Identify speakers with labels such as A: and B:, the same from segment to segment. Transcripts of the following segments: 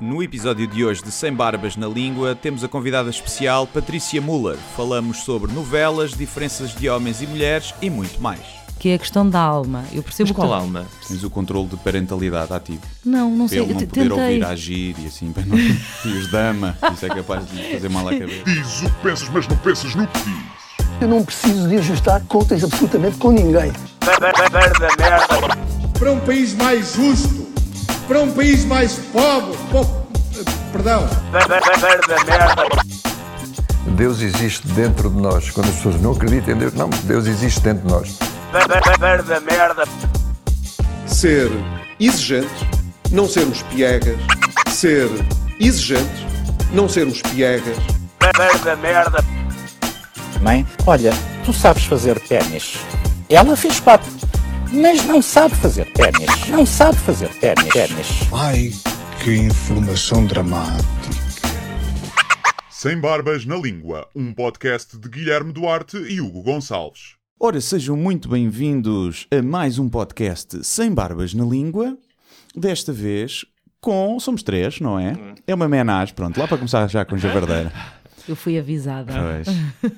A: No episódio de hoje de Sem Barbas na Língua, temos a convidada especial Patrícia Muller. Falamos sobre novelas, diferenças de homens e mulheres e muito mais.
B: que é a questão da alma. Eu percebo
C: Mas
B: que
C: qual
B: tu-
C: alma?
A: Tens o controle de parentalidade ativo.
B: Não, não
A: Para
B: sei.
A: ele não
B: eu
A: poder
B: tentei.
A: ouvir agir e assim, para não... e os dama, isso é capaz de lhe fazer mal à cabeça.
D: Diz o que pensas, mas não pensas no que diz.
E: Eu não preciso de ajustar contas absolutamente com ninguém.
F: para um país mais justo, para um país mais pobre, po- perdão,
G: Deus existe dentro de nós. Quando as pessoas não acreditam em Deus, não, Deus existe dentro de nós.
H: ser exigentes, não sermos piegas, ser exigentes, não sermos piegas.
I: Mãe, olha, tu sabes fazer ténis. Ela fez quatro, mas não sabe fazer ténis. Não sabe fazer ténis. Ténis.
F: Ai, que informação dramática.
D: Sem Barbas na Língua, um podcast de Guilherme Duarte e Hugo Gonçalves.
A: Ora, sejam muito bem-vindos a mais um podcast Sem Barbas na Língua. Desta vez com... somos três, não é? É uma menage, pronto, lá para começar já com Javardeira.
B: Eu fui avisada.
A: Pois.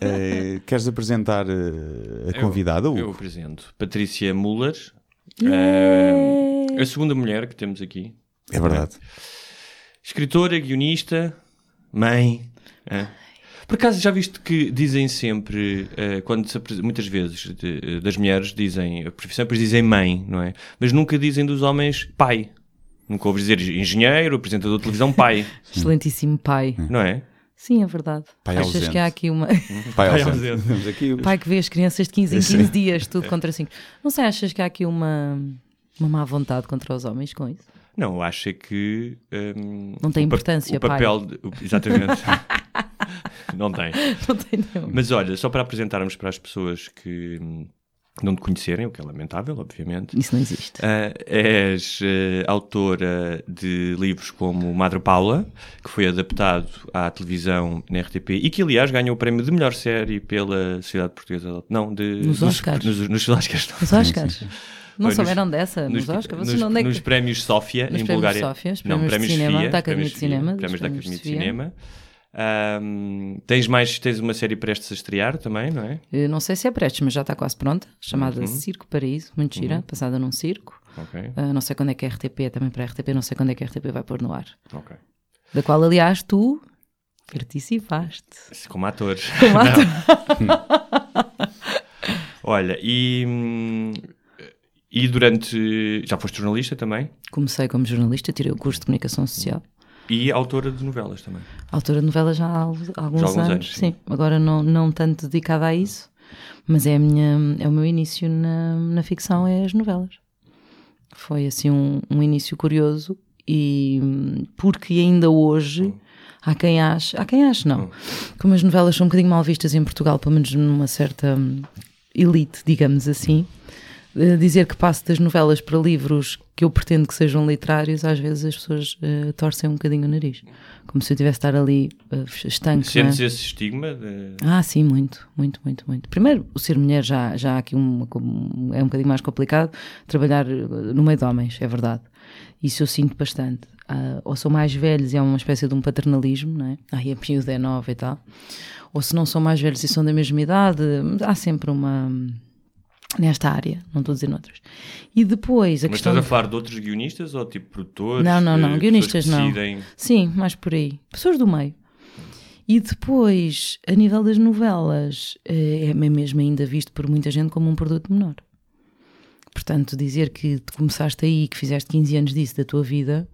A: Eh, queres apresentar eh, a convidada? Hugo?
C: Eu apresento. Patrícia Muller. eh, a segunda mulher que temos aqui.
A: É verdade.
C: Escritora, guionista, mãe. hã? Por acaso já viste que dizem sempre, eh, quando se apres- muitas vezes de- eh, das mulheres dizem a profissão, depois dizem mãe, não é? Mas nunca dizem dos homens pai. Nunca ouves dizer engenheiro, apresentador de televisão, pai,
B: Excelentíssimo pai.
C: não é?
B: Sim, é verdade.
A: Pai
B: Achas
A: ausente.
B: que há aqui uma.
A: Pai
C: Pai
A: ausente.
C: ausente.
A: Temos aqui os-
B: pai que vê as crianças de 15 em
A: Sim.
B: 15 dias, tudo contra 5. Não sei, achas que há aqui uma. Uma má vontade contra os homens com isso.
C: Não, eu acho é que. hum,
B: Não tem
C: o pa-
B: importância,
C: O papel. de- o- exatamente. não tem.
B: Não tem nenhuma.
C: Mas olha, só para apresentarmos para as pessoas que hum, não te conhecerem, o que é lamentável, obviamente.
B: Isso não existe.
C: ah, és eh, autora de livros como Madre Paula, que foi adaptado à televisão na RTP e que, aliás, ganhou o prémio de melhor série pela Sociedade Portuguesa. de Aut- Não, de,
B: Nos Oscars.
C: Nos, nos Oscars, não.
B: Os Oscars. Não
C: Olha,
B: souberam
C: nos-
B: dessa? Nos, Oscars? Vocês
C: nos-
B: não onde é que-
C: nos prémios Sofia,
B: Nos
C: em
B: prémios
C: Bulgária.
B: Sófia, os
C: Não,
B: prémios de
C: prémios
B: cinema,
C: FIA,
B: da Academia
C: prémios
B: de
C: FIA,
B: Cinema, dos
C: prémios da
B: prémios
C: Academia
B: de
C: de Cinema. Ahm, tens mais, tens uma série prestes a estrear também, não é?
B: Eh, Não sei se é prestes, mas já está quase pronta. Chamada Circo Paraíso. Muito gira. Passada num circo.
C: Ok,
B: Ah, não sei quando é que a RTP, também para a RTP, não sei quando é que a RTP vai pôr no ar.
C: ok.
B: Da qual, aliás, tu participaste.
C: Se- Como atores. Olha, e, hum, e durante. Já foste jornalista também
B: Comecei como jornalista, tirei o curso de comunicação social.
C: e autora de novelas também.
B: Autora de novelas já há al- alguns,
C: alguns
B: anos.
C: anos,
B: sim.
C: sim.
B: agora não, não tanto dedicada a isso, mas é, a minha, é o meu início na, na ficção é as novelas. Foi assim um, um início curioso e hum, porque ainda hoje há quem ache, há quem ache não, como as novelas são um bocadinho mal vistas em Portugal, pelo menos numa certa hum, elite, digamos assim. eh, Dizer que passo das novelas para livros que eu pretendo que sejam literários, às vezes as pessoas eh, torcem um bocadinho o nariz. Como se eu tivesse de estar ali eh, estanque. não é?
C: Sentes esse estigma? De...
B: Ah, sim, muito, muito, muito, muito. Primeiro, o ser mulher já, já há aqui uma, co- é um bocadinho mais complicado trabalhar eh, no meio de homens, é verdade. Isso eu sinto bastante. Ah, ou são mais velhos e é uma espécie de um paternalismo, não é? Ai, a miúda é nova e tal. Ou se não são mais velhos e são da mesma idade, há sempre uma. nesta área, não estou a dizer noutras. E depois a
C: Mas
B: questão.
C: estás a falar de outros guionistas ou tipo produtores?
B: Não, não,
C: eh,
B: não,
C: pessoas
B: guionistas
C: que
B: não.
C: decidem-
B: Sim, mais por aí. Pessoas do meio. E depois, a nível das novelas, eh, é mesmo ainda visto por muita gente como um produto menor. Portanto, dizer que te começaste aí, que fizeste 15 anos disso da tua vida,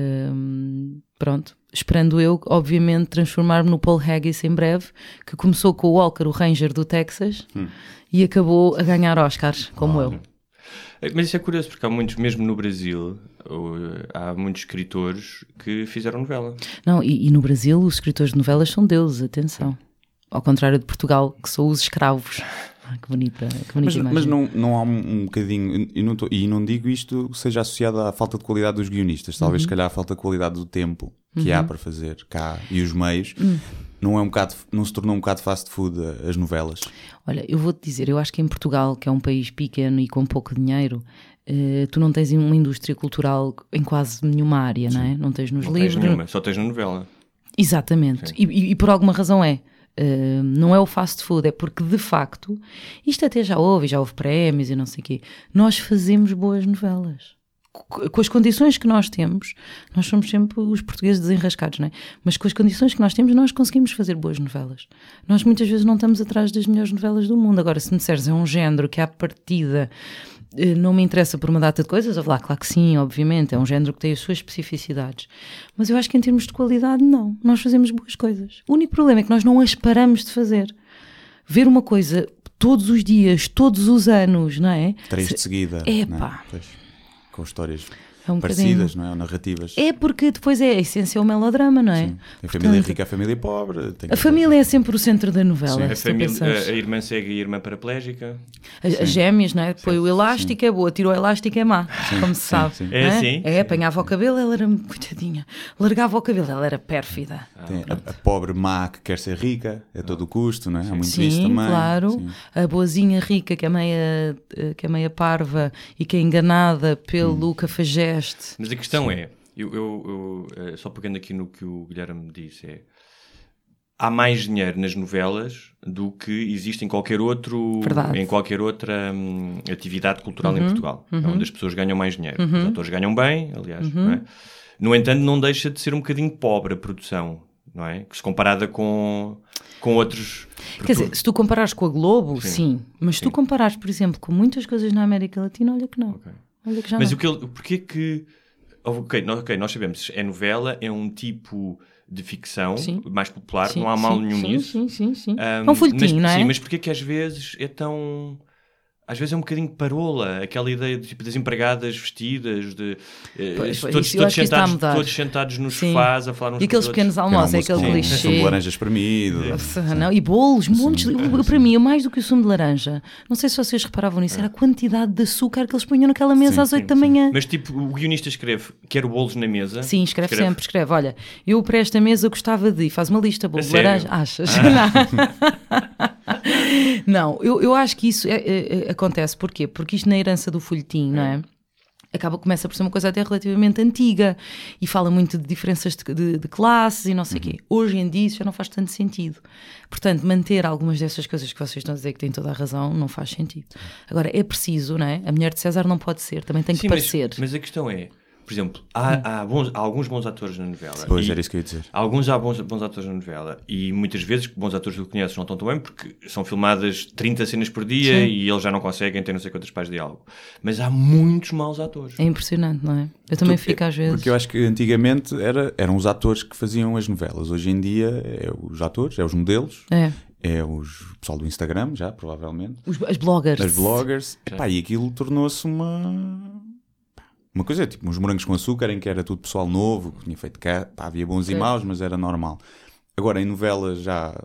B: hum, pronto. Esperando eu, obviamente, transformar-me no Paul Haggis em breve, que começou com o Walker, o Ranger do Texas, e acabou a ganhar Oscars, como eu.
C: Eh, Mas isso é curioso porque há muitos, mesmo no Brasil, ou, eh, há muitos escritores que fizeram novela.
B: Não, e, e no Brasil os escritores de novelas são deuses, atenção. Ao contrário de Portugal, que são os escravos. Ah, que bonita, que bonita
A: Mas,
B: imagem.
A: mas não, não há um, um bocadinho, e não, tô- e não digo isto que seja associado à falta de qualidade dos guionistas,
B: Uhum.
A: talvez se calhar a falta de qualidade do tempo que há para fazer cá e os meios,
B: Uhum.
A: não, é um bocado, não se tornou um bocado fast food eh, as novelas.
B: Olha, eu vou-te dizer, eu acho que em Portugal, que é um país pequeno e com pouco dinheiro, eh, tu não tens uma indústria cultural em quase nenhuma área, não é? Não tens nos
C: Não tens
B: livros.
C: nenhuma, só tens na novela.
B: Exatamente. E, e- e por alguma razão é. Uh, não é o fast food, é porque de facto, isto até já houve, e já houve prémios e não sei o quê. Nós fazemos boas novelas. Co- Com as condições que nós temos, nós somos sempre os portugueses desenrascados, não é? Mas com as condições que nós temos, nós conseguimos fazer boas novelas. Nós muitas vezes não estamos atrás das melhores novelas do mundo. Agora, se me disseres, é um género que à partida eh, não me interessa por uma data de coisas, eu vou lá, claro que sim, obviamente, é um género que tem as suas especificidades. Mas eu acho que em termos de qualidade, não. Nós fazemos boas coisas. O único problema é que nós não as paramos de fazer. Ver uma coisa todos os dias, todos os anos, não é?
A: Três
B: Se-
A: de seguida.
B: Epá.
A: não é? Pois, com histórias
B: É um
A: parecidas, não é? Ou narrativas.
B: É porque depois é a essência é o melodrama, não é?
A: Tem família
B: Portanto,
A: rica, a família pobre. tem-
B: A família é sempre o centro da novela.
C: a,
B: É, se tu
C: família- é,
B: pensares.
C: a- a irmã cega e a irmã paraplégica.
B: As, as gêmeas, não é? Põe o elástico, é boa, tirou o elástico, é má, como se sabe.
A: sim.
B: não
C: É assim?
B: É, apanhava o cabelo, ela era coitadinha. Largava o cabelo, ela era pérfida.
A: tem a, a pobre má que quer ser rica a todo custo, não é? Há muito isso
B: Sim,
A: também.
B: claro.
A: Sim.
B: A boazinha rica que é meia, eh, que é meia parva e que é enganada
A: Hum.
B: pelo cafajeste.
C: Mas a questão é, eu, eu- eu, eh, só pegando aqui no que o Guilherme disse, é há mais dinheiro nas novelas do que existe em qualquer outro
B: Verdade.
C: em qualquer outra hum, atividade cultural em Portugal. É onde as pessoas ganham mais dinheiro. Os atores ganham bem, aliás. Não é? No entanto, não deixa de ser um bocadinho pobre a produção, não é? Que se comparada com, com outros.
B: Quer dizer, se tu comparares com a Globo, sim. Mas se tu comparares, por exemplo, com muitas coisas na América Latina, olha que não. Olha que já
C: Mas
B: não.
C: o que ele, porquê que. Ok nós, ok, nós sabemos, é novela, é um tipo de ficção
B: Sim.
C: mais popular,
B: Sim,
C: não há mal
B: sim,
C: nenhum
B: sim,
C: nisso.
B: Sim, sim, sim.
C: Ahm,
B: é um folhetim,
C: mas,
B: não é?
C: Sim, mas porquê que às vezes é tão. Às vezes é um bocadinho parola, aquela ideia de, tipo, das empregadas vestidas, de eh,
B: Pois, pois,
C: todos,
B: isso eu
C: todos
B: acho que isso está a
C: sentados,
B: mudar.
C: todos sentados nos
B: Sim.
C: sofás a falar
B: E
C: uns com os
B: aqueles pequenos
C: outros.
B: almoços, é
A: Era um
B: aquele
A: almoço com sumo de
B: clichê.
A: laranja espremido.
B: Nossa, não, e bolos, montes. de- Para mim, o mais do que o sumo de laranja, não sei se vocês reparavam nisso, era a quantidade de açúcar que eles punham naquela mesa às 8 da manhã.
C: Mas tipo, o guionista escreve, quero bolos na mesa.
B: Sim, escreve, sempre, escreve. Olha, eu para esta mesa gostava de. Faz uma lista, bolo
C: A
B: de
C: sério? Ah.
B: laranja. Achas? Não, não eu, eu acho que isso é- é- é- acontece. Porquê? Porque isto na herança do folhetim, não
C: Hum.
B: é? Acaba, começa por ser uma coisa até relativamente antiga e fala muito de diferenças de, de- de classes e não sei o quê.
C: Uhum.
B: Hoje em dia isso já não faz tanto sentido. Portanto, manter algumas dessas coisas que vocês estão a dizer que têm toda a razão não faz sentido. Agora, é preciso, não é? A mulher de César não pode ser, também tem que
C: Sim, mas-
B: parecer.
C: Mas, a questão é, por exemplo, há, há bons- há alguns bons atores na novela.
A: Pois,
C: e
A: era isso que eu ia dizer.
C: Alguns há bons, bons atores na novela e muitas vezes bons atores que tu conheces não estão tão bem porque são filmadas 30 cenas por dia e eles já não conseguem ter não sei quantas páginas de diálogo. Mas há muitos maus atores.
B: É impressionante, não é? Eu também
A: Tu-
B: fico às vezes.
A: Porque eu acho que antigamente era, eram os atores que faziam as novelas. Hoje em dia é os atores, é os modelos,
B: É.
A: é os o pessoal do Instagram, já, provavelmente.
B: Os- as bloggers.
A: As bloggers. Epá, e aquilo tornou-se uma. Uma coisa, tipo, uns morangos com açúcar, em que era tudo pessoal novo, que tinha feito cá, pá, havia bons e maus, mas era normal. Agora, em novelas já,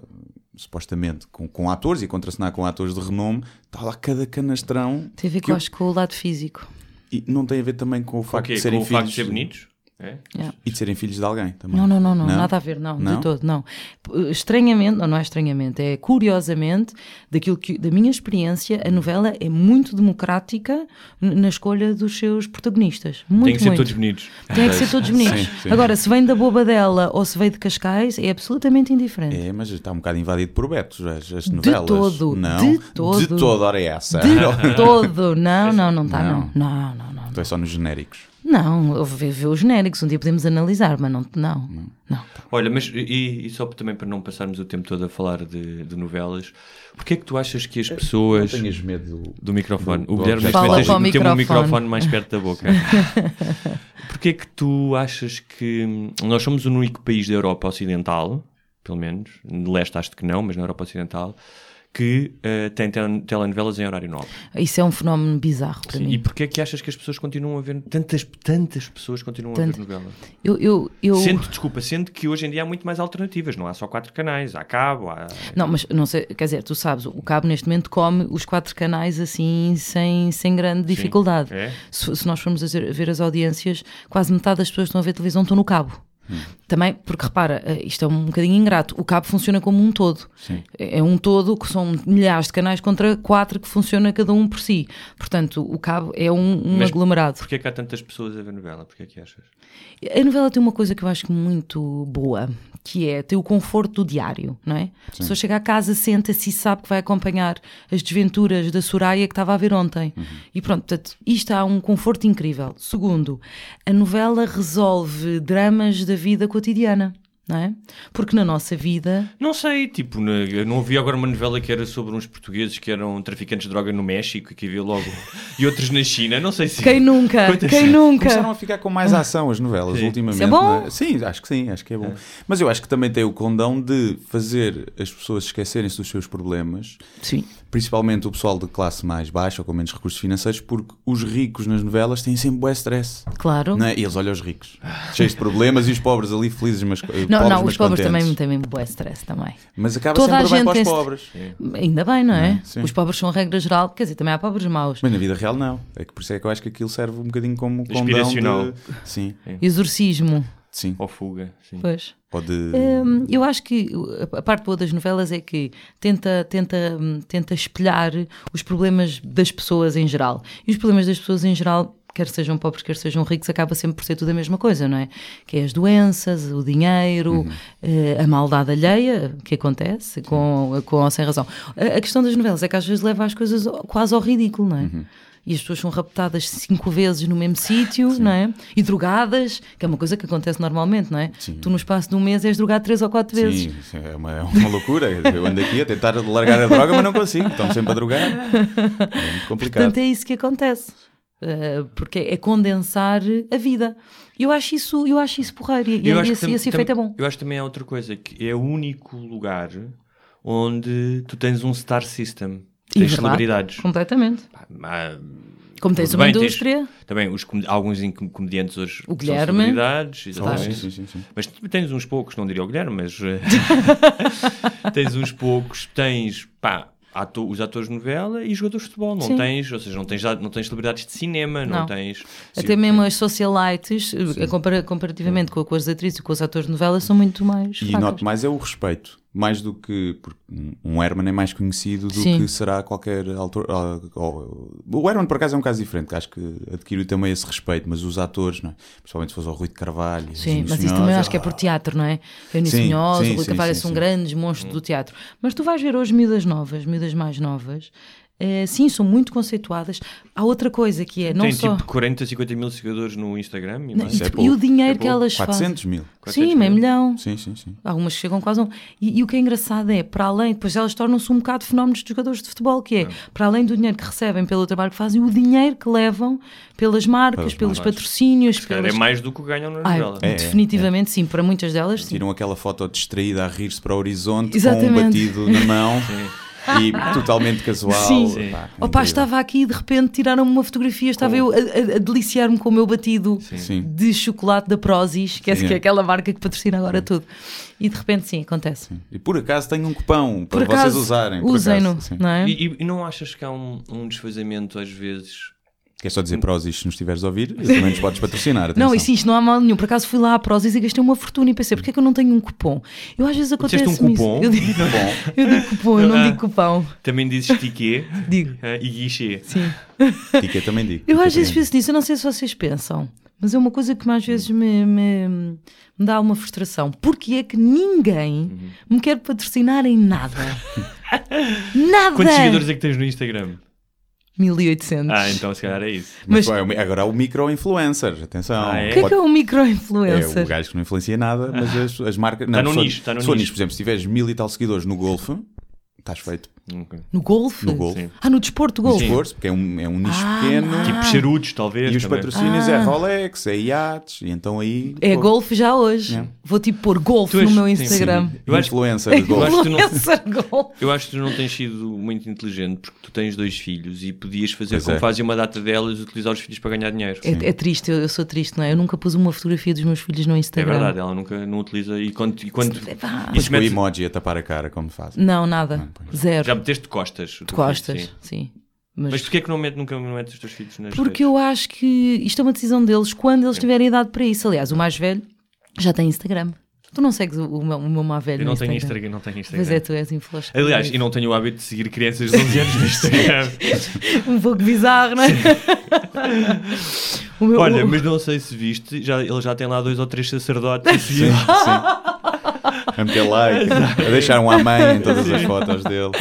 A: supostamente, com, com atores e contracenar com atores de renome, está lá cada canastrão.
B: Tem a ver,
A: que
B: com,
A: eu-
B: acho, que com o lado físico.
A: E não tem a ver também com o
C: Com o
A: facto
C: quê?
A: de
C: Com
A: serem
C: o
A: filhos.
C: facto de ser bonitos? É?
B: Yeah.
A: E de serem filhos de alguém também.
B: Não, não, não, não, nada a ver, não, de todo, não. P- Estranhamente, não, não é estranhamente, é curiosamente, daquilo que, da minha experiência, a novela é muito democrática n- na escolha dos seus protagonistas. Muito,
C: Tem que ser
B: muito.
C: todos bonitos.
B: Tem que ser todos bonitos.
A: Sim, sim.
B: Agora, se vem da boba dela ou se veio de Cascais, é absolutamente indiferente.
A: É, mas está um bocado invadido por Betos, as, as novelas.
B: todo,
A: não,
B: de todo.
A: De todo, ora é essa.
B: De todo, não, não, não está, não. Não, não, não.
A: Então é só nos genéricos.
B: Não, vê, vê os genéricos, um dia podemos analisar, mas não. Não, não.
C: Olha, mas e, e só também para não passarmos o tempo todo a falar de, de novelas, porquê é que tu achas que as pessoas...
A: Tenhas medo
C: Do microfone. o
A: do
C: Guilherme
A: objeto.
C: neste momento,
B: Fala
C: meteu
B: para
C: um
B: o
C: microfone
B: microfone.
C: mais perto da boca. Porquê é que tu achas que hum, nós somos o único país da Europa Ocidental, pelo menos, no leste acho que não, mas na Europa Ocidental, que eh, tem tele- telenovelas em horário nobre?
B: Isso é um fenómeno bizarro para
C: E
B: mim.
C: porquê é que achas que as pessoas continuam a ver, tantas, tantas pessoas continuam a
B: Tanto-
C: ver novelas?
B: Eu, eu, eu...
C: Sendo, desculpa, sendo que hoje em dia há muito mais alternativas, não há só quatro canais, há cabo, há...
B: Não, mas não sei, quer dizer, tu sabes, o cabo neste momento come os quatro canais assim sem, sem grande dificuldade.
C: é?
B: Se, se nós formos a ver, ver as audiências, quase metade das pessoas que estão a ver televisão estão no cabo.
C: Hum.
B: Também, porque repara, eh, isto é um bocadinho ingrato. O cabo funciona como um todo. É é um todo que são milhares de canais contra quatro que funciona cada um por si. Portanto, o cabo é um, um
C: Mas
B: aglomerado.
C: Porquê é que há tantas pessoas a ver novela? Porquê é que achas?
B: A novela tem uma coisa que eu acho muito boa, que é ter o conforto do diário, não é? A pessoa chega à casa, senta-se e sabe que vai acompanhar as desventuras da Soraya que estava a ver ontem.
A: Uhum.
B: E pronto, portanto, isto há um conforto incrível. Segundo, a novela resolve dramas da vida cotidiana, não é? Porque na nossa vida.
C: Não sei, tipo, na- eu não ouvi agora uma novela que era sobre uns portugueses que eram traficantes de droga no México e que havia logo. e outros na China, não sei se.
B: Quem nunca?
C: Quantas-
B: Quem nunca?
A: Começaram a ficar com mais ação as novelas ultimamente.
B: Isso é bom?
A: não Sim, acho que sim, acho que é bom. Mas eu acho que também tem o condão de fazer as pessoas esquecerem-se dos seus problemas,
B: Sim.
A: principalmente o pessoal de classe mais baixa ou com menos recursos financeiros, porque os ricos nas novelas têm sempre bué stress.
B: Claro.
A: Não é? E eles olham os ricos, cheios de problemas, e os pobres ali felizes, mas. Não, pobres,
B: Não, não,
A: mas
B: os pobres
A: contentes.
B: também têm bué stress também.
A: Mas acaba
B: Toda
A: sempre
B: a
A: bem
B: gente
A: para os
B: tem-
A: pobres.
B: Ainda bem, não é?
A: Sim.
B: Os pobres são a regra geral, quer dizer, também há pobres maus.
A: Mas na vida real, não. É que por isso é que eu acho que aquilo serve um bocadinho como condão
C: Inspiracional.
A: de. Sim,
B: É. Exorcismo,
A: sim.
C: Ou fuga, sim.
B: pois.
A: Ou de.
B: Hum, eu acho que a parte boa das novelas é que tenta, tenta, hum, tenta espelhar os problemas das pessoas em geral. E os problemas das pessoas em geral, quer sejam pobres, quer sejam ricos, acaba sempre por ser tudo a mesma coisa, não é? Que é as doenças, o dinheiro, eh, a maldade alheia que acontece, com, com ou sem razão. A, a questão das novelas é que às vezes leva as coisas ao- quase ao ridículo, não é? E as pessoas são raptadas cinco vezes no mesmo sítio, não é? E drogadas, que é uma coisa que acontece normalmente, não é? Tu, no espaço de um mês, és drogado três ou quatro vezes.
A: Sim, sim, é uma, é uma loucura. Eu ando aqui a tentar largar a droga, mas não consigo. Estão sempre a drogar. É muito complicado.
B: Portanto, é isso que acontece. Uh, porque é condensar a vida. E Eu acho isso, eu acho isso porreiro. E, e
C: Eu acho que
B: esse,
C: tam-
B: esse
C: tam-
B: efeito é bom.
C: Eu acho que também há outra coisa, que é o único lugar onde tu tens um star system.
B: E
C: Tens
B: verdade,
C: celebridades.
B: Completamente.
C: Pá, mas-
B: Como tens
C: Tudo
B: uma
C: bem, tens-
B: indústria.
C: Também os com- alguns in- comediantes hoje
B: O
C: são
B: Guilherme.
C: celebridades,
A: Sim,
C: exatamente.
A: sim, sim, sim.
C: Mas tu tens uns poucos, não diria o Guilherme, mas eh, tens uns poucos, tens pá, ato- os atores de novela e jogadores de futebol, não
B: Sim.
C: tens, ou seja, não tens, não tens celebridades de cinema, não,
B: Não.
C: tens
B: Até mesmo as socialites, eh, compara- comparativamente com, com as atrizes e com os atores de novelas, são muito mais.
A: E
B: fracas.
A: noto mais é o respeito. Mais do que. porque um- Um Herman é mais conhecido do
B: Sim.
A: que será qualquer autor. ah, ou- o Herman, por acaso, é um caso diferente. que Acho que adquiriu também esse respeito. Mas os atores, não é? principalmente se fosse o Rui de Carvalho. ah, os
B: Sim, mas isso
A: Unhas
B: também
A: Minhosas,
B: acho que é por teatro, não é? Eunice
A: Sim,
B: Minhoz,
A: sim,
B: o Rui é
A: sim,
B: Cavalho
A: sim,
B: são
A: sim.
B: grandes monstros um do teatro. Mas tu vais ver hoje miúdas novas, miúdas mais novas. eh, sim, são muito conceituadas. Há outra coisa que é, não
C: tem
B: só.
C: tipo 40, 50 mil seguidores no Instagram e
B: Não,
C: mais.
B: e,
A: é
B: tipo,
A: pouco,
B: e o dinheiro
C: é
B: que elas fazem.
A: 400 mil.
B: Sim,
C: 400
B: meio
C: mil.
B: milhão.
A: Sim, sim, sim.
B: Algumas que chegam quase a um. E, e o que é engraçado é, para além, depois elas tornam-se um bocado fenómenos de jogadores de futebol, que é, para além do dinheiro que recebem pelo trabalho que fazem, o dinheiro que levam pelas marcas, pelos patrocínios,
C: Se calhar
B: pelas-
C: É mais do que ganham na
B: Ai, é.
C: novela.
B: definitivamente sim, para muitas delas sim.
A: Tiram aquela foto distraída a rir-se para o horizonte com um
B: Exatamente.
A: batido na mão e totalmente casual.
B: Sim.
A: Pá,
B: O pá,
A: incrível.
B: estava aqui e de repente tiraram-me uma fotografia, estava eu a, a- a deliciar-me com o meu batido
A: Sim.
B: de chocolate da Prozis, que é,
A: Sim.
B: que é aquela marca que patrocina agora tudo. E de repente, sim, acontece.
A: E por acaso tenho um cupão
B: Por
A: para vocês
B: acaso,
A: usarem. por
B: Usem-no,
A: acaso. Sim.
B: não é?
C: E, e- e não achas que há um, um desfazamento às vezes?
A: Quer é só dizer Prozis, se nos estiveres a ouvir, também nos podes patrocinar.
B: Não,
A: atenção.
B: isso, isto não há mal nenhum. Por acaso fui lá à Prozis e gastei uma fortuna e pensei, porquê é que eu não tenho um cupom? Eu às vezes
C: Disseste
B: acontece
C: um cupom?
B: Eu digo, eu digo cupom, eu não
A: Ah.
B: digo cupão.
C: Também dizes tiquê
B: Digo,
C: eh, e guichê.
B: sim.
A: Tica também digo.
B: Eu
A: Tica
B: às vezes
A: também digo.
B: penso nisso, eu não sei se vocês pensam, mas é uma coisa que mais vezes me, me, me dá uma frustração. Porque é que ninguém
C: Uhum.
B: me quer patrocinar em nada? nada!
C: Quantos seguidores é que tens no Instagram?
B: 1800.
C: Ah, então se calhar é isso.
A: Mas,
B: Mas
A: pá, é o- agora há o micro-influencer, atenção.
C: Ah, é?
B: o que é que é um
A: É o
B: micro-influencer?
A: gajo que não influencia nada, mas as, as marcas. Não,
C: no
A: se for-
C: nicho, tá no
A: se for
C: nicho.
A: Por exemplo, se tiveres mil e tal seguidores no Golfe, estás feito.
C: Ok.
B: no golfe?
A: No golfe. Sim.
B: Ah, no desporto
A: Mas
B: golfe.
A: força, porque é um, é um nicho
B: Ah,
A: pequeno.
B: não.
C: Tipo charutos, talvez.
A: E os
C: também.
A: patrocínios é Rolex, é iates, e então aí.
B: É
A: pô,
B: golfe já hoje. Vou tipo pôr golfe
C: Tu és-
B: no meu
C: sim, sim.
B: Instagram.
C: Eu acho-
A: Influencer,
C: Eu
A: golfe.
C: acho que tu não-
B: Influencer golfe.
C: Eu acho que tu não tens sido muito inteligente porque tu tens dois filhos e podias fazer
A: Pois
C: como
A: é.
C: fazem uma data delas, utilizar os filhos para ganhar dinheiro.
B: É, é triste, eu, eu sou triste, não é? Eu nunca pus uma fotografia dos meus filhos no
C: É
B: Instagram.
C: verdade, ela nunca não utiliza e quando, e quando
B: Epá.
A: Mas
C: isso
A: com o
C: mete,
A: emoji a tapar a cara, como faz.
B: Não,
C: Ah,
B: nada. Zero.
C: já meteste de costas.
B: de
C: o teu filho,
B: costas,
C: sim.
B: sim.
C: Mas porquê é que não mete, nunca não metes os teus filhos nas
B: Porque eu acho que isto é uma decisão deles quando eles tiverem idade para isso. Aliás, o mais velho Já tem Instagram. Tu não segues o, o meu, o meu má velho
C: Eu não
B: no
C: tenho Instagram, não tenho Instagram.
B: Pois é, tu és influencer.
C: Aliás, e não tenho o hábito de seguir crianças de 11 anos no Instagram.
B: Um pouco bizarro, não é? o meu,
C: Olha,
B: o-
C: mas não sei se viste, já, ele já tem lá dois ou três sacerdotes a seguir.
A: A É meter like, a deixar um amém em todas as fotos dele.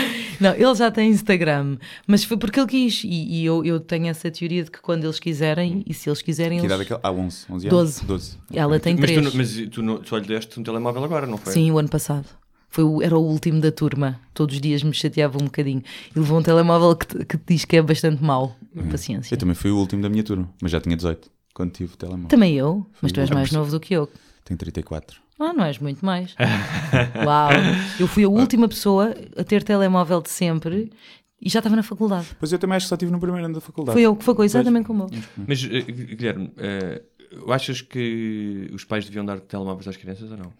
B: Não, ele já tem Instagram, mas foi porque ele quis. E, e eu, eu tenho essa teoria de que quando eles
C: Hum.
B: quiserem, e se eles quiserem,
A: Que idade é
B: eles...
A: que ele- Ah, 11, 11 anos?
B: Doze.
A: 12.
B: ela tem
C: Mas, tu,
B: três.
C: não- mas tu, não, tu lhe deste um telemóvel agora, não foi?
B: Sim, o ano passado. Foi o- era o último da turma. Todos os dias me chateava um bocadinho. E levou um telemóvel que, te- que te diz que é bastante mau. Paciência.
A: Uhum. Eu também fui o último da minha turma, mas já tinha 18 quando tive o telemóvel.
B: Também eu, mas tu és
A: Ah,
B: mais
A: perce-
B: novo do que eu.
A: Tenho 34.
B: Ah, não és muito mais. Uau! Eu fui a última pessoa a ter telemóvel de sempre e já estava na faculdade.
A: Pois eu também acho que só tive no primeiro ano da faculdade.
B: Foi eu que foi exatamente como eu.
C: Mas, eh, Guilherme, eh, achas que os pais deviam dar telemóveis às crianças ou não?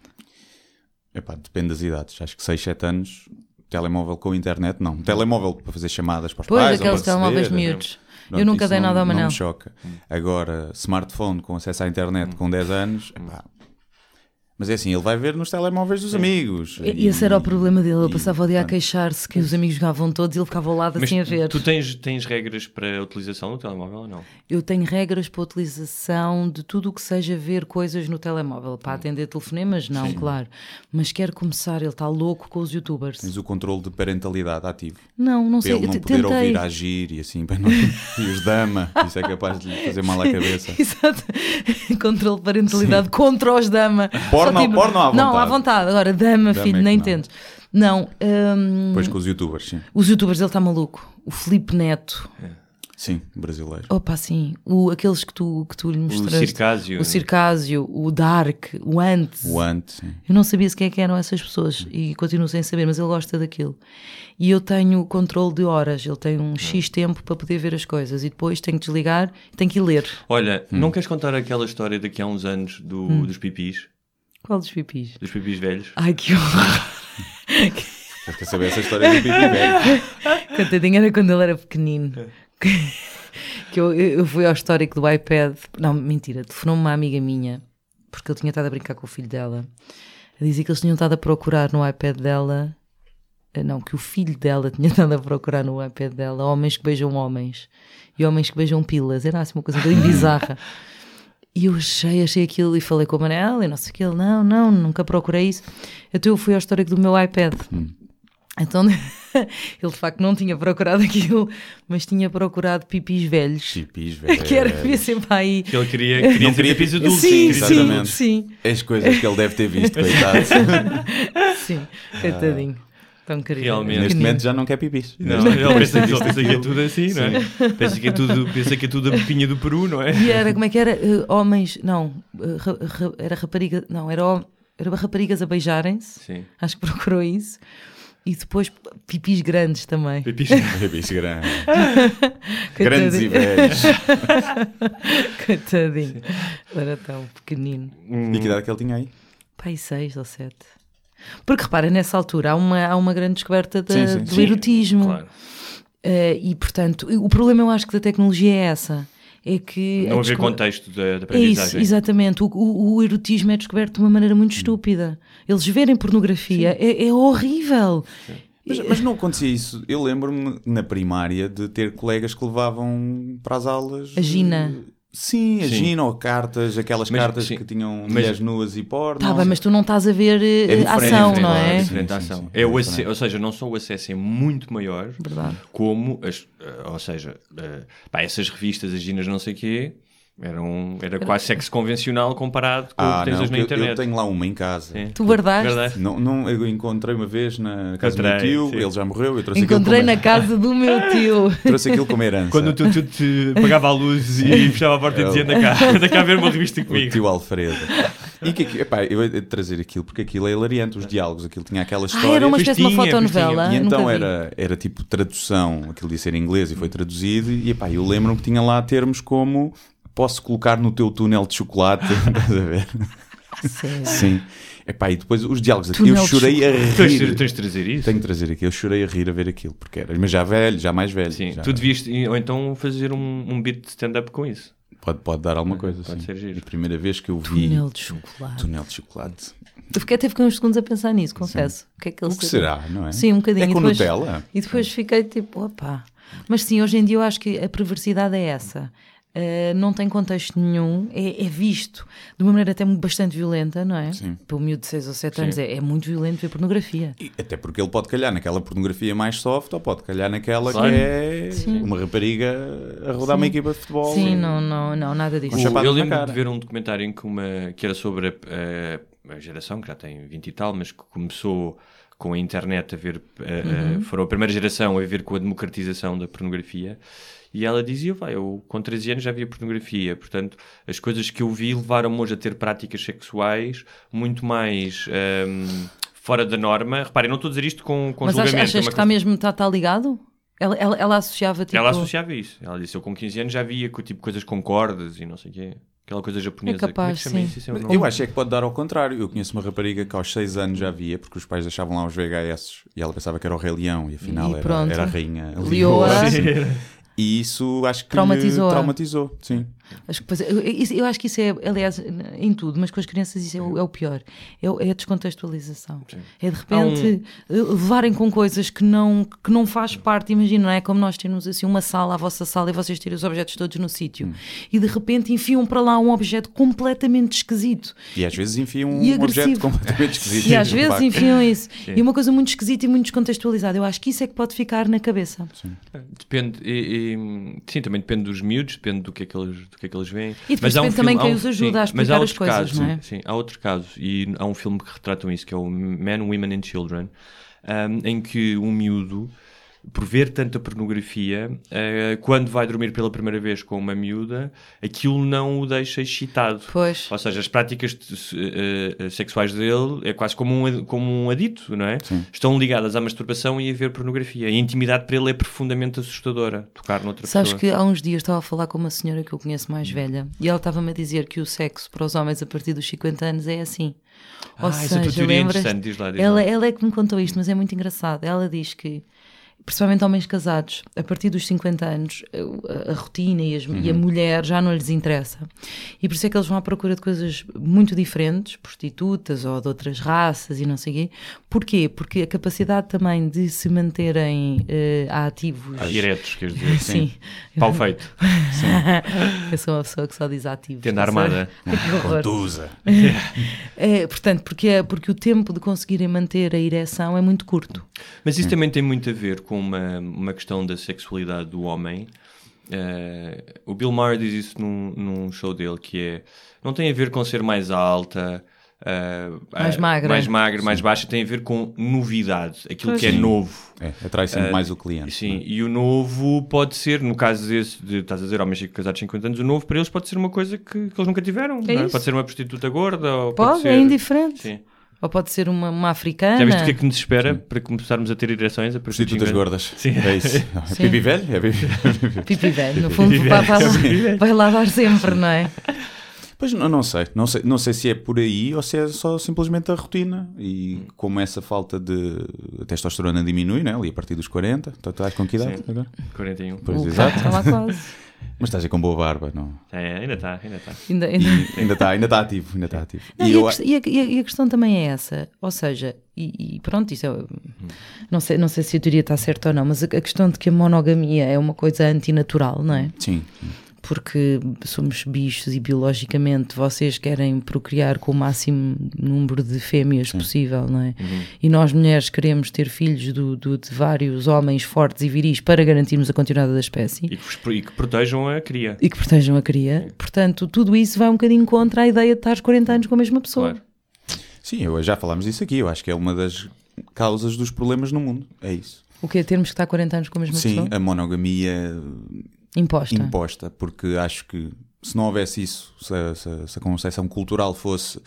A: Epá, depende das idades. Acho que 6, 7 anos, telemóvel com internet, não. Telemóvel para fazer chamadas para os
B: Pois,
A: pais. ou
B: aqueles
A: para aceder,
B: telemóveis
A: não é?
B: miúdos.
A: Pronto,
B: eu nunca
A: isso
B: dei
A: não-
B: nada ao
A: Não
B: Manel.
A: me choca. Agora, smartphone com acesso à internet com 10 anos,
C: Hum.
A: epá. Mas é assim, ele vai ver nos telemóveis dos amigos.
B: E esse era o problema dele. Ele
A: e-
B: passava o dia a
A: pronto.
B: queixar-se que os amigos jogavam todos e ele ficava ao lado
C: Mas
B: assim a ver.
C: tu tens, tens regras para a utilização do telemóvel ou não?
B: Eu tenho regras para a utilização de tudo o que seja ver coisas no telemóvel.
A: Hum.
B: Para atender telefonemas, não, claro. Mas quero começar, ele está louco com os youtubers.
A: Tens o controle de parentalidade ativo.
B: Não, não
A: Para
B: sei.
A: ele
B: eu
A: não
B: te-
A: poder
B: tentei.
A: ouvir agir e assim, para não... e os dama, isso é capaz de lhe fazer mal à cabeça.
B: Exato. Controle de parentalidade contra os dama.
A: Porno-
B: Só tipo,
A: porno à
B: Não,
A: vontade.
B: à vontade. Agora, dama,
A: Dama
B: filho,
A: é que
B: nem
A: não.
B: tentes. Não, hum,
A: Depois com os youtubers, sim.
B: os youtubers, ele está maluco. O Filipe Neto.
A: É. Sim, brasileiro.
B: Opa, sim. O, aqueles que tu, que tu lhe mostraste.
C: Circásio.
A: né?
B: O Circásio, o Dark, o Antes.
A: O ante, sim.
B: Eu não sabia sequer quem eram essas pessoas e continuo sem saber, mas ele gosta daquilo. E eu tenho o controle de horas, ele tem um X tempo para poder ver as coisas e depois tenho que desligar, tenho que ir ler.
C: Olha, não queres contar aquela história daqui a uns anos do-
B: Hum.
C: dos pipis?
B: Qual dos pipis?
C: Dos pipis velhos?
B: Ai que horror!
A: Quer saber essa história do Big Bang?
B: Coitadinho era quando ele era pequenino. que eu, eu fui ao histórico do iPad. Não, mentira, telefonou-me uma amiga minha, porque ele tinha estado a brincar com o filho dela. A dizer que eles tinham estado a procurar no iPad dela. eh, Não, que o filho dela tinha estado a procurar no iPad dela homens que beijam homens e homens que beijam pilas. Era assim uma coisa um bocadinho bizarra. E eu achei, achei aquilo e falei com o Manel e não sei o que. Ele, não, não, nunca procurei isso. Então eu fui ao histórico do meu iPad. Então ele de facto não tinha procurado aquilo, mas tinha procurado pipis velhos.
A: Chipis, velho.
B: Que era havia sempre aí.
C: Que ele queria, queria ser
A: queria-
C: pipis adultos.
B: sim,
C: queria-
B: sim,
A: exatamente.
B: sim,
A: As coisas que ele deve ter visto, coitado.
B: sim. Coitadinho.
A: Ah,
B: Tão querido.
C: Realmente.
A: Neste
B: Pequenino.
A: momento já não quer pipis.
C: Não, ele pensa, ele pensa que é tudo assim, não é? Pensa que é tudo, pensa que é tudo a pepinha do Peru, não é?
B: E era, como é que era? Eh, homens, não, eh, ra- ra- era rapariga, não, era, hom- era raparigas a beijarem-se.
C: Sim.
B: Acho que procurou isso. E depois pipis grandes também.
C: Pipis.
A: Pipis grandes.
B: Coitadinho.
A: Grandes e velhos.
B: Coitadinho. Era tão pequenino.
A: E
C: Hum.
A: que idade que ele tinha aí?
B: Pai, seis ou sete. Porque repara, nessa altura há uma, há uma grande descoberta da-
A: Sim, sim.
B: do
A: Sim,
B: erotismo.
C: Claro.
B: Eh, e portanto, o problema eu acho que da tecnologia é essa. É que.
C: Não
B: a
C: haver
B: descober-
C: contexto da, da
B: É isso,
C: aprendizagem.
B: exatamente. O, o- o erotismo é descoberto de uma maneira
A: Hum.
B: muito estúpida. Eles verem pornografia é, é horrível.
A: Mas, mas não acontecia isso. Eu lembro-me na primária de ter colegas que levavam para as aulas.
B: A Gina.
A: Sim, a
C: Sim.
A: Gina ou cartas, aquelas
C: Mas,
A: cartas
C: sim.
A: que tinham
C: Mas-
A: mulheres nuas e porno.
B: Tá bem, mas tu não estás a ver eh,
A: É diferente,
B: ação,
A: é
B: não
A: claro,
B: é?
A: sim.
C: Diferente da ação. É o acesso, ou seja, não só o acesso é muito maior,
B: Verdade.
C: como as, eh, ou seja, eh, pá, essas revistas, as ginas não sei quê, eram, era quase sexo convencional comparado com o
A: Ah,
C: que tens
A: não,
C: hoje na
A: eu,
C: internet.
A: eu tenho lá uma em casa.
C: Sim.
B: Tu guardaste?
C: Verdade.
A: Não, não, eu encontrei uma vez na casa do meu
C: Encontrei,
A: tio,
C: sim.
A: ele já morreu, eu trouxe
B: Encontrei
A: aquilo
B: na
A: como,
B: casa do meu tio.
A: trouxe aquilo como herança.
C: Quando o teu tio te pagava a luz e fechava a porta e dizia, anda cá, anda cá ver uma revista
A: O
C: comigo.
A: tio Alfredo. E que, aqui- epá, eu ia trazer aquilo, porque aquilo é hilariante, os diálogos, aquilo tinha aquela história.
B: Ah, era uma
C: Pois
B: espécie de uma
C: tinha, pois tinha.
B: fotonovela.
A: E então
B: nunca vi.
A: era, era tipo tradução, aquilo de ser em inglês e foi traduzido. E epá, eu lembro-me que tinha lá termos como posso colocar no teu túnel de chocolate, estás a ver?
B: Sério.
A: Sim. Epá, e depois os diálogos aqui, eu
B: Túnel de
A: chorei a
C: Tu tens, de-
A: rir.
C: tens de trazer isso?
A: Tenho de trazer aqui, eu chorei a rir a ver aquilo, porque era, mas já velho, já mais velho.
C: Sim,
A: já-
C: tu devias, ou então fazer um, um beat de stand-up com isso.
A: Pode, pode dar
B: É,
A: alguma coisa,
C: Pode
A: sim.
C: ser giro.
A: A primeira vez que eu vi
B: Túnel de chocolate.
A: túnel de chocolate.
B: Eu fiquei, até fiquei uns segundos a pensar nisso, confesso. O que é que ele
A: O que
B: seria?
A: será, não é?
B: Sim, um bocadinho.
A: É
B: E
A: com
B: depois-
A: Nutella?
B: E depois fiquei tipo, opá. Mas sim, hoje em dia eu acho que a perversidade é essa. Uh, não tem contexto nenhum, é, é visto de uma maneira até bastante violenta, não é? Sim. Pelo miúdo de 6 ou 7 anos, é, é muito violento ver pornografia.
A: E Até porque ele pode calhar naquela pornografia mais soft ou pode calhar naquela
C: Claro.
A: que é uma rapariga a rodar uma equipa de futebol.
B: sim, não, não, não, nada disso.
A: Um chapéu- Chapado
C: eu
A: na
C: lembro
A: cara.
C: de ver um documentário em que, uma, que era sobre a, a- a geração, que já tem 20 e tal, mas que começou com a internet a ver, a-
B: Uhum.
C: a- foram a primeira geração a ver com a democratização da pornografia. E ela dizia, vai, eu com 13 anos já via pornografia, portanto, as coisas que eu vi levaram-me hoje a ter práticas sexuais muito mais ahm, fora da norma. Reparem, não estou a dizer isto com, com
B: Mas achas,
C: julgamento. é
B: achas
C: uma
B: que está
C: coisa-
B: mesmo, está tá ligado? Ela, ela, ela associava tipo.
C: Ela associava isso. Ela disse, eu com 15 anos já via co- tipo, coisas com cordas e não sei o quê. Aquela coisa japonesa. Como
B: capaz,
C: que chama
B: sim.
C: isso? Isso é um
A: Eu
C: nome.
A: acho é que pode dar ao contrário. Eu conheço uma rapariga que aos 6 anos já via, porque os pais deixavam lá os VHS e ela pensava que era o Rei Leão e afinal
B: E
A: era,
B: pronto.
A: era a Rainha
B: Leoa.
A: sim. E isso acho que lhe
B: Traumatizou-a.
A: traumatizou, sim.
B: Acho que, pois, eu, isso- eu acho que isso é, aliás, em tudo, mas com as crianças isso é, o- é o pior. É, o- é a descontextualização. É de repente eh, levarem com coisas que não, que não faz parte, imagina, não é como nós temos assim uma sala, a vossa sala, e vocês terem os objetos todos no sítio. E de repente enfiam para lá um objeto completamente esquisito.
A: E às vezes enfiam um
B: E
A: objeto
B: agressivo.
A: completamente esquisito.
B: E às
A: no
B: vezes
A: vácuo.
B: enfiam isso. E uma coisa muito esquisita e muito descontextualizada. Eu acho que isso é que pode ficar na cabeça.
C: Depende, e- e- sim, também depende dos miúdos, depende do que é que eles, do que é que eles veem.
B: E depois depende
C: filme-
B: também quem
C: há um
B: os ajuda a
C: mas há
B: explicar as
C: outro
B: coisas,
C: caso,
B: não é?
C: Sim, há outro caso, e há um filme que retratam isso, que é o Men, Women and Children, ahm, em que um miúdo, por ver tanta pornografia, eh, quando vai dormir pela primeira vez com uma miúda, aquilo não o deixa excitado.
B: Pois.
C: Ou seja, as práticas eh, eh, sexuais dele é quase como um, ad- como um adito, não é? Estão ligadas à masturbação e a ver pornografia. E a intimidade para ele é profundamente assustadora. Tocar noutra
B: Sabes
C: pessoa. Hum.
B: que há uns dias estava a falar com uma senhora que eu conheço mais velha e ela estava-me a dizer que o sexo para os homens a partir dos 50 anos é assim.
C: Ah, essa tua teoria é interessante, diz lá, diz
B: ela,
C: lá.
B: ela é que me contou isto, mas é muito engraçado. Ela diz que, principalmente homens casados, a partir dos 50 anos, eh, a, a rotina e, as-
C: Uhum.
B: e a mulher já não lhes interessa. E por isso é que eles vão à procura de coisas muito diferentes, prostitutas ou de outras raças e não sei o quê. Porquê? Porque a capacidade também de se manterem eh, ativos.
C: Ah, Diretos, quer dizer.
B: Sim.
C: Pau feito.
B: Eu sou uma pessoa que só diz ativos.
C: Tenda
B: não sei.
C: armada.
B: Que horror.
A: Tusa.
B: É, portanto, porque, é- porque o tempo de conseguirem manter a ereção é muito curto.
C: Mas isso também tem muito a ver com uma, uma questão da sexualidade do homem. Eh, o Bill Maher diz isso num, num show dele, que é... Não tem a ver com ser mais alta... eh,
B: Mais
C: eh,
B: magra.
C: mais magra, mais baixa, tem a ver com novidade, aquilo que é novo.
A: É, atrai sempre mais o cliente.
C: Ah,
A: é?
C: Sim, e o novo pode ser, no caso desse, de, estás a dizer, homens casados de 50 anos, o novo para eles pode ser uma coisa que, que eles nunca tiveram. não
B: É
C: é?
B: isso.
C: Pode ser uma prostituta gorda ou pode,
B: Pode,
C: ser...
B: é indiferente.
C: Sim.
B: Ou pode ser uma, uma africana.
C: Já viste o que é que nos espera para começarmos a ter ereções a partir de
A: Prostitutas
C: 50?
A: gordas.
C: Sim.
A: É isso. É pipi velho? É pipi
B: Pipi velho, no fundo, vai, vai lá, vai lá dar sempre, não é?
A: Pois não, não sei. Não sei. Não sei se é por aí ou se é só simplesmente a rotina. E
B: Hum.
A: como essa falta de a testosterona diminui, né? ali a partir dos 40, tu estás com que idade? agora?
C: 41.
A: Pois,
B: O
A: exato.
B: Está lá quase.
A: Mas estás aí com boa barba, não?
C: É, ainda está, ainda está.
B: Ainda- ainda-
A: E ainda está ainda tá ativo. Ainda está ativo.
B: Não,
A: E
B: e,
A: eu
B: a,
A: a-
B: quest- e a- e a- e a questão também é essa, ou seja, e, e pronto, isso é, não, sei, não sei se a teoria está certa ou não, mas a, a questão de que a monogamia é uma coisa antinatural, não é?
A: Sim.
B: Porque somos bichos e biologicamente vocês querem procriar com o máximo número de fêmeas possível, não é? E nós mulheres queremos ter filhos do, do- de vários homens fortes e viris para garantirmos a continuidade da espécie
C: E que, vos- e que protejam a cria.
B: e que protejam a cria. Portanto, tudo isso vai um bocadinho contra a ideia de estar 40 anos com a mesma pessoa.
C: Claro.
A: Sim, eu, já falámos disso aqui. Eu acho que é uma das causas dos problemas no mundo. É isso.
B: O que é termos que estar 40 anos com a mesma
A: Sim,
B: pessoa?
A: a monogamia
B: Imposta.
A: imposta, porque acho que se não houvesse isso, se a, se a- se a concepção cultural fosse.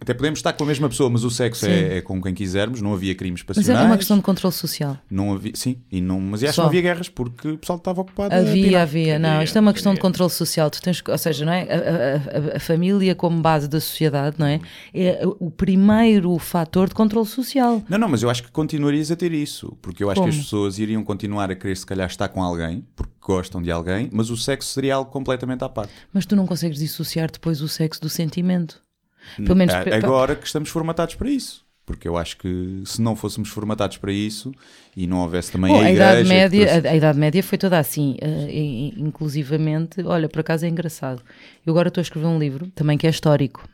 A: Até podemos estar com a mesma pessoa, mas o sexo é, é com quem quisermos, não havia crimes
B: Mas
A: passionais.
B: é uma questão de controle social.
A: não havia, sim, e não, mas eu acho que
B: Só.
A: não havia guerras porque o pessoal estava ocupado. É a
B: Havia,
A: pirar.
B: havia, não,
C: Havia,
B: isto é uma questão de
C: havia.
B: controle social. Tu tens, que- ou seja, não é? A- A, a- a família como base da sociedade, não é? É o primeiro fator de controle social.
A: Não, não, mas eu acho que continuarias a ter isso, porque eu acho
B: Como?
A: que as pessoas iriam continuar a querer, se calhar, estar com alguém, porque gostam de alguém, mas o sexo seria algo completamente à parte.
B: Mas tu não consegues dissociar depois o sexo do sentimento. Pelo menos
A: A-
B: pe- pe-
A: Hum, é, Agora que estamos formatados para isso. Porque eu acho que se não fôssemos formatados para isso e não houvesse também
B: Bom,
A: a
B: a,
A: igreja...
B: idade
A: que
B: média,
A: trouxe-
B: a, a Idade Média foi toda assim, eh, e- e- inclusivamente, olha, por acaso é engraçado. Eu agora estou a escrever um livro, também que é histórico,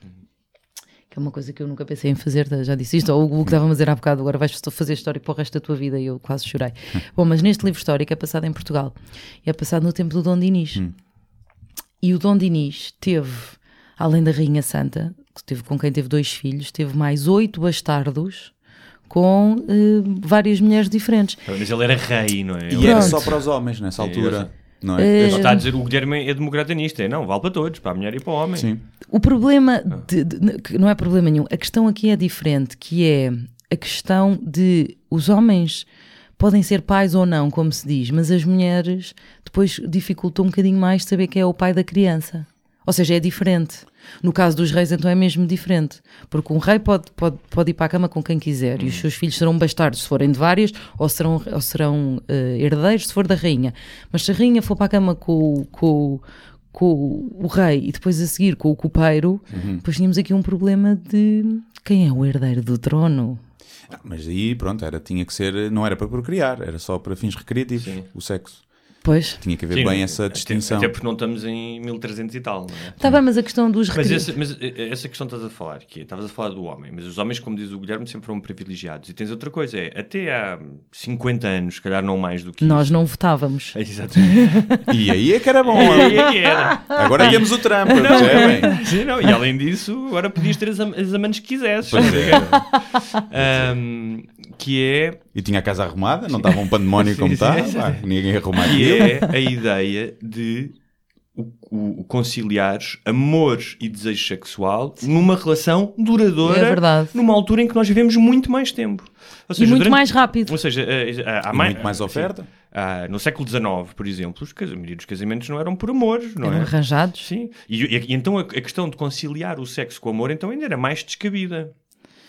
B: que é uma coisa que eu nunca pensei em fazer, tá, já disse isto, ou o que estava a dizer há bocado, agora vais só fazer história para o resto da tua vida, e eu quase chorei. Bom, mas neste livro histórico é passado em Portugal, e é passado no tempo do Dom Dinis.
A: Hum.
B: E o Dom Dinis teve, além da Rainha Santa, que teve, com quem teve dois filhos, teve mais oito bastardos com eh, várias mulheres diferentes.
C: Mas ele era rei, não é?
A: E era
B: Pronto.
A: só para os homens nessa altura, não
C: Ele
A: é?
C: está a dizer o Guilherme é democrata nisto. É, não, vale para todos, para a mulher e para o homem.
A: Sim.
B: O problema de- de- que não é problema nenhum. A questão aqui é diferente, que é a questão de os homens podem ser pais ou não, como se diz, mas as mulheres depois dificultam um bocadinho mais saber quem é o pai da criança. Ou seja, é diferente. No caso dos reis, então é mesmo diferente. Porque um rei pode, pode, pode ir para a cama com quem quiser e os seus filhos serão bastardos se forem de várias ou serão, ou serão eh, herdeiros se for da rainha. Mas se a rainha for para a cama com, o- com, o- com o, o rei e depois a seguir com o copeiro,
A: Uhum.
B: depois tínhamos aqui um problema de quem é o herdeiro do trono.
A: Ah, Mas aí, pronto, era, tinha que ser... Não era para procriar, era só para fins recreativos, o sexo.
B: Pois.
A: Tinha que haver
C: Sim, é?
A: bem essa
C: até-
A: distinção.
C: Até, porque não estamos em 1300 e tal, não é?
B: Está tá bem, mas a questão dos
C: Mas
B: recri-
C: essa, mas eh, essa questão que estás a falar, que é, estavas a falar do homem, mas os homens, como diz o Guilherme, sempre foram privilegiados. E tens outra coisa, é até há 50 anos, se calhar não mais do que
B: Nós
C: isso.
B: não votávamos.
C: É, Exatamente.
A: E aí é que era bom.
C: E aí era.
A: Agora temos o Trump, percebem?
C: é, Sim, não, e além disso, agora podias ter as, am- as amantes que quisesses.
A: Pois é.
C: Ahm, que é,
A: E tinha a casa arrumada, não estava um pandemónio como está,
C: Sim, sim,
A: pá, ninguém arrumava
C: que
A: aquilo.
C: é a ideia de o, o- o conciliar amor e desejo sexual numa relação duradoura.
B: É verdade.
C: Numa altura em que nós vivemos muito mais tempo. Ou
B: E
C: seja,
B: muito
C: durante-
B: mais rápido.
C: Ou seja, eh, eh, há
A: E muito mais oferta.
C: Sim. Ah, no século XIX, por exemplo, os cas- a maioria dos casamentos não eram por amor, não
B: Eram
C: é?
B: arranjados.
C: Sim. E, e- e então a, a questão de conciliar o sexo com o amor então ainda era mais descabida.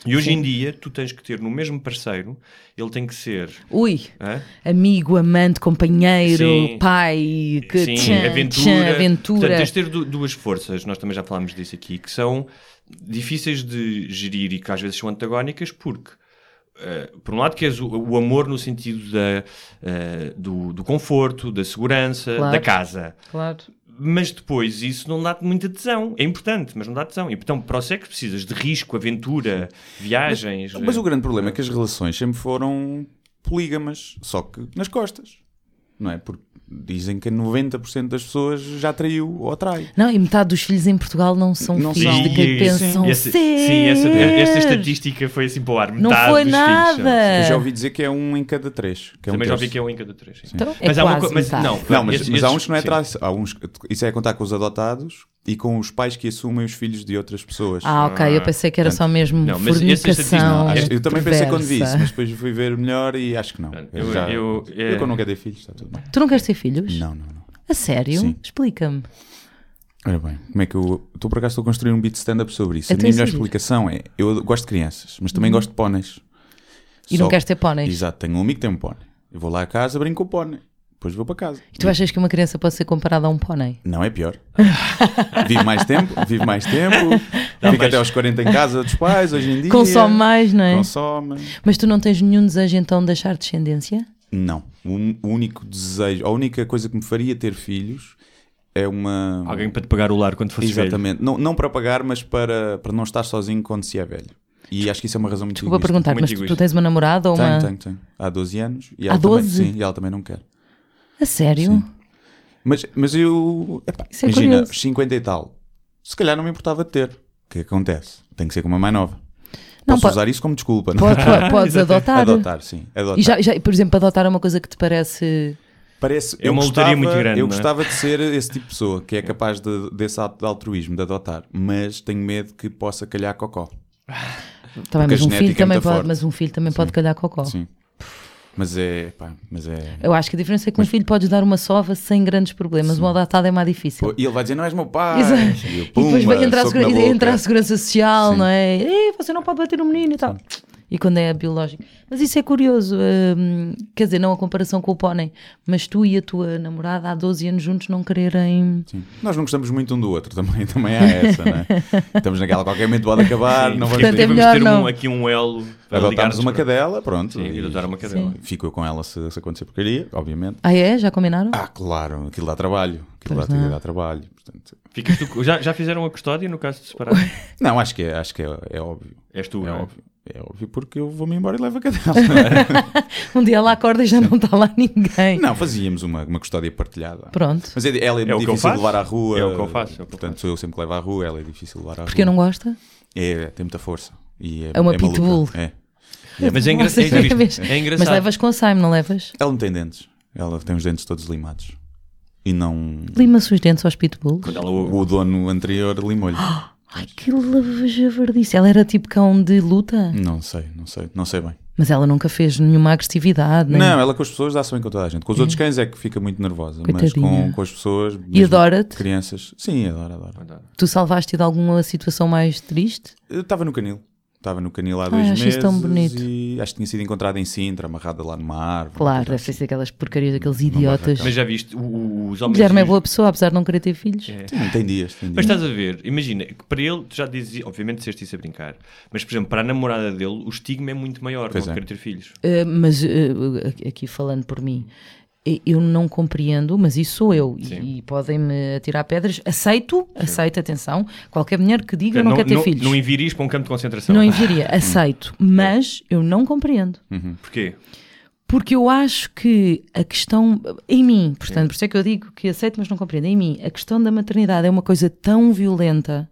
C: E hoje em dia tu tens que ter no mesmo parceiro, ele tem que ser
B: Ui,
C: hã?
B: amigo, amante, companheiro,
C: Sim.
B: pai, que
C: Sim,
B: tchan,
C: aventura.
B: tchan,
C: Portanto,
B: aventura.
C: tens de ter du- duas forças, nós também já falámos disso aqui, que são difíceis de gerir e que às vezes são antagónicas, porque. eh, por um lado, queres o, o amor no sentido da, eh, do, do conforto, da segurança,
B: Claro.
C: da casa.
B: Claro.
C: Mas depois isso não dá-te muita tesão. É importante, mas não dá tesão. E então, para o sexo, precisas de risco, aventura, viagens. eh,
A: Mas o grande problema é que as relações sempre foram polígamas, só que nas costas, não é? Porque dizem que 90% das pessoas já traiu ou trai.
B: Não, e metade dos filhos em Portugal não são
A: Não
B: filhos
A: são.
B: de quem
A: Sim,
B: pensam
C: essa,
B: ser.
C: sim, essa, esta estatística foi assim para o ar.
B: Não
C: Metade
B: foi
C: dos Filhos, são-
A: Eu
B: nada.
A: já ouvi dizer que é um em cada três. Que é um
C: Também já
A: terço.
C: ouvi que é um em cada três. sim.
B: Então, é
C: há uma
B: quase
C: co- mas,
B: metade.
C: não,
A: Não, mas,
C: esses-
A: mas há uns que não é
C: sim.
A: traição. Há uns, que- isso é contar com os adotados e com os pais que assumem os filhos de outras pessoas.
B: Ah, ok, eu pensei que era só mesmo
C: Não, mas esse- esse
B: fornicação.
A: Acho- eu também pensei quando vi isso,
B: perversa.
A: mas depois fui ver melhor e acho que não.
C: Eu-
A: já-
C: eu- é-
A: eu quando não quero ter filhos, está tudo bem.
B: Tu não queres ter filhos?
A: Não, não, não.
B: A sério?
A: Sim.
B: Explica-me.
A: Ora bem, como é que eu. Tu por acaso estou a construir um beat stand-up sobre isso. A
B: Até
A: minha melhor
B: sim.
A: explicação é: eu gosto de crianças, mas também gosto de póneis.
B: Uhum. E não queres ter póneis?
A: Exato, tenho um amigo que tem um pónei. Eu vou lá a casa, brinco com o pónei. Depois vou para casa.
B: E tu achas que uma criança pode ser comparada a um pônei?
A: Não é pior. vive mais tempo, vive mais tempo, fica
C: mas-
A: até aos 40 em casa dos pais hoje em dia.
B: Consome mais, não é?
A: Consome.
B: Mas tu não tens nenhum desejo então de deixar descendência?
A: Não. O un- o único desejo, a única coisa que me faria ter filhos é uma.
C: Alguém para te pagar o lar quando fores velho.
A: Exatamente. Não, não para pagar, mas para, para não estar sozinho quando se é velho. E acho que isso é uma razão muito
B: Desculpa
A: egoísta.
B: perguntar,
C: muito
B: mas tu, tu
C: egoísta.
B: tens uma namorada ou
A: Tenho,
B: uma.
A: tenho, tenho. Há 12 anos. E
B: Há
A: ela
B: 12?
A: Também, sim, e ela também não quer.
B: A sério?
A: Sim. Mas, mas eu. epá,
B: Isso é
A: imagina,
B: curioso.
A: 50 e tal. Se calhar não me importava de ter. O que acontece? Tem que ser com uma mãe nova.
B: Não,
A: Posso
B: pode-
A: usar isso como desculpa, não? é?
B: Pode- pode- podes adotar.
A: Adotar, sim. Adotar.
B: E já, já, por exemplo, adotar é uma coisa que te parece.
A: Parece,
C: É
A: eu
C: uma
A: gostava,
C: lotaria muito grande,
A: Eu
C: não é?
A: gostava de ser esse tipo de pessoa que é capaz de- desse ato de altruísmo, de adotar. Mas tenho medo que possa calhar cocó. Porque
B: Também, mas
A: a
B: um
A: genética
B: filho
A: é
B: também
A: muito
B: pode,
A: forte.
B: mas um filho também pode calhar cocó.
A: Sim. Mas é. Pá, mas é.
B: Eu acho que a diferença é que um filho podes dar uma sova sem grandes problemas, uma adaptada é mais difícil.
A: Pô, E ele vai dizer: Não és meu pai. E,
B: Exato.
A: eu,
B: e depois
A: pumba,
B: vai- entra, a
A: soco
B: segura-
A: na boca.
B: entra a segurança social,
A: Sim.
B: não é? Ei, você não pode bater no menino e tal. e quando é biológico. Mas isso é curioso, hum, quer dizer, não a comparação com o pónen, mas tu e a tua namorada há 12 anos juntos não quererem.
A: Sim. Nós não gostamos muito um do outro, também, também há essa, né? Estamos naquela, qualquer momento pode acabar, não vamos
B: Portanto,
A: ter.
B: é
C: vamos
B: melhor
C: ter
B: não.
C: um, aqui um elo para ligarmos
A: Adotámos uma
C: para-
A: cadela, pronto.
C: Sim,
A: e
C: adotar uma cadela.
A: Fico eu com ela se, se acontecer porcaria, obviamente.
B: Ah, é? Já combinaram?
A: Ah, claro, aquilo dá trabalho. Aquilo
B: Pois
A: dá,
B: não. é?
A: dá trabalho. Portanto,
C: Ficas tu co- já, já fizeram a custódia no caso de separar?
A: não, acho que é, acho que é, é óbvio.
C: És tu,
A: é
C: não é?
A: óbvio. É óbvio porque eu vou-me embora e levo a cadela.
B: Um dia ela acorda e já não está lá ninguém.
A: não, fazíamos uma, uma custódia partilhada.
B: Pronto.
A: Mas é, ela é,
C: o que eu
A: difícil
C: faço.
A: de levar à rua.
C: É o que eu faço, é o que eu
A: portanto, sou eu sempre que levo à rua, ela é difícil de levar à
B: Porque
A: rua.
B: não gosta?
A: É, tem muita força. E é,
B: É uma
A: maluca.
B: pitbull.
A: É.
C: Mas é, engra...
B: Nossa,
C: é,
B: primeira vez.
C: engraçado. é engraçado.
B: Mas levas com Alzheimer, não levas?
A: Ela não tem dentes. Ela tem os dentes todos limados. E não.
B: Lima-se os dentes aos pitbulls.
C: Quando ela ouve-
A: O dono anterior limou-lhe.
B: Ai, que lavaja verdice. Ela era tipo cão de luta,
A: Não sei, não sei, não sei bem.
B: mas ela nunca fez nenhuma agressividade. nem-
A: Não, ela com as pessoas dá-se bem com toda a gente. Com os outros cães é que fica muito nervosa, mas
B: Coitadinha.
A: com, com as pessoas.
B: E
A: mesmo
B: adora-te.
A: Crianças. Sim, adora, adora.
B: Tu salvaste-te de alguma situação mais triste?
A: Eu Estava no canil. Estava no canil há
B: Ai,
A: dois
B: acho
A: meses.
B: isso Ah, tão bonito.
A: E acho que tinha sido encontrada em Sintra, amarrada lá numa árvore.
B: Claro, deve ser aquelas porcarias daqueles idiotas.
C: Mas já viste o- o- os homens.
B: Guilherme é
C: e os-
B: boa pessoa, apesar de não querer ter filhos.
A: Sim, tem dias, tem dias.
C: Mas estás a ver, imagina, que para ele, tu já dizes, obviamente disseste isso a brincar, mas por exemplo, para a namorada dele, o estigma é muito maior,
A: Pois
C: não
A: é.
C: querer ter filhos.
B: Uh, mas uh, uh, aqui falando por mim, e- eu não compreendo, mas isso sou eu. E, e podem-me atirar pedras. Aceito, aceito, atenção. Qualquer mulher que diga eu não, quer ter
C: não,
B: filhos.
C: não enviarias para um campo de concentração.
B: Não enviaria, aceito. Mas eu não compreendo.
C: Porquê?
B: Porque eu acho que a questão, em mim, portanto, por isso é que eu digo que aceito, mas não compreendo, em mim, a questão da maternidade é uma coisa tão violenta,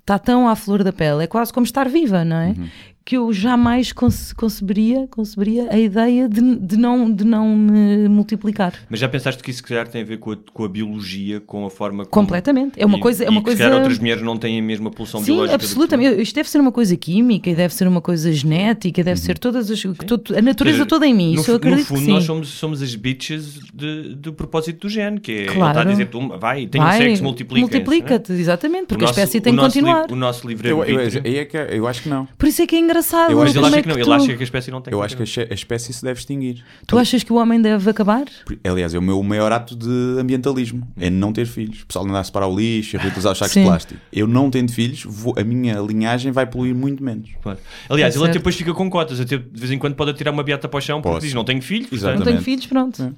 B: está tão à flor da pele, é quase como estar viva, não é?
C: Uhum.
B: Que eu jamais conce- conceberia, conceberia a ideia de, de, não, de não me multiplicar.
C: Mas já pensaste que isso, se calhar, tem a ver com a, com a biologia, com a forma como...
B: Completamente. É uma
C: e-
B: coisa. É
C: e
B: uma
C: que,
B: coisa...
C: Se calhar outras mulheres não têm a mesma pulsão
B: Sim,
C: biológica. do que tu.
B: absolutamente. Isto deve ser uma coisa química e deve ser uma coisa genética, e deve ser todas as. todo- a
C: Uhum. Quer
B: natureza
C: dizer,
B: toda em mim.
C: no,
B: Isso
C: fu-
B: eu
C: no
B: acredito
C: fundo,
B: que sim.
C: nós somos, somos as bitches de- do propósito do gene, que é ele
B: Claro.
C: está a dizer, "Toma, vai, tenha
B: Vai,
C: um sexo, multiplica.
B: Multiplica-te, exatamente, porque a espécie tem que
C: nosso li-
B: continuar.
C: O nosso livre
A: eu, eu,
C: arbítrio.
A: eu, é que- eu acho que não.
B: Por isso é que é engraçado.
A: Eu
C: Mas ele
B: como
C: acha
B: é
C: que não,
B: que
C: ele
B: tu...
C: acha que a espécie não tem
A: Eu
C: que
A: acho que é a, che- a espécie se deve extinguir.
B: tu achas que o homem deve acabar?
A: Aliás, é o meu maior ato de ambientalismo é não ter filhos. O pessoal anda a separar o lixo, a reutilizar os sacos
B: Ah, Sim.
A: de plástico. Eu não tendo filhos, vou- a minha linhagem vai poluir muito menos.
C: Claro. Aliás,
B: Tá
C: ele até
B: certo.
C: depois fica com cotas, até de vez em quando pode atirar uma beata para o chão porque
A: Posso.
C: diz não tenho filhos,
B: Não
A: Exatamente.
C: portanto,
B: tenho filhos, pronto.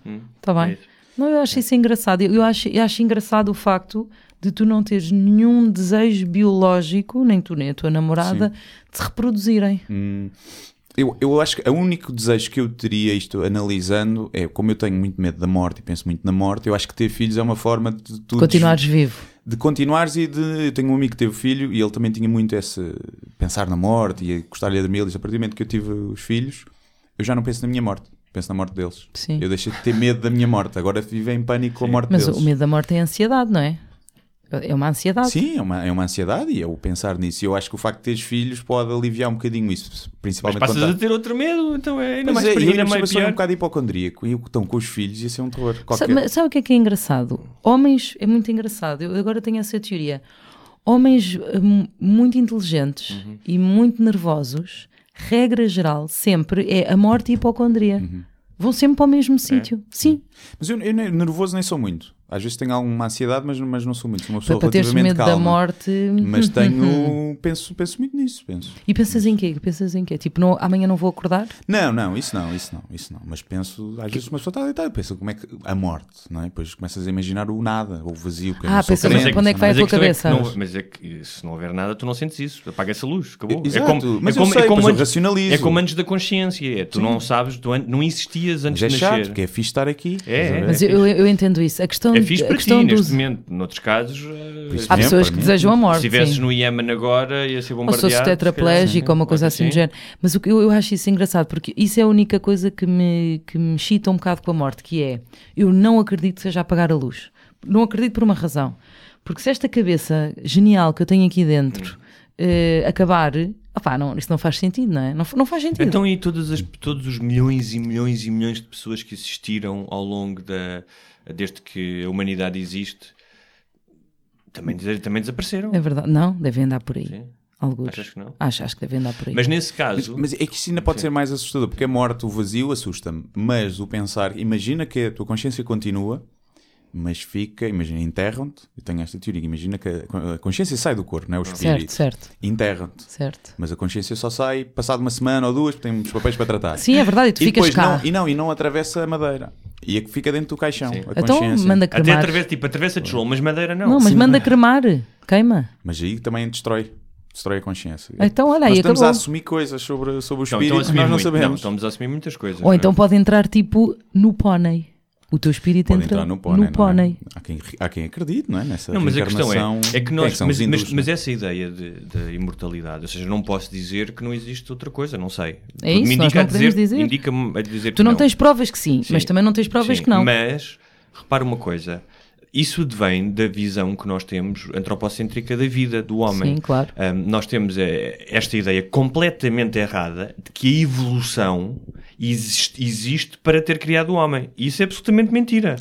B: Está
C: É
B: bem. Não, eu acho Hum. isso engraçado. Eu eu acho, eu acho engraçado o facto de tu não teres nenhum desejo biológico, nem tu nem a tua namorada, de se reproduzirem.
A: Eu, eu acho que o único desejo que eu teria, isto analisando, é como eu tenho muito medo da morte e penso muito na morte, eu acho que ter filhos é uma forma de tu
B: Continuares vivo.
A: de continuares e de. Eu tenho um amigo que teve filho e ele também tinha muito esse pensar na morte e gostar-lhe de dormir. Ele disse, a partir do momento que eu tive os filhos, eu já não penso na minha morte, penso na morte deles.
B: Sim.
A: Eu deixei de ter medo da minha morte, agora vivo em pânico com a morte
B: Mas
A: deles.
B: o medo da morte é a ansiedade, não é? É uma ansiedade.
A: Sim, é uma, é uma ansiedade e é o pensar nisso. E eu acho que o facto de teres filhos pode aliviar um bocadinho isso,
C: mas
A: principalmente
C: passas
A: quando tá-
C: a ter outro medo, então é ainda
A: Mas
C: mais
A: é,
C: perigo,
A: eu
C: ainda
A: ainda por cima
C: mais
A: sou um
C: pior.
A: bocado hipocondríaco e eu estão com os filhos ia ser um terror. Qualquer...
B: Sabe, mas sabe o que é que é engraçado? Homens, é muito engraçado, eu agora tenho essa teoria. Homens hum, muito inteligentes
A: Uhum.
B: e muito nervosos, regra geral, sempre é a morte e a hipocondria.
A: Uhum.
B: Vão sempre para o mesmo
A: É.
B: sítio. Sim,
A: Mas eu, eu nem- nervoso nem sou muito. Às vezes tenho alguma ansiedade, mas, mas não sou muito. Sou uma
B: para,
A: pessoa
B: para teres
A: relativamente Uhum.
B: medo
A: calma.
B: da morte.
A: Mas
B: Uhum.
A: tenho. penso, penso muito nisso. Penso.
B: E pensas em quê? Pensas em quê? Tipo, não- amanhã não vou acordar?
A: Não, não, isso não, isso não, isso não. Mas penso, às vezes uma pessoa está deitada e pensa como é que. a morte, não é? Depois começas a imaginar o nada, ou o vazio. Que eu
B: Ah,
A: não sou
B: pensas,
A: crente,
B: mas para onde é que vai
A: não
B: a tua
C: questão que
B: cabeça?
C: não- mas é que se não houver nada, tu não sentes isso. Apaga-se a luz, acabou.
A: Exato,
C: é como,
A: mas
C: é
A: eu
C: como,
A: sei,
C: é como
A: mas um eu
C: antes,
A: racionalizo.
C: é como antes da consciência. é, tu não sabes, tu an- não existias
A: Mas
C: antes
A: é
C: de
A: chato,
C: nascer.
A: porque é fixe estar aqui.
C: É,
A: estás a
C: é.
A: ver?
B: Mas eu, eu entendo isso. A questão,
C: É fixe
B: a
C: para ti,
B: questão
C: neste
B: dos.
C: momento. Noutros casos, eh,
A: Por
B: Há
A: exemplo,
B: pessoas que
A: né?
B: desejam a
C: se
B: morte.
C: estivesses
B: sim.
C: no Iémen agora, ia ser
B: Ou
C: bombardeado.
B: se fosse
C: se calhar,
B: tetraplégico ou uma coisa assim do
C: sim.
B: género. Mas o que eu, eu acho isso engraçado, porque isso é a única coisa que me, que me chita um bocado com a morte, que é eu não acredito que seja apagar a luz. Não acredito por uma razão. Porque se esta cabeça genial que eu tenho aqui dentro
C: Hum.
B: eh, acabar, opá, não, isso não faz sentido, não é? Não, fa- não faz sentido.
C: Então, e todas as- todos os milhões e milhões e milhões de pessoas que existiram ao longo da. desde que a humanidade existe, também, des- também desapareceram.
B: é verdade. Não, devem andar por aí.
C: Sim.
B: Alguns.
C: Achas que não?
B: Acho, acho que devem andar por aí.
C: Mas nesse
A: Mas,
C: caso,
A: mas é que isso ainda pode ser mais assustador, porque a morte, o vazio, assusta-me. Mas o pensar, imagina que a tua consciência continua, mas fica, imagina, enterram-te. Eu tenho esta teoria, imagina que a a consciência sai do corpo, não é? O
B: certo,
A: espírito.
B: certo,
A: Enterram-te.
B: certo.
A: Mas a consciência só sai passado uma semana ou duas, porque tem muitos papéis para tratar.
B: Sim, é verdade, e tu
A: e
B: ficas
A: depois
B: cá.
A: não, e não, e não atravessa a madeira. E é que fica dentro do caixão,
C: Sim.
A: a
B: Então
A: consciência.
B: manda cremar.
C: até atravessa, tipo, atravessa tijolo, mas madeira não.
B: Não, mas
A: Sim,
B: manda
A: mas-
B: cremar. Queima.
A: Mas aí também destrói. Destrói a consciência.
C: É.
B: Então, olha
A: Nós
B: aí,
A: estamos a
B: acabou.
A: assumir coisas sobre, sobre o espírito
C: Não, estão a
A: que
C: Então, assumir
A: nós não
C: muito. então, Não,
A: sabemos.
C: estamos a assumir muitas coisas.
B: Ou
C: não é?
B: então pode entrar tipo no pónei. O teu espírito
A: Pode
B: entra
A: entrar no pónei. não é?
B: pónei.
A: Há, quem, há quem acredite, não é? Nessa
C: Não, mas a questão é,
A: reencarnação.
C: é que nós,
A: são os
C: mas, mas-
A: hindus,
C: mas
A: não é?
C: essa ideia de- da imortalidade, ou seja, não posso dizer que não existe outra coisa, não sei.
B: É isso,
C: Tudo me
B: nós
C: indica
B: não
C: a dizer,
B: podemos dizer.
C: indica-me a dizer
B: Tu não,
C: que
B: tens provas que sim,
C: Sim.
B: mas também não tens provas
C: Sim,
B: que não.
C: Mas, repara uma coisa, isso devém da visão que nós temos antropocêntrica da vida, do homem.
B: Sim, claro.
C: Ahm, nós temos eh, esta ideia completamente errada de que a evolução existe, existe para ter criado o homem. E isso é absolutamente mentira.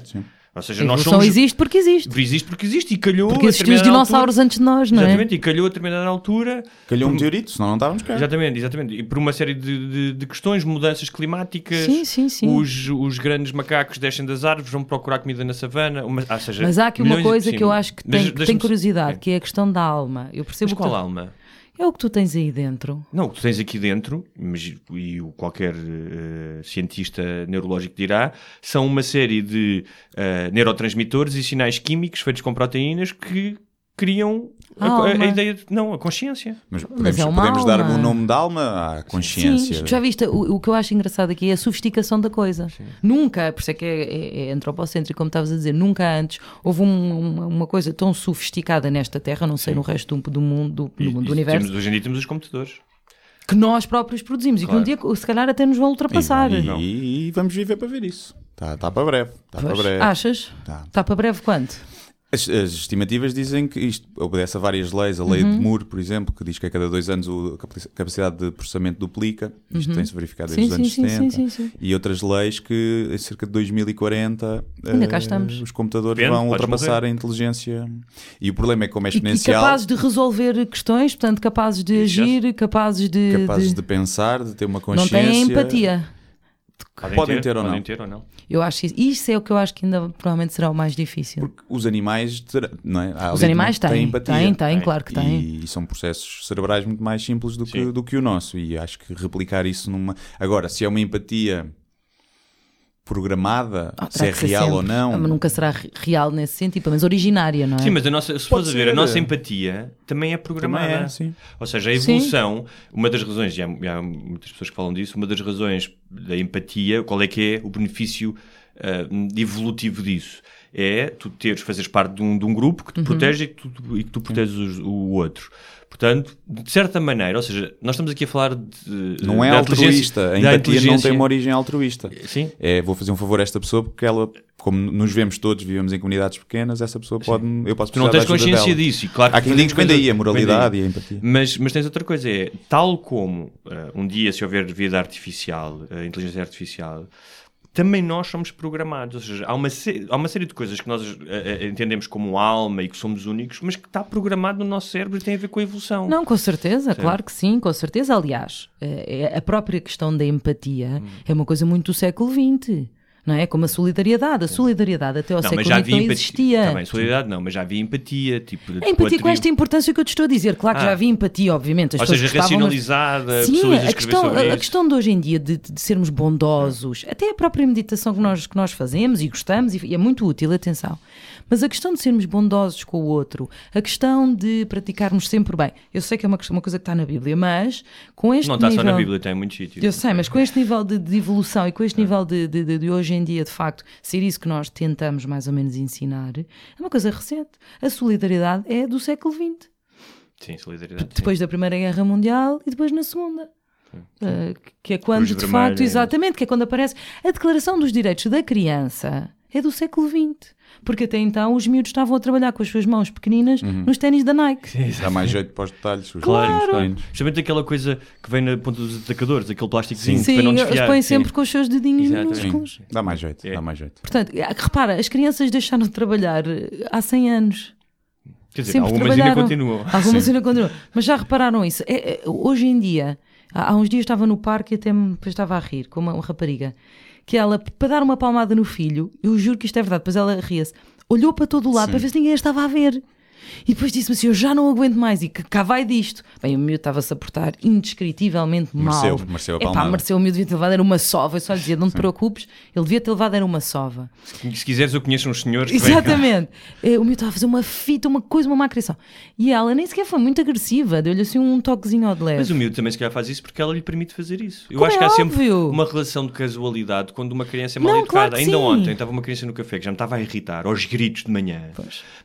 C: Ou
B: A
C: seja, nós
B: evolução
C: somos...
B: existe porque existe.
C: Existe porque existe e calhou
B: Porque
C: a
B: existiam os
C: determinada
B: dinossauros
C: altura-
B: antes de nós, não é?
C: Exatamente, e calhou a determinada altura.
A: Calhou um
C: por-
A: meteorito, senão não estávamos cá.
C: Exatamente, exatamente. E por uma série de, de- de questões, mudanças climáticas,
B: Sim, sim, sim.
C: Os, os grandes macacos descem das árvores, vão procurar comida na savana. Uma, ah, seja,
B: Mas há aqui uma
C: milhões de-
B: coisa
C: sim.
B: que eu acho que
C: Mas
B: tem, que tem
C: deixa-me-
B: curiosidade,
C: É.
B: que é a questão da alma. Eu percebo
C: Mas
B: o que
C: qual
B: tu-
C: alma?
B: É o que tu tens aí dentro.
C: Não, o que tu tens aqui dentro, mas- e o qualquer eh, cientista neurológico dirá, são uma série de eh, neurotransmitores e sinais químicos feitos com proteínas que criam a,
B: A
C: co- a- a
B: alma.
C: ideia de, não, a consciência.
A: Mas podemos,
B: é uma
A: podemos dar
B: alma.
A: o nome da alma à consciência.
B: Sim, já viste, o, o que eu acho engraçado aqui é a sofisticação da coisa. Nunca, por isso é que é, é- é antropocêntrico, como estavas a dizer, nunca antes houve um- uma, uma coisa tão sofisticada nesta Terra, não sei no resto do, do mundo, do,
C: E-
B: mundo,
C: e
B: do universo,
C: Temos, hoje em dia temos os computadores.
B: que nós próprios produzimos e que um dia, se calhar, até nos vão
A: E-
B: ultrapassar.
A: E, e vamos viver para ver isso. Está para breve. Está para
B: Pois. Ah,
A: breve.
B: Achas?
A: Tá.
B: Está para breve quanto?
A: As, as estimativas dizem que isto obedece a várias leis. A lei
B: Uhum.
A: de Moore, por exemplo, que diz que a cada dois anos o- a capaci- capacidade de processamento duplica. Isto tem-se verificado desde
B: Uhum. Sim,
A: os
B: sim,
A: anos
B: sim,
A: 70.
B: sim, sim, sim.
A: E outras leis que em cerca de 2040
B: Ainda cá
A: eh,
B: estamos.
A: os computadores
C: Depende,
A: vão
C: podes
A: ultrapassar a inteligência. E o problema é que como é
B: E, e
A: exponencial...
B: capazes de resolver questões, portanto, capazes de
C: Isso.
B: agir, capazes de.
A: capazes
B: de-
A: de pensar, de ter uma
B: Não
A: consciência.
B: têm empatia.
A: Podem ter ou
C: podem
A: não.
C: ter ou não.
B: Eu acho isso, isso é o que eu acho que ainda provavelmente será o mais difícil.
A: Porque os animais, terá- não é? Há
B: Os
A: ali
B: animais
A: que não
B: têm,
A: empatia.
B: têm, têm, claro que têm.
A: E, são processos cerebrais muito mais simples do que,
C: Sim.
A: do que o nosso. E acho que replicar isso numa. Agora, se é uma empatia programada,
B: Ah,
A: se
B: terá
A: é
B: que ser
A: real
B: sempre.
A: ou não.
B: Ah, mas nunca será re- real nesse sentido, pelo menos originária, não é?
C: Sim, mas a nossa, se
A: Ah. Pode
C: fores a ver, a
A: ser.
C: nossa empatia também é
A: Também
C: programada.
A: é, sim.
C: Ou seja, a
B: Sim.
C: evolução, uma das razões, e há, e há muitas pessoas que falam disso, uma das razões da empatia, qual é que é o benefício ah, evolutivo disso? É tu teres, fazeres parte de um, de um grupo que te protege e que tu, e que tu proteges os- o outro. Portanto, de certa maneira, ou seja, nós estamos aqui a falar de.
A: Não é
C: da inteligência-
A: altruísta. A
C: da
A: empatia não tem
C: inteligência-
A: uma origem altruísta.
C: Sim.
A: É, vou fazer um favor a esta pessoa porque ela, como nos vemos todos, vivemos em comunidades pequenas, essa pessoa pode. Eu posso
C: Tu não
A: precisar
C: tens
A: da ajuda
C: consciência
A: dela.
C: disso. E claro
A: Há quem
C: fazes
A: diga que vem
C: coisa-
A: daí a moralidade
C: vem
A: e
C: daí.
A: a empatia.
C: Mas, mas tens outra coisa, é tal como eh, um dia se houver vida artificial, eh, inteligência artificial, também nós somos programados. Ou seja, há uma, sé- há uma série de coisas que nós eh, eh, entendemos como alma e que somos únicos, mas que está programado no nosso cérebro e tem a ver com a evolução.
B: Não, com certeza, claro que sim, com certeza. Aliás, eh, eh, a própria questão da
C: Hum.
B: empatia é uma coisa muito do século XX, não é? Como a solidariedade. A solidariedade até ao
C: Não,
B: século
C: mas já
B: XX
C: havia
B: não
C: empatia.
B: existia.
C: Também, solidariedade não, mas já havia empatia. Tipo, de-
B: A empatia com
C: atribu-
B: esta importância que eu te estou a dizer. Claro que
C: Ah.
B: já havia empatia, obviamente. As
C: Ou
B: pessoas
C: seja,
B: gostavam, mas-
C: racionalizada,
B: Sim,
C: pessoas a
B: a
C: escrever
B: questão,
C: sobre
B: a, a
C: isso.
B: questão de hoje em dia de, de sermos bondosos, até a própria meditação que nós, que nós fazemos e gostamos, e, e é muito útil, atenção. Mas a questão de sermos bondosos com o outro, a questão de praticarmos sempre bem, eu sei que é uma, questão- uma coisa que está na Bíblia, mas com este
C: Não está só
B: nível...
C: na Bíblia, É. tem muitos sítios.
B: é Eu sei, mas com este nível de, de evolução e com este nível de, de- de- de hoje em dia, de facto, ser isso que nós tentamos mais ou menos ensinar, é uma coisa recente. A solidariedade é do século XX
C: Sim, solidariedade. sim.
B: depois da Primeira Guerra Mundial e depois na Segunda. Uh, que é quando,
C: Cruz
B: de
C: Vermelha,
B: facto,
C: é.
B: exatamente, que é quando aparece a Declaração dos Direitos da Criança é do século XX. Porque até então os miúdos estavam a trabalhar com as suas mãos pequeninas
C: Uhum.
B: nos ténis da Nike.
A: Dá mais jeito para os detalhes. os
C: Claro.
A: detalhes pequeninos.
C: Justamente aquela coisa que vem na ponta dos atacadores, aquele plástico
B: Sim,
C: para não
B: eles
C: desfiar.
B: põem
C: sim.
B: sempre com os seus dedinhos
C: Exatamente.
B: minúsculos.
A: Sim, Dá mais jeito,
C: É.
A: dá mais jeito.
B: Portanto, é que repara, as crianças deixaram de trabalhar é? eh, há 100 eh, anos.
C: Quer dizer,
B: sempre
C: algumas ainda
B: trabalharam.
C: continuam.
B: Algumas
C: Sim.
B: ainda continuam. Mas já repararam isso? É, é, hoje em dia, há, há uns dias estava no parque e até me depois estava a rir com uma, uma rapariga. Que ela, para dar uma palmada no filho, eu juro que isto é verdade, depois ela ria-se, olhou para todo o lado para ver se ninguém a estava a ver. E depois disse-me assim: Eu já não aguento mais e que cá vai disto. Bem, o miúdo estava-se a portar indescritivelmente mal.
A: Mereceu, mereceu a
B: Epá,
A: palmada.
B: mereceu, o miúdo devia ter levado, era uma sova. Eu só lhe dizia: Não te preocupes, ele devia ter levado, era uma sova.
C: Se quiseres, eu conheço uns senhores. que vêm cá.
B: Exatamente. Eh, O meu estava a fazer uma fita, uma coisa, uma má criação. E ela nem sequer foi muito agressiva, deu-lhe assim um toquezinho ao de leve.
C: Mas o miúdo também se calhar faz isso porque ela lhe permite fazer isso. Eu
B: Como
C: acho
B: é
C: que há sempre
B: óbvio.
C: uma relação de casualidade quando uma criança é mal
B: Não,
C: educada.
B: claro que
C: Ainda
B: sim.
C: ontem estava uma criança no café que já me estava a irritar aos gritos de manhã.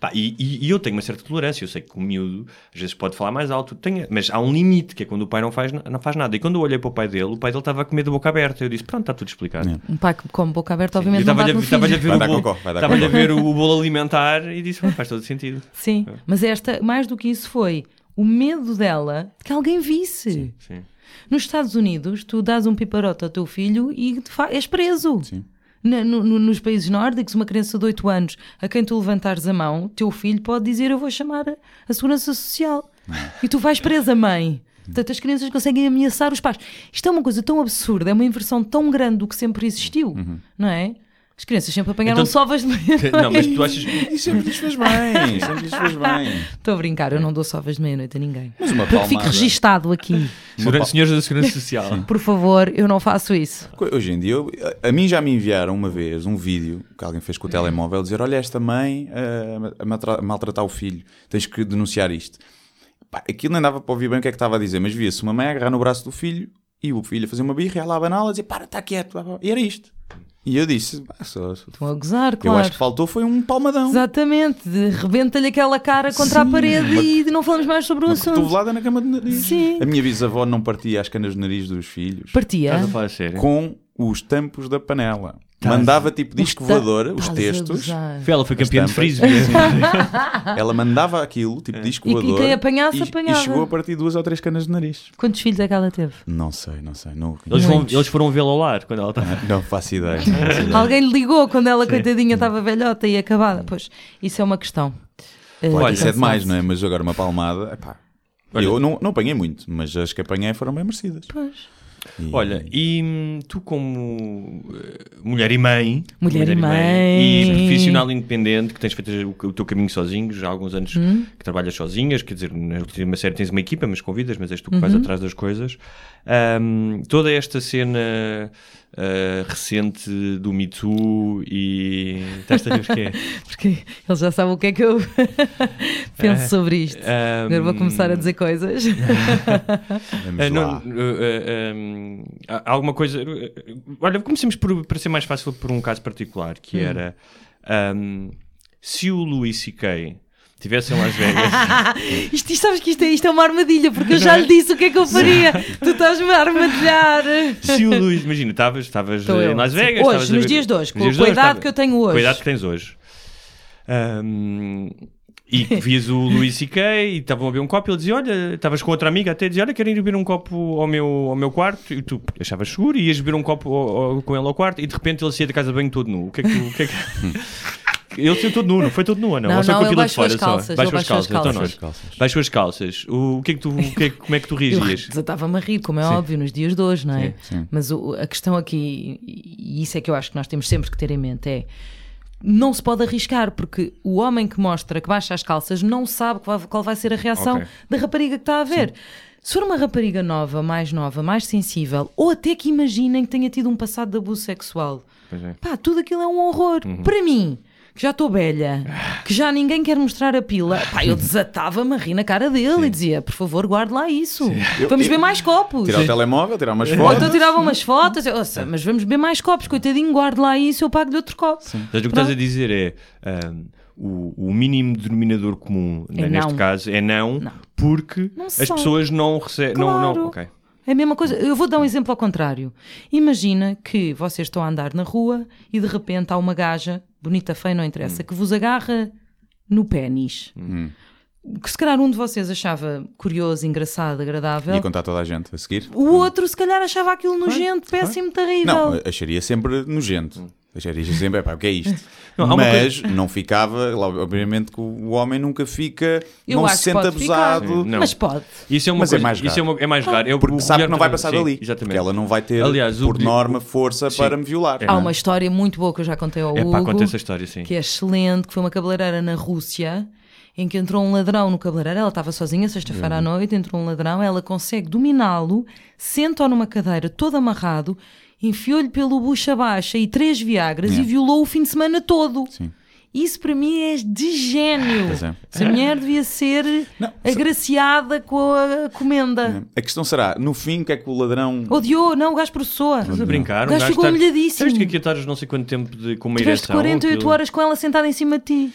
C: Pá, e, e- e eu tenho uma certa tolerância. Eu sei que o miúdo às vezes pode falar mais alto, tem- mas há um limite que é quando o pai não faz, na- não faz nada. E quando eu olhei para o pai dele, o pai dele estava a comer da boca aberta. Eu disse: Pronto, está tudo explicado.
B: Um pai que come boca aberta,
C: Eu
B: obviamente, não
C: estava-lhe
B: bate
C: a-
B: no
C: estava-lhe a
B: filho.
C: ver
A: Vai
C: o
A: dar
C: bolo-
A: cocó, vai dar
C: estava-lhe a
A: cocó.
C: ver o bolo alimentar e disse: "Pá, Faz todo sentido.
B: Sim,
C: é.
B: mas esta, mais do que isso, foi o medo dela de que alguém visse.
C: Sim.
B: Nos Estados Unidos, tu dás um piparote ao teu filho e de fa- és preso. Na- no- no- nos países nórdicos, uma criança de 8 anos a quem tu levantares a mão, teu filho pode dizer: Eu vou chamar a, a Segurança Social. E tu vais presa, mãe. Portanto, as crianças conseguem ameaçar os pais. Isto é uma coisa tão absurda, é uma inversão tão grande do que sempre existiu,
A: Uhum.
B: não é? As crianças sempre apanharam
C: Então-
B: sovas de meia-noite.
C: Não, mas tu achas.
A: E sempre lhes fez bem, sempre lhes fez bem.
B: Estou a brincar, eu não dou sovas de meia-noite a ninguém.
A: Mas uma
B: Porque fico
A: palmada.
B: registado aqui.
C: Senhoras e senhores da Segurança Social.
B: Por favor, eu não faço isso.
A: Co- Hoje em dia, eu- a, a mim já me enviaram uma vez um vídeo que alguém fez com o telemóvel dizer: Olha, esta mãe eh, a, ma- a matra- a maltratar o filho, tens que denunciar isto. Pá, aquilo não dava para ouvir bem o que é que estava a dizer, mas via-se uma mãe a agarrar no braço do filho e o filho a fazer uma birra, ela a abaná-la e dizer: Para, está quieto. blá, blá. E era isto. E eu disse: "Pá, só- só-
B: Estão a gozar,
A: Eu
B: claro.
A: acho que faltou foi um palmadão.
B: Exatamente, de rebenta-lhe aquela cara contra a parede e não falamos mais sobre o assunto.
A: Cotovelada na cama de nariz.
B: Sim.
A: A minha bisavó não partia as canas de nariz dos filhos
B: Partia.
C: Estás a falar a sério?
A: com os tampos da panela. Mandava tipo disco
B: Está-
A: voador, os
B: estás a
A: textos.
B: gozar.
C: Ela foi campeã
A: tampas.
C: de frisbee. assim,
A: Ela mandava aquilo, tipo disco
B: E- e
A: voador.
B: quem apanhasse,
A: e-
B: apanhava.
A: E chegou a partir duas ou três canas de nariz.
B: Quantos filhos é que ela teve?
A: Não sei, não sei. Não,
C: Eles, vão-
B: Muitos.
C: eles foram vê-la ao lar quando ela estava.
A: não faço ideia.
B: Alguém lhe ligou quando ela, coitadinha, estava velhota e acabada. Pois, isso é uma questão. Eh,
A: Olha,
C: Olha,
A: isso é demais, não é? Mas agora uma palmada. epá. Eu não, não apanhei muito, mas as que apanhei foram bem merecidas.
B: Pois.
A: E-
C: Olha, e hum, tu, como eh, mulher e mãe,
B: Mulher e
C: e
B: mãe.
C: profissional independente, que tens feito o, o teu caminho sozinho, já há alguns anos
B: Hum?
C: que trabalhas sozinhas, quer dizer, na última série tens uma equipa, mas convidas, mas és tu que
B: Uhum.
C: vais atrás das coisas. Ahm, toda esta cena ah, recente do Me Too e. Estás a ver o que é?
B: Porque eles já sabem o que é que eu
A: É,
B: penso sobre isto.
C: Ahm,
B: Agora vou começar a dizer
A: hum.
B: coisas.
A: vamos
C: Ah, não,
A: lá.
C: ah, ah, hum, há alguma coisa. eh, Olha, comecemos por, para ser mais fácil por um caso particular, que era hum, se o Louis C.K. estivesse em Las Vegas.
B: Isto, isto- sabes que isto é, isto é uma armadilha, porque eu já lhe disse o que é que eu faria. tu estás-me a armadilhar.
C: se o Louis, imagina, estavas estavas eh,
B: Estou
C: em
B: eu,
C: Las
B: sim.
C: Vegas.
B: Hoje,
C: estavas a
B: nos
C: ver-
B: dias de hoje,
C: nos
B: com a
C: dias de hoje,
B: idade
C: estava-
B: que eu tenho hoje.
C: Cuidado que tens hoje. Hum, e que vias o Louis C.K. e estavam a beber um copo e ele dizia, olha, estavas com outra amiga até, dizia, olha, querem ir beber um copo ao meu, ao meu quarto e tu achavas seguro e ias beber um copo ao- ao- com ele ao quarto e de repente ele saía da casa de banho todo nu. O que é que tu... o que é que- Ele saiu todo nu, não foi todo nu, ou não?
B: Não,
C: Ou só
B: não,
C: com a
B: ele
C: pila de
B: baixou
C: fora
B: as
C: só?
B: calças, ele baixou as
C: então
B: calças.
C: nós. Baixou as calças. O, o que é que tu, o que é que- como é que tu
B: Eu
C: reagias?
B: desatava-me a rir, como é óbvio, nos dias de hoje, não é? Mas o- a questão aqui, e isso é que eu acho que nós temos sempre que ter em mente, é não se pode arriscar, porque o homem que mostra que baixa as calças não sabe qual, qual vai ser a reação
C: Ok.
B: da rapariga que está a ver. Se for uma rapariga nova, mais nova, mais sensível, ou até que imaginem que tenha tido um passado de abuso sexual, pá, tudo aquilo é um horror. Para mim, que já estou velha, que já ninguém quer mostrar a pila, pá, eu desatava-me a rir na cara dele e dizia: por favor, guarde lá isso. Vamos ver mais copos.
A: Tirar o telemóvel, tirar umas
B: Ou
A: fotos.
B: então tirava umas fotos, eu, "Ouça, mas vamos ver mais copos, coitadinho, guarde lá isso, eu pago-lhe outro copo.
C: Mas o que estás a dizer é ahm, o, o mínimo denominador comum
B: É
C: né, neste
B: não.
C: caso é não, porque
B: Não
C: as
B: são.
C: pessoas não recebem. Não,
B: Claro.
C: não, ok.
B: É a mesma coisa. Eu vou dar um exemplo ao contrário. Imagina que vocês estão a andar na rua e de repente há uma gaja, bonita, feia, não interessa,
A: Hum.
B: que vos agarra no pênis. Que se calhar um de vocês achava curioso, engraçado, agradável.
A: E contar a toda a gente a seguir. eh,
B: O outro, se calhar, achava aquilo nojento, péssimo, terrível.
A: Não, acharia sempre nojento. Deixaria sempre, pá, o que é isto?
C: Não, há uma
A: Mas não ficava, lá, obviamente que o homem nunca fica,
B: Eu
A: não se
B: acho que
A: sente
B: pode ficar.
A: abusado.
C: Não.
B: Mas pode.
C: Isso é uma
A: Mas é
C: coisa,
A: mais
C: isso é, uma, é mais raro. É o-
A: Porque
C: o
A: sabe que
C: Guilherme
A: não vai
C: também-
A: passar
C: sim,
A: dali.
C: Exatamente.
A: Porque ela não vai ter,
C: Aliás, o
A: por
C: Gui-
A: norma, força
C: Sim.
A: para me violar.
C: É.
A: não
B: Há
A: é?
B: uma história muito boa que eu já contei ao
C: É
B: Hugo.
C: pá, conta essa história, sim.
B: que é excelente, que foi uma cabeleireira na Rússia, em que entrou um ladrão no cabeleireiro, ela estava sozinha, sexta-feira à
A: Uhum.
B: noite, entrou um ladrão, ela consegue dominá-lo, senta-o numa cadeira, todo amarrado, enfiou-lhe pelo bucho abaixo e três viagras e violou o fim de semana todo.
A: Sim.
B: Isso para mim é de gênio.
A: Pois é.
B: Essa mulher devia ser agraciada com a
A: Hum.
B: comenda.
A: A questão será, no fim, o que é que o ladrão.
B: Odiou, não, o gajo processou.
C: Estás a brincar? Um
B: O gajo ficou
C: está-
B: humilhadíssimo.
C: Tiveste que aquietar não sei quanto tempo de, com uma
B: Tiveste
C: ereção.
B: 48
C: aquilo.
B: horas com ela sentada em cima de ti.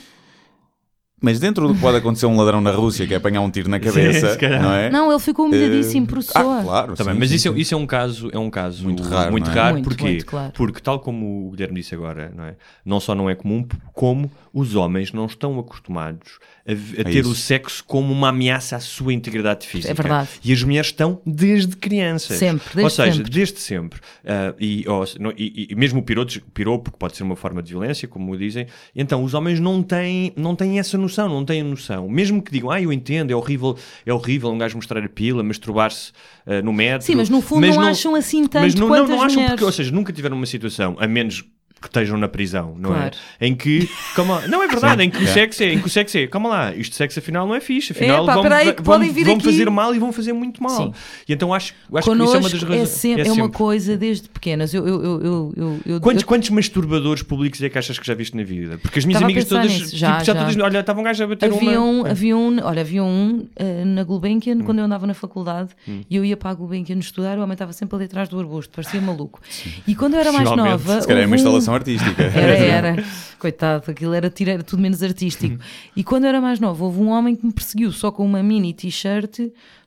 A: Mas dentro do que pode acontecer a um ladrão na Rússia, que é apanhar um tiro na cabeça,
C: se calhar.
A: não é?
B: Não, um ele ficou humilhadíssimo,
C: Eh,
B: processou.
A: Ah, claro.
C: Tá bem,
A: sim,
C: mas
A: sim,
C: isso, é-
A: sim.
C: isso é um caso, é um caso
A: Muito raro,
C: Muito
A: não é?
C: raro
B: Muito,
C: porquê?
B: muito, claro.
C: Porque, tal como o Guilherme disse agora, não, é? não só não é comum, como os homens não estão acostumados a, v- a ter
A: isso.
C: o sexo como uma ameaça à sua integridade física.
B: É verdade.
C: E as mulheres estão desde crianças.
B: Sempre,
C: Ou
B: desde
C: seja,
B: sempre.
C: desde sempre. Ah, e, ou se- não- e- e- e mesmo o piroto, piropo, que pode ser uma forma de violência, como dizem, então os homens não têm, não têm essa noção, não têm noção. Mesmo que digam, ah, eu entendo, é horrível, é horrível um gajo mostrar a pila, masturbar-se ah, no metro.
B: Sim, mas no fundo não acham assim tanto
C: Mas não, não,
B: quanto
C: não
B: as
C: acham
B: mulheres.
C: porque, ou seja, nunca tiveram uma situação, a menos que estejam na prisão, não
B: Claro.
C: é? Em que, calma, não é verdade, em que o sexo é, em que o sexo é, calma lá, isto de sexo afinal não é fixe, afinal
B: Epá,
C: vão,
B: peraí, que
C: vão,
B: podem vir
C: vão
B: aqui.
C: fazer mal e vão fazer muito mal.
B: Sim.
C: E então acho, acho que isso é uma das
B: Connosco é,
C: razões.
B: sempre, é, uma coisa desde pequenas. Eu, eu, eu, eu, eu, eu-
C: Quantos,
B: eu-
C: quantos masturbadores públicos é que achas que já viste na vida? Porque as minhas
B: Estava a
C: amigas
B: pensar
C: todas,
B: nisso,
C: tipo,
B: já,
C: já,
B: já.
C: todas, olha, estavam um gajo a bater
B: havia,
C: uma. é. Hum.
B: um, havia um, olha, havia um eh, na Gulbenkian, quando eu andava na faculdade e eu ia para a Gulbenkian estudar, o homem estava sempre ali atrás do arbusto, parecia maluco. E quando eu era mais
C: Finalmente.
B: nova.
A: Se calhar é uma
B: houve um-
A: instalação artística.
B: Era, era. Coitado, aquilo era, tira- era tudo menos
C: Uhum.
B: artístico. E quando eu era mais nova, houve um homem que me perseguiu só com uma mini t-shirt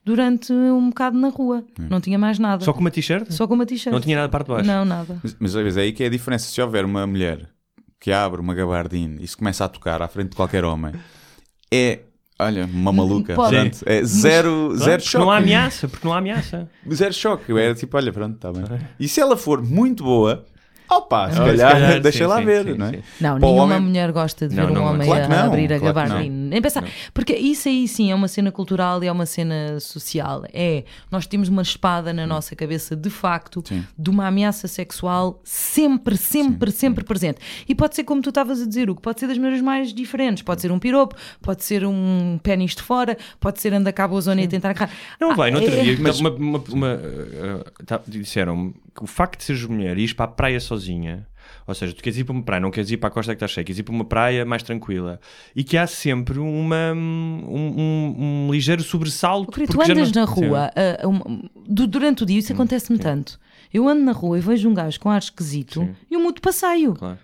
B: durante um bocado na rua. Não tinha mais nada.
C: Hum. Só com uma t-shirt?
B: Só com uma t-shirt.
C: Não tinha nada de parte de baixo.
B: Não, nada.
A: Mas, mas às vezes é aí que é a diferença. Se houver uma mulher que abre uma gabardine e se começa a tocar à frente de qualquer homem, é, olha, uma maluca.
B: Pode.
A: Pronto, é zero,
C: Claro,
A: zero
C: porque
A: choque.
C: não há ameaça, porque não há ameaça.
A: Zero choque. Eu era tipo, olha, pronto, está bem. E se ela for muito boa, opa, se
C: Ah,
A: calhar,
C: se calhar,
A: deixa
C: sim,
A: lá
C: sim,
A: ver,
C: sim,
A: não é?
C: sim.
B: Não,
A: Para o
B: nenhuma
A: homem-
B: mulher gosta de
C: Não,
B: ver um
C: não,
B: homem
A: claro que
B: a
A: não,
B: abrir a
A: claro que
B: gabardine. Nem pensar. Porque isso aí sim é uma cena cultural e é uma cena social. É, nós temos uma espada na nossa cabeça, de facto, de uma ameaça sexual sempre, sempre, sempre presente. E pode ser como tu estavas a dizer, o que pode ser das maneiras mais diferentes. Pode ser um piropo, pode ser um pênis de fora, pode ser andar cá a zona e tentar agarrar.
C: Não vai, no outro
B: é-
C: dia mas... uma, uma- uma, uh, uh, tá- disseram-me que o facto de seres mulher e ires para a praia sozinha, ou seja, tu queres ir para uma praia, não queres ir para a costa que está cheia, queres ir para uma praia mais tranquila, e que há sempre uma, um, um- um ligeiro sobressalto.
B: Porque Oh, tu
C: porque já
B: andas
C: não- Hum,
B: na rua a- a um- du- durante o dia, isso acontece-me tanto. Eu ando na rua e vejo um gajo com ar esquisito e eu mudo de passeio.
C: Claro.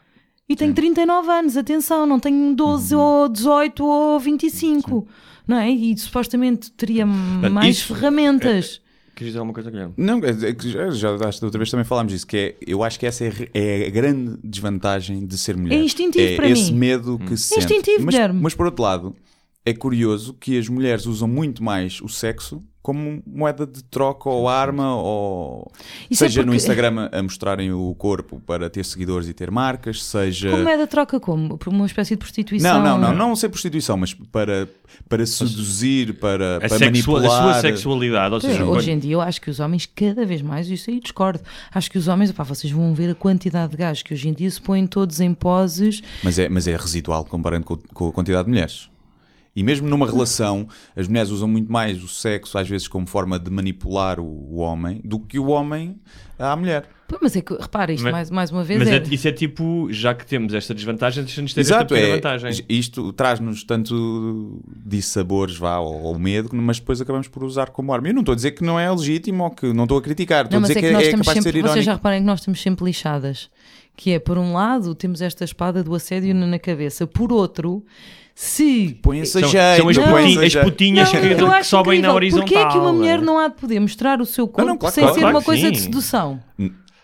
B: E tenho 39 anos, atenção, não tenho 12
C: Uhum.
B: ou 18 ou 25. Não é? E supostamente teria mais
C: isso-
B: ferramentas.
C: Queres dizer alguma coisa, Guilherme?
A: Não, é- é que já, já acho que da outra vez também falámos disso, que é, eu acho que essa é, re- é a grande desvantagem de ser mulher.
B: É instintivo
A: É
B: para
A: esse
B: mim.
C: Hum.
A: medo que se
B: É
A: sente.
B: instintivo,
A: mas,
B: Guilherme.
A: mas por outro lado, é curioso que as mulheres usam muito mais o sexo como moeda de troca ou arma ou...
B: Isso é
A: seja no
B: porque-
A: Instagram a mostrarem o corpo para ter seguidores e ter marcas,
C: eh,
A: seja...
B: Como é da troca como? Por uma espécie de prostituição?
A: Não, não, não, não ser prostituição, mas para, para seduzir, para,
C: é A,
A: para
C: sexua- a
A: manipular.
C: sua sexualidade, ou
B: Pois,
C: seja,
B: Eh,
C: um
B: hoje
C: quando-
B: em dia eu acho que os homens cada vez mais, isso aí discordo, acho que os homens, opá, vocês vão ver a quantidade de gajos que hoje em dia se põem todos em poses
A: Mas é, mas é residual comparando com, com a quantidade de mulheres. E mesmo numa relação, as mulheres usam muito mais o sexo, às vezes, como forma de manipular o, o homem, do que o homem à mulher.
B: Pô, Mas é que, repara, isto
C: Mas-
B: mais, mais uma vez
C: mas
B: é,
C: é- isso é tipo, já que temos esta desvantagem, deixa-nos ter esta
A: Exato,
C: pequena
A: é,
C: vantagem.
A: isto traz-nos tanto dissabores, vá, ou, ou medo, mas depois acabamos por usar como arma. Eu não estou a dizer que não é legítimo ou que não estou a criticar, estou
B: Não,
A: a
B: mas
A: dizer
B: é que,
A: que,
B: nós
A: é
B: estamos
A: capaz de ser
B: sempre, vocês já
A: irónico.
B: reparem que nós estamos sempre lixadas. Que é, por um lado, temos esta espada do assédio na na cabeça, por outro, se.
A: Põem-se a
C: São,
A: jeito,
C: são
A: põem-se
C: as,
A: a
C: putin- as
A: jeito.
C: putinhas
B: Não,
C: que,
B: eu
C: que
B: acho
C: sobem na
B: incrível.
C: horizontal.
B: Porquê é que uma mulher não há de poder mostrar o seu corpo
A: não, claro,
B: sem
A: claro,
B: ser
A: claro
B: uma
C: que
B: coisa
C: sim.
B: de sedução?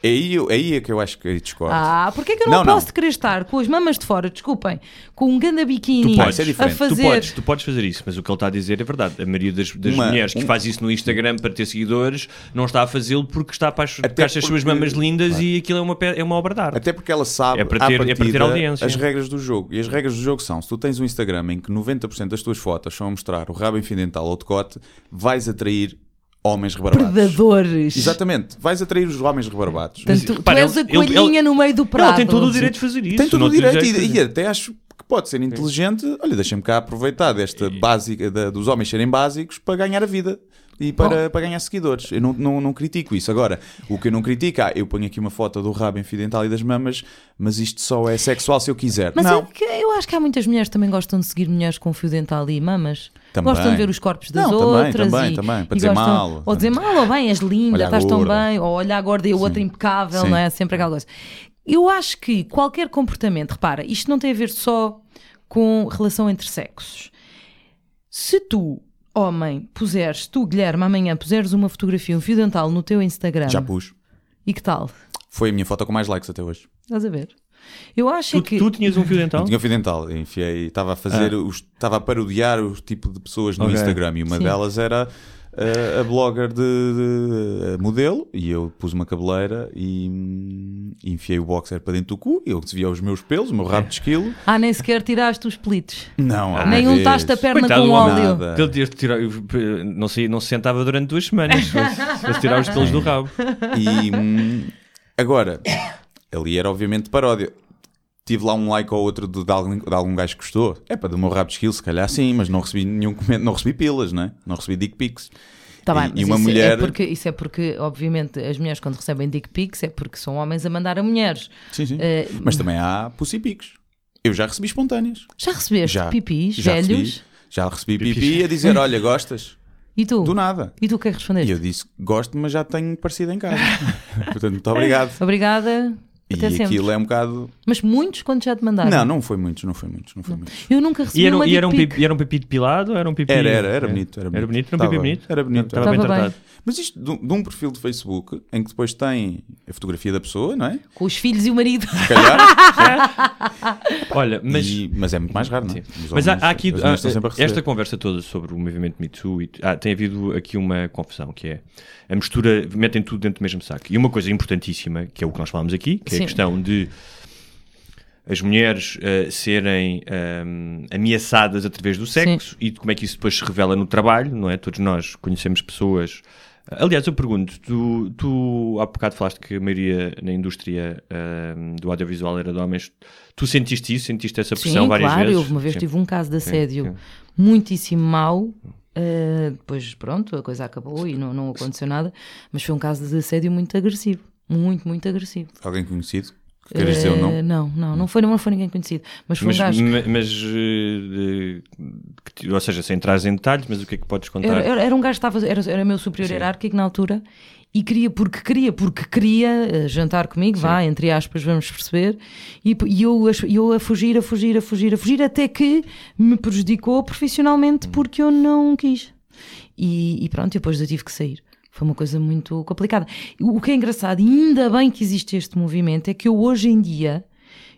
A: Aí, eu- aí é que eu acho que discordo.
B: Ah, porque é que eu não,
A: Não, não.
B: posso querer estar com as mamas de fora, desculpem, com um ganda biquíni
A: Tu podes, é
B: a
A: diferente. Tu
B: fazer.
C: Tu podes, tu podes fazer isso, mas o que ele está a dizer é verdade. A maioria das, das
A: Uma-
C: mulheres que
A: um-
C: faz isso no Instagram para ter seguidores não está a fazê-lo porque está apaixonada
A: Até
C: porque acha as suas
A: porque-
C: mamas lindas e aquilo é uma, pe- é uma obra de arte.
A: Até porque ela sabe
C: É para ter-
A: à
C: é para ter
A: partida,
C: audiência.
A: as regras do jogo. E as regras do jogo são: se tu tens um Instagram em que 90% das tuas fotos são a mostrar o rabo infidental ou decote, vais atrair homens rebarbados.
B: Predadores.
A: Exatamente, vais atrair os homens rebarbados.
B: Portanto, tu,
C: Repara,
B: és a
C: ele- ele-
B: coelhinha
C: ele-
B: no meio do
C: Não,
B: prado.
C: tem todo o direito de fazer isso.
A: Tem todo
C: não
A: o direito
C: dizer-
A: e, é e até acho que pode ser inteligente. Olha, deixa-me cá aproveitar desta básica da- dos homens serem básicos para ganhar a vida e para, para ganhar seguidores. Eu não, não, não critico isso. Agora, o que eu não critico, ah, eu ponho aqui uma foto do rabo infidental e das mamas, mas isto só é sexual se eu quiser.
B: Mas
A: não.
B: é que eu acho que há muitas mulheres que também gostam de seguir mulheres com fio dental e mamas.
A: Também.
B: Gostam de ver os corpos das
A: Não, também,
B: outras.
A: também,
B: e,
A: também, para
B: e
A: dizer
B: gostam-
A: mal.
B: Ou dizer mal, ou bem, és linda,
A: Olha a
B: estás tão
A: gorda.
B: bem, ou olha a gorda e o outro impecável,
A: Sim.
B: não é? Sempre aquela coisa. Eu acho que qualquer comportamento, repara, isto não tem a ver só com relação entre sexos. Se tu, homem, puseres, tu, Guilherme, amanhã puseres uma fotografia, um fio dental no teu Instagram,
A: Já pus.
B: e que tal?
A: Foi a minha foto com mais likes até hoje.
B: Estás a ver? Eu acho é
C: Tu,
B: que.
C: tu tinhas um fio dental?
A: Não tinha fio dental, enfiei, estava a fazer, os- estava a parodiar o tipo de pessoas no
C: Ok.
A: Instagram e uma
B: Sim.
A: delas era uh, a blogger de, de- uh, modelo e eu pus uma cabeleira e, hum, enfiei o boxer para dentro do cu e eu desviei os meus pelos, o meu rabo de esquilo.
B: Ah, nem sequer tiraste os pelitos.
A: Não, há uma
B: nem um
A: vez.
B: untaste a perna
C: Coitado
B: com
C: do homem.
B: óleo.
A: Nada.
C: Ele teve de tirar- não, se, não se sentava durante duas semanas para para se tirar os
A: É.
C: pelos do rabo.
A: E hum, agora, ali era obviamente paródia. Tive lá um like ou outro de, de algum, de algum gajo que gostou. É para do meu rabo de esquilo, se calhar sim, mas não recebi nenhum comentário, não recebi pilas, né? não recebi dick pics.
B: Tá
A: E-
B: bem,
A: e
B: mas
A: uma
B: isso
A: mulher-
B: É porque, isso é porque, obviamente, as mulheres quando recebem dick pics é porque são homens a mandar a mulheres.
A: Sim, sim.
B: Eh,
A: Mas também há pussy picos. Eu já recebi espontâneas.
B: já recebeste
A: Já.
B: pipis
A: já
B: velhos?
A: Recebi, já recebi pipi a dizer: Olha, gostas?
B: E tu?
A: Do nada.
B: E tu o que é
A: E
B: que respondeste?
A: eu disse: Gosto, mas já tenho parecido em casa. Portanto, muito obrigado.
B: Obrigada,
A: E
B: até sempre.
A: aquilo é um bocado.
B: Mas muitos quando já te mandaram.
A: Não, não foi muitos, não foi muitos, não foi muitos.
B: Eu nunca recebi
C: E era, um-
B: uma
C: e
B: dick
C: era um
B: pic.
C: pipi, era um pipi depilado? Era, um pipi...
A: Era, era, era bonito. Era bonito,
C: Era bonito, era um
A: Tava-
C: pipi bonito.
A: Era bonito.
C: Estava
A: era
C: bem
A: bonito.
B: Tava bem.
C: tratado.
A: Mas isto de, de um perfil de Facebook em que depois tem a fotografia da pessoa, não é?
B: Com os filhos e o marido.
A: Se calhar.
C: Olha, mas...
A: mas, e, mas é muito mais raro, não é?
C: Sim.
A: Os
C: Mas há,
A: homens-
C: há aqui
A: as mulheres
C: há-
A: estão sempre a receber.
C: esta conversa toda sobre o movimento Me Too e, ah, tem havido aqui uma confusão que é a mistura, metem tudo dentro do mesmo saco. E uma coisa importantíssima, que é o que nós falámos aqui, que é
B: Sim.
C: a questão de as mulheres ah, serem ahm, ameaçadas através do sexo e de como é que isso depois se revela no trabalho, não é? Todos nós conhecemos pessoas. Aliás, eu pergunto, tu, tu há bocado falaste que a maioria na indústria ahm, do audiovisual era de homens. Tu sentiste isso? Sentiste essa pressão
B: Sim,
C: várias
B: claro,
C: vezes?
B: eu uma vez
C: Sim.
B: tive um caso de assédio
C: sim.
B: muitíssimo mau. eh, depois, pronto, a coisa acabou e não, não aconteceu nada. Mas foi um caso de assédio muito agressivo. Muito, muito agressivo.
A: Alguém conhecido? Queres dizer ou
B: Eh,
A: não?
B: não, não, não foi, não foi ninguém conhecido. Mas foi
C: Mas,
B: um gajo.
C: ma- mas, eh, de- que ti- ou seja, sem entrar em detalhes, mas o que é que podes contar?
B: Era, era- era um gajo que estava. Era, era meu superior hierárquico na altura e queria, porque queria, porque queria eh, jantar comigo, vá, entre aspas, vamos perceber. E, p- e eu, a, e eu a fugir, a fugir, a fugir, a fugir, até que me prejudicou profissionalmente porque eu não quis. E, e pronto, e depois eu tive que sair. Foi uma coisa muito complicada. O que é engraçado, e ainda bem que existe este movimento, é que eu hoje em dia.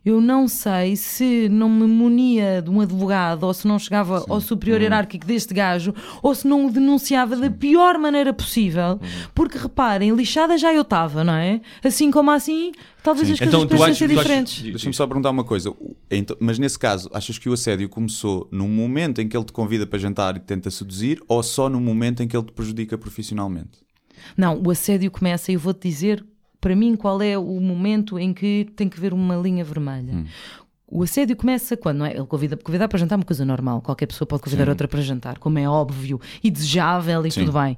B: Eu não sei se não me munia de um advogado ou se não chegava ao
C: Uhum.
B: superior hierárquico deste gajo ou se não o denunciava da pior maneira possível.
C: Uhum.
B: Porque reparem, lixada já eu estava, não é? Assim como assim, talvez as coisas
C: Então, tu
B: possam
C: achas-
B: ser
C: tu achas-
B: diferentes.
A: Deixa-me só perguntar uma coisa. O- então- mas nesse caso, achas que o assédio começou no momento em que ele te convida para jantar e te tenta seduzir ou só no momento em que ele te prejudica profissionalmente?
B: Não, o assédio começa e eu vou-te dizer, para mim, qual é o momento em que tem que haver uma linha vermelha.
A: Hum.
B: O assédio começa quando, não é? Ele convida, convidar para jantar é uma coisa normal. Qualquer pessoa pode convidar outra para jantar, como é óbvio e desejável e
A: Sim.
B: tudo bem.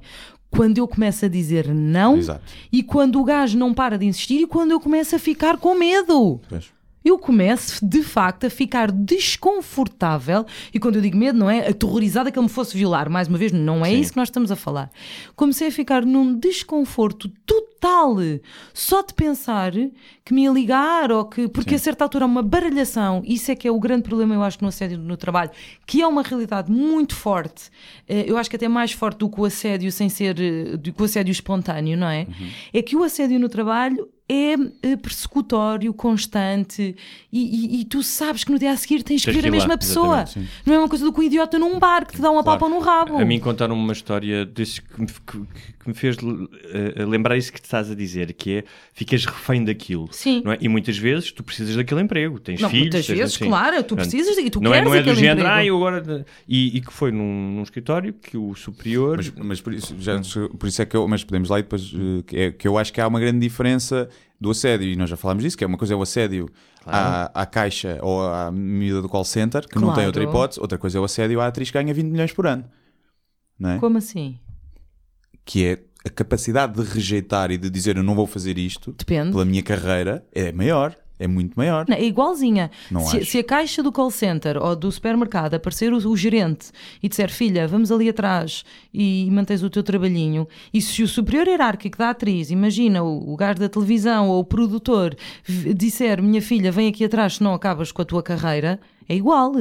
B: Quando eu começo a dizer não
A: Exato.
B: e quando o gajo não para de insistir e quando eu começo a ficar com medo.
A: Pois.
B: Eu começo, de facto, a ficar desconfortável. E quando eu digo medo, não é aterrorizada que ele me fosse violar. Mais uma vez, não é isso que nós estamos a falar. Comecei a ficar num desconforto total só de pensar que me ia ligar ou que. Porque a certa altura há uma baralhação. Isso é que é o grande problema, eu acho, no assédio no trabalho, que é uma realidade muito forte. Eh, Eu acho que até mais forte do que o assédio sem ser. eh, do que o assédio espontâneo, não é? É que o assédio no trabalho é eh, persecutório, constante, e, e- e tu sabes que no dia a seguir tens que
C: Tens
B: ver a
C: que ir lá,
B: mesma pessoa.
A: exatamente, sim.
B: Não é uma coisa do que um idiota num bar que te dá uma
C: Claro.
B: palpa no rabo.
A: um-
C: A mim contaram uma história desse que, me- que- que- que me fez eh, lembrar isso que te estás a dizer, que é ficas refém daquilo.
B: Sim.
C: não é? E muitas vezes tu precisas daquele emprego, tens
B: Não,
C: filhos.
B: muitas
C: tens-
B: vezes,
C: sim.
B: claro, tu
C: Portanto,
B: precisas e tu
C: não é,
B: queres
C: não é do
B: aquele
C: género,
B: emprego.
C: ah, eu agora. E, e que foi num, num escritório que o superior.
A: Mas, mas por, isso, já- por isso é que eu. Mas podemos lá e depois. eh, Que, é- que eu acho que há uma grande diferença do assédio, e nós já falámos disso, que é uma coisa é o assédio à, à caixa ou à miúda do call center, que não tem
B: Claro.
A: outra hipótese, outra coisa é o assédio à atriz que ganha 20 milhões por ano. Não é?
B: Como assim?
A: Que é a capacidade de rejeitar e de dizer eu não vou fazer isto
B: Depende.
A: pela minha carreira é maior, é muito maior.
B: Não, é igualzinha.
A: Não
B: se,
A: acho.
B: se a caixa do call center ou do supermercado aparecer o, o gerente e disser, filha, vamos ali atrás e mantens o teu trabalhinho, e se o superior hierárquico da atriz, imagina o, o gajo da televisão ou o produtor, v- disser, minha filha, vem aqui atrás, senão acabas com a tua carreira, é igual.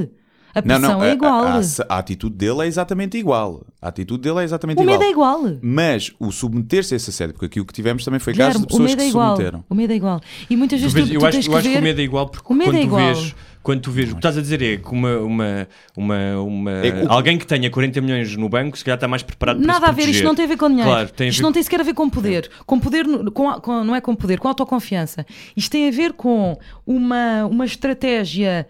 B: A pressão
A: a-
B: é
A: a-
B: igual.
A: A, a- a atitude dele é exatamente igual. A atitude dele é exatamente
B: o
A: igual.
B: medo é igual.
A: Mas o submeter-se a esse assédio, porque aqui o que tivemos também foi casos
B: Guilherme,
A: de
B: o
A: pessoas
B: medo
A: que
B: é
A: se
B: igual.
A: submeteram.
B: O medo é igual. E muitas
C: Tu
B: vezes
C: vês-
B: tu,
C: eu
B: tu
C: acho,
B: tens
C: eu
B: que
C: acho
B: ver...
C: que o medo é igual porque
B: O medo
C: quando,
B: é igual.
C: Tu vês, quando tu vês, o que estás a dizer é que uma, uma, uma, uma-
A: É o-
C: alguém que tenha 40 milhões no banco se calhar está mais preparado para
B: Nada
C: se
B: a ver, isto
C: proteger.
B: não tem a ver com dinheiro.
C: Claro, tem a
B: isto
C: ver-
B: não tem sequer a ver com poder.
A: É.
B: Com poder, no- com, a- com- não é com poder, com autoconfiança. Isto tem a ver com uma, uma estratégia,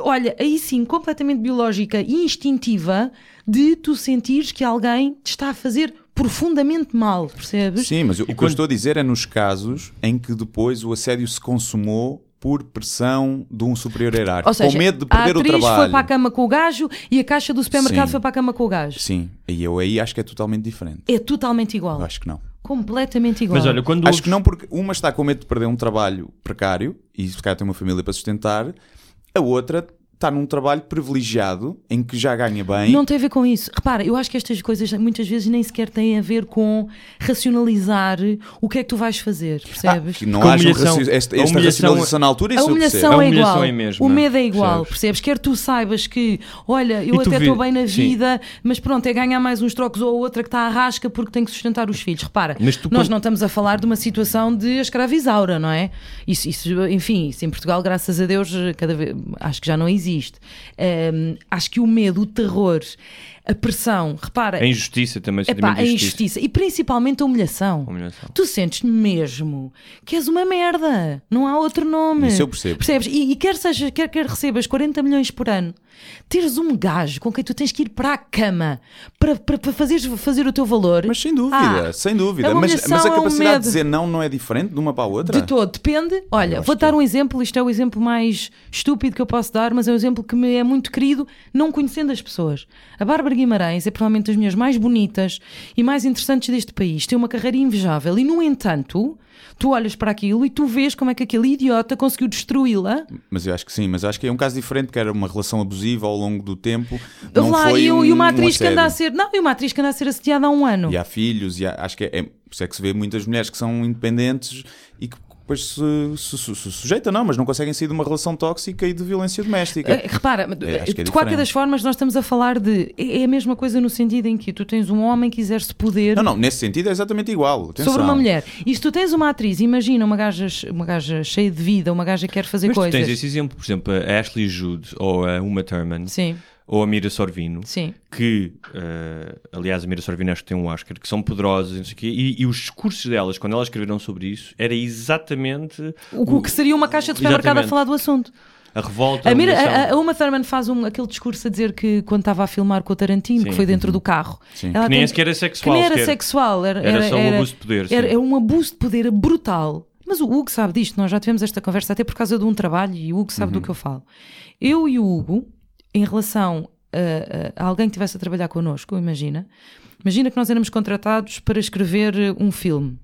B: olha, aí sim, completamente biológica e instintiva de tu sentires que alguém te está a fazer profundamente mal, percebes?
A: Sim, mas o que eu
C: quando-
A: estou a dizer é nos casos em que depois o assédio se consumou por pressão de um superior hierárquico,
B: Ou seja,
A: com medo de
B: a
A: perder o
B: atriz
A: trabalho.
B: foi para a cama com o gajo e a caixa do supermercado
A: Sim.
B: foi para a cama com o gajo.
A: Sim, e eu aí acho que é totalmente diferente.
B: É totalmente
A: Eu
B: igual.
A: acho que não.
B: Completamente igual.
C: Mas olha, quando
A: Acho
C: ouves-
A: que não porque uma está com medo de perder um trabalho precário e se calhar tem uma família para sustentar, a outra está num trabalho privilegiado em que já ganha bem.
B: Não tem a ver com isso. Repara, eu acho que estas coisas muitas vezes nem sequer têm a ver com racionalizar o que é que tu vais fazer, percebes?
A: Ah, que não
C: Porque a
A: haja um
C: humilhação-
A: raci- esta,
C: a
A: esta
C: humilhação-
A: racionalização na altura,
B: a
A: isso eu percebo.
B: humilhação
C: A
B: é
C: humilhação
B: igual,
C: é a mesma,
B: o medo é igual,
C: percebes?
B: percebes? Quer tu saibas que, olha, eu
C: E tu
B: até
C: vi-
B: estou bem na
C: sim.
B: vida, mas pronto, é ganhar mais uns trocos ou outra que está à rasca porque tem que sustentar os filhos. Repara,
C: Mas tu
B: nós
C: quando-
B: não estamos a falar de uma situação de escravizaura, não é? Isso, isso, enfim, isso em Portugal, graças a Deus, cada vez, acho que já não existe. Ahm, acho que o medo, o terror, a pressão, repara,
C: A injustiça também, o
B: Epá,
C: sentimento
B: a
A: é
C: de
B: injustiça e principalmente a humilhação.
C: Humilhação.
B: Tu sentes mesmo que és uma merda, não há outro nome.
A: Isso eu percebo.
B: Percebes? E, e quer, seja, quer, quer recebas 40 milhões por ano, teres um gajo com quem tu tens que ir para a cama para, para, para fazeres, fazer o teu valor.
A: Mas sem dúvida,
B: Ah,
A: sem dúvida.
B: a
A: Mas,
B: humilhação
A: mas a
B: é um
A: capacidade
B: medo.
A: de dizer não não é diferente de uma para a outra?
B: De todo, depende. Olha, vou dar um exemplo. Isto é o exemplo mais estúpido que eu posso dar, mas é um exemplo que me é muito querido, não conhecendo as pessoas. A Bárbara Guimarães é provavelmente das mulheres mais bonitas e mais interessantes deste país. Tem uma carreira invejável e, no entanto, tu olhas para aquilo e tu vês como é que aquele idiota conseguiu destruí-la.
A: Mas eu acho que sim, mas acho que é um caso diferente, que era uma relação abusiva ao longo do tempo. Não
B: Lá,
A: foi
B: e,
A: um,
B: e uma
A: um
B: atriz que
A: assédio.
B: anda a ser. Não, e uma atriz que anda a ser assediada há um ano.
A: E há filhos, e há- acho que é, é- por isso é que se vê muitas mulheres que são independentes e que depois se, se, se- se sujeitam, não, mas não conseguem sair de uma relação tóxica e de violência doméstica.
B: Eh, Repara,
A: É, acho que é
B: de qualquer
A: diferente.
B: das formas, nós estamos a falar de. É a mesma coisa no sentido em que tu tens um homem que exerce poder
A: Não, não, nesse sentido é exatamente igual. Atenção.
B: Sobre uma mulher. E se tu tens uma atriz, imagina uma gaja, uma gaja cheia de vida, uma gaja que quer fazer
C: Mas tu
B: coisas.
C: tens esse exemplo, por exemplo, a Ashley Judd ou a Uma Thurman
B: Sim,
C: ou a Mira Sorvino.
B: sim.
C: que, eh, aliás, a Mira Sorvino acho que tem um Oscar, que são poderosas e não sei o quê, e, e os discursos delas, quando elas escreveram sobre isso, era exatamente
B: O, o que seria uma caixa de supermercado a
C: Exatamente.
B: falar do assunto.
C: a revolta.
B: A, Mira-
C: humilhação.
B: a- a- a Uma Thurman faz um, aquele discurso a dizer que quando estava a filmar com o Tarantino,
C: Sim. Uhum.
B: que foi dentro do carro,
A: Sim.
B: ela
C: Que nem
B: Ah, tem-
C: sequer era
B: que
C: sexual.
B: nem era
C: sequer.
B: sexual, era,
C: Era só um abuso de poder,
B: Era,
C: sim.
B: era um abuso de poder brutal. Mas o Hugo sabe disto, nós já tivemos esta conversa até por causa de um trabalho e o Hugo sabe
C: Uhum.
B: do que eu falo. Eu e o Hugo, em relação a, a- a alguém que estivesse a trabalhar connosco, imagina, imagina que nós éramos contratados para escrever eh, um filme.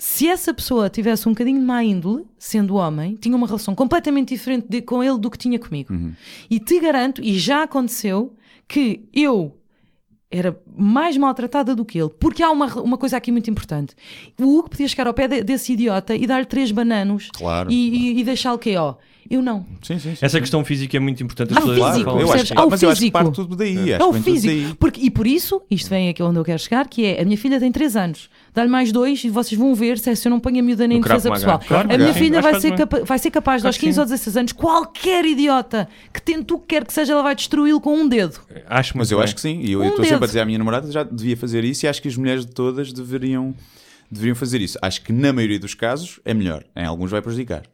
B: Se essa pessoa tivesse um bocadinho de má índole, sendo homem, tinha uma relação completamente diferente de- com ele do que tinha
C: Uhum.
B: comigo. E te garanto, e já aconteceu, que eu era mais maltratada do que ele. Porque há uma, uma coisa aqui muito importante. O Hugo podia chegar ao pé de- desse idiota e dar-lhe três bananos
A: Claro.
B: e, e, e deixá-lo que é, ó. Eu não.
A: Sim, sim, sim.
C: Essa questão física é muito importante.
B: Ah, físico,
A: eu acho
B: percebes?
A: que,
B: Ao
A: mas eu acho que
B: físico.
A: parte tudo daí. acho assim.
B: é
A: que
B: o
A: vem tudo
B: físico.
A: daí.
B: Porque, e por isso, isto vem aqui onde eu quero chegar, que é a minha filha tem 3 anos. Dá-lhe mais dois e vocês vão ver se, é- se eu não ponho a miúda nem em
C: No Krav
B: defesa
C: Maga.
B: pessoal.
C: Claro,
B: a minha
C: sim,
B: filha
C: acho
B: vai
C: que
B: ser,
C: faz bem.
B: capa- vai ser capaz
C: Claro
B: aos
C: que
B: 15
C: sim.
B: ou 16 anos, qualquer idiota que tente o que quer que seja, ela vai destruí-lo com um dedo.
C: assim, Acho
A: Mas eu acho que sim. E eu eu
B: Um
A: estou sempre
B: dedo.
A: a dizer à minha namorada já devia fazer isso e acho que as mulheres de todas deveriam, deveriam fazer isso. Acho que na maioria dos casos é melhor. Em alguns vai prejudicar.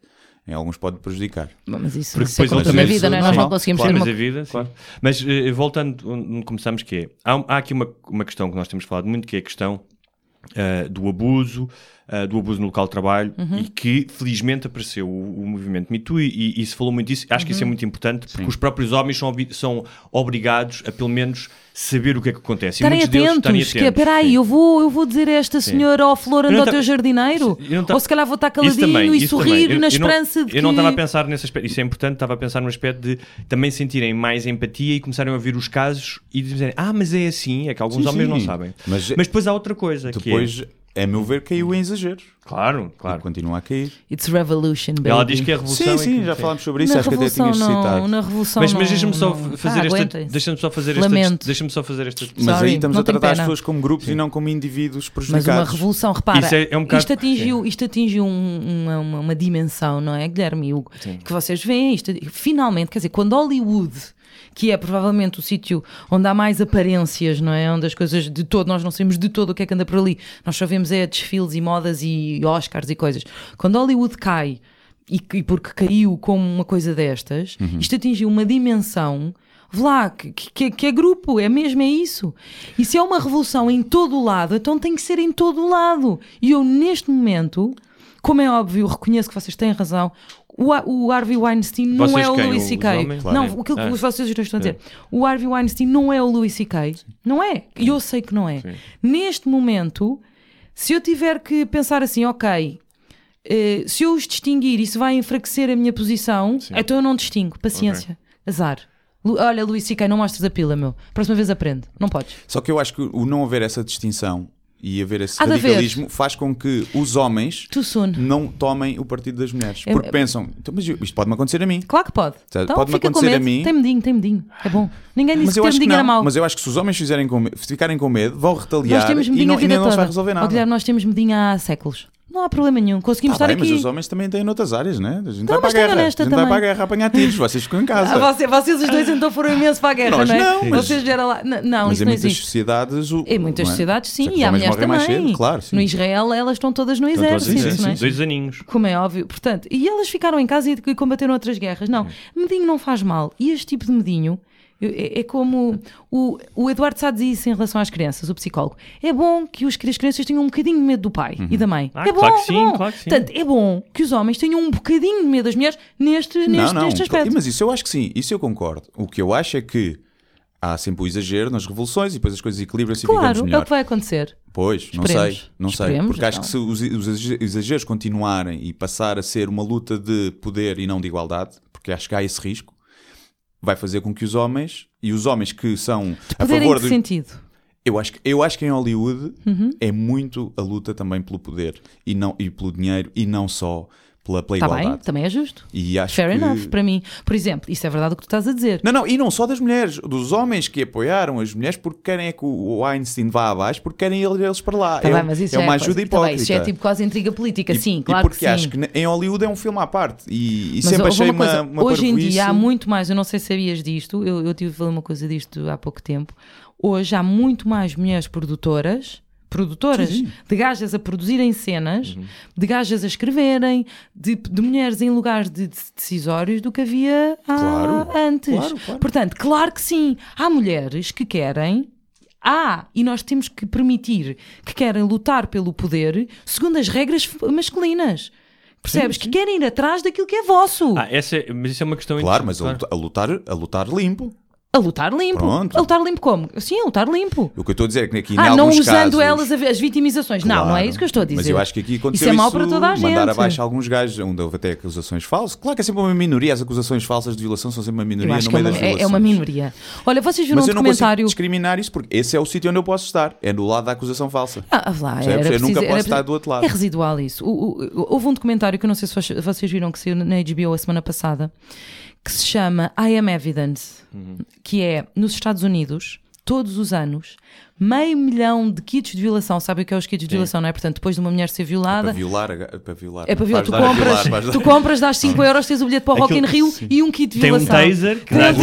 A: Em alguns pode prejudicar.
B: Bom, Mas isso,
C: Porque
B: isso é
C: depois
B: contra a
C: ele também-
B: vida, não é? Nós não conseguimos
C: Claro,
B: ter
C: mas
B: uma
C: a vida, sim. Mas eh, voltando onde começámos, que é, há, há aqui uma, uma questão que nós temos falado muito, que é a questão eh, do abuso, eh, do abuso no local de trabalho,
B: Uhum.
C: e que felizmente apareceu o, o movimento Me Too e, e se falou muito disso. Acho que isso
B: Uhum.
C: é muito importante, porque os próprios homens são, obri- são obrigados a pelo menos saber o que é que acontece.
B: estarem
C: e muitos deles
B: atentos,
C: estarem
B: que é,
C: atentos,
B: peraí,
C: sim.
B: eu vou, eu vou dizer a esta senhora, ó Flor, anda
C: Eu não
B: ao
C: tava-
B: teu jardineiro,
C: Eu não tava-
B: ou se calhar vou estar
C: Isso
B: caladinho
C: também,
B: e
C: isso
B: sorrir
C: também. Eu-
B: na
C: eu
B: esperança
C: não,
B: de que...
C: Eu não estava a pensar nesse aspecto, isso é importante, estava a pensar no aspecto de também sentirem mais empatia e começarem a ouvir os casos e dizerem, ah, mas é assim, é que alguns
A: Sim,
C: homens
A: sim.
C: não sabem.
A: Mas- eh,
C: depois há outra coisa que
B: é.
A: Depois, a meu ver, caiu em exagero.
C: é... Claro,
A: E
C: claro.
A: continua a cair.
B: It's revolution, baby.
C: Ela diz que é a revolução.
A: Sim,
C: é
A: sim,
C: que-
A: já falámos sobre isso.
B: na
A: acho que até
B: revolução
A: tinhas citado.
B: não, na revolução
C: Mas,
B: não,
C: mas deixa-me só
B: não-
C: fazer
B: Ah,
C: esta,
B: aguentem-se.
C: deixa-me só fazer esta,
B: Lamento.
C: deixa-me só fazer esta
A: Mas
B: Sorry,
A: aí estamos
B: não
A: a
B: tenho
A: tratar as
B: pena.
A: pessoas como grupos e não como indivíduos
B: Mas
A: prejudicados.
B: uma revolução, repara,
C: Isso é- é um bocado-
B: isto atingiu, isto atingiu um- uma, uma- uma dimensão, não é, Guilherme e Hugo? Que vocês veem isto, finalmente, quer dizer, quando Hollywood, que é provavelmente o sítio onde há mais aparências, não é? Onde as coisas de todo, nós não sabemos de todo o que é que anda por ali, nós só vemos é desfiles e modas e Oscars e coisas. Quando Hollywood cai, e, que- e porque caiu como uma coisa destas,
C: Uhum.
B: isto atingiu uma dimensão. vê Lá, que, que- que é grupo, é mesmo, é isso. E se é uma revolução em todo o lado, então tem que ser em todo o lado. E eu, neste momento, como é óbvio, reconheço que vocês têm razão, o, A- o Harvey Weinstein não
C: Vocês
B: é o
C: quem?
B: Louis
C: Os
B: C.K.
C: homens?
B: Não,
C: Claro.
B: aquilo que
C: Ah.
B: vocês dois estão a dizer. O Harvey Weinstein não é o Louis C.K. Não é. E eu sei que não é. Neste momento, se eu tiver que pensar assim, ok, eh, se eu os distinguir, isso vai enfraquecer a minha posição, então eu não distingo. Paciência. Azar. Lu- Olha, Luís Siquei, não mostres a pila, meu. Próxima vez aprende. Não podes.
A: Só que eu acho que o não haver essa distinção e haver esse
B: Há de haver.
A: radicalismo faz com que os homens
B: Too soon.
A: não tomem o partido das mulheres.
B: É-
A: Porque pensam, "Então, mas eu- isto pode-me acontecer a mim.
B: Claro que pode.
A: Tá,
B: Então
A: pode-me
B: fica com
A: acontecer a
B: medo.
A: mim.
B: Tem medinho, tem medinho. É bom. Ninguém disse
A: Mas
B: que
A: eu,
B: ter
A: acho que
B: medinho era
A: não,
B: mau.
A: mas eu acho que se os homens fizerem com medo- ficarem com medo, vão retaliar
B: Nós temos
A: e,
B: medinho
A: não,
B: a
A: e
B: vida
A: nem não
B: toda.
A: se vai resolver nada.
B: Ó, Guilherme, nós temos medinho há séculos. Não há problema nenhum. Conseguimos
A: Tá
B: estar
A: bem, mas
B: aqui.
A: os homens também têm noutras áreas, né? A gente vai
B: Não,
A: para a
B: mas tenho
A: guerra. A gente
B: honesta
A: vai
B: também.
A: para a guerra apanhar tiros, vocês ficam em casa.
B: Ah, você- vocês os dois então foram imenso para a guerra,
A: Nós
B: não é?
A: não, mas-
B: Vocês eram lá. N- Não,
A: Mas
B: isso
A: em
B: não
A: muitas
B: existe.
A: sociedades. o-
B: Em muitas
A: não é?
B: sociedades,
A: Só
B: sim,
A: que os
B: e há
A: homens
B: mulheres
A: morrem
B: também.
A: mais cedo, claro, sim.
B: No Israel, elas estão todas no
C: Estão todos
B: exército,
C: sim,
B: não é?
C: sim, dois aninhos.
B: Como é óbvio, portanto, e elas ficaram em casa e e combateram outras guerras. Não, medinho não faz mal. E este tipo de medinho eu- é, é como o, o Eduardo Sá dizia isso em relação às crianças, o psicólogo. É bom que, os, que as crianças tenham um bocadinho de medo do pai
A: Uhum.
B: e da mãe.
C: Ah,
B: é bom,
C: claro que
B: é
C: sim,
B: bom.
C: claro que sim.
B: Portanto, é bom que os homens tenham um bocadinho de medo das mulheres neste, neste,
A: não, então, não.
B: neste aspecto.
A: Mas isso eu acho que sim, isso eu concordo. O que eu acho é que há sempre o exagero nas revoluções e depois as coisas equilibram-se e ficamos
B: Claro, é
A: melhor.
B: o que vai acontecer.
A: Pois, não
B: Esperemos.
A: sei, não sei.
B: Esperemos, então.
A: Porque acho que se os os exageros continuarem e passar a ser uma luta de poder e não de igualdade, porque acho que há esse risco, vai fazer com que os homens e os homens que são a
B: Poder em
A: favor
B: que
A: do.
B: sentido? Tá
A: Eu acho, que, eu acho que em Hollywood
B: Uhum.
A: é muito a luta também pelo poder e, não, e pelo dinheiro e não só pela, pela
B: Está bem,
A: igualdade.
B: também é justo.
A: E acho
B: Fair
A: que...
B: enough, para mim. Por exemplo, isso é verdade o que tu estás a dizer.
A: Não, não, e não só das mulheres, dos homens que apoiaram as mulheres porque querem é que o o Einstein vá abaixo porque querem ele- eles para lá.
B: Tá
A: é
B: bem,
A: um-
B: mas isso
A: é
B: já
A: uma
B: coisa-
A: ajuda
B: tá bem,
A: hipócrita.
B: isso já é tipo quase intriga política,
A: E-
B: sim,
A: e
B: claro
A: porque
B: que sim.
A: acho que ne- em Hollywood é um filme à parte e, e
B: Mas
A: sempre
B: houve
A: achei
B: uma coisa,
A: uma, uma
B: hoje em
A: parvoíce.
B: dia há muito mais, eu não sei se sabias disto, eu, eu tive a falar uma coisa disto há pouco tempo. Hoje há muito mais mulheres produtoras, produtoras, de gajas a produzirem cenas,
A: Uhum.
B: de gajas a escreverem, de, de mulheres em lugares de, de- decisórios do que havia há
A: Claro,
B: antes.
A: claro, claro.
B: Portanto, claro que sim, há mulheres que querem. Há, e nós temos que permitir que querem lutar pelo poder segundo as regras f- masculinas. Percebes? Que querem ir atrás daquilo que é vosso.
A: Ah,
C: Ah, essa, é- mas isso é uma questão
A: Claro, mas a
C: interessante,
A: luta- a lutar, a lutar limpo.
B: A lutar limpo.
A: Pronto.
B: A lutar limpo como? Sim, a lutar limpo.
A: O que eu estou a dizer é que aqui, em
B: Ah,
A: alguns
B: não usando
A: casos,
B: elas a- as vitimizações. não, não é
A: Claro.
B: isso que eu estou a dizer.
A: Mas eu acho que aqui aconteceu
B: isso. é mau para toda a gente.
A: mandar abaixo alguns gajos, onde houve até acusações falsas. Claro que é sempre uma minoria, as acusações falsas de violação são sempre uma
B: Eu
A: minoria
B: acho
A: no
B: que é
A: meio
B: uma,
A: das
B: é-
A: violações.
B: é uma minoria. Olha, vocês viram
A: Mas
B: um
A: eu não consigo
B: documentário.
A: discriminar isso, porque esse é o sítio onde eu posso estar. É do lado da acusação falsa.
B: Ah, lá,
A: Percebes?
B: era
A: Eu é, nunca
B: preciso-
A: posso
B: era
A: estar
B: preciso-
A: do outro lado.
B: É residual isso. O- o- o- houve um documentário que eu não sei se vocês- vocês viram que saiu na HBO a semana passada que se chama I Am Evidence,
A: Uhum.
B: que é nos Estados Unidos, todos os anos, meio milhão de kits de violação. Sabem o que é os kits de violação, não é? Portanto, depois de uma mulher ser
A: Para
B: violada.
A: violar, a- para violar.
B: É para violar.
A: Vais
B: Tu
A: dar a
B: compras,
A: violar, vais dar-
B: tu compras, dás 5 euros, tens o bilhete para o Rock in
C: Aquilo-
B: Rio
C: sim.
B: e um kit de
C: Tem um
B: violação.
C: taser que dá um,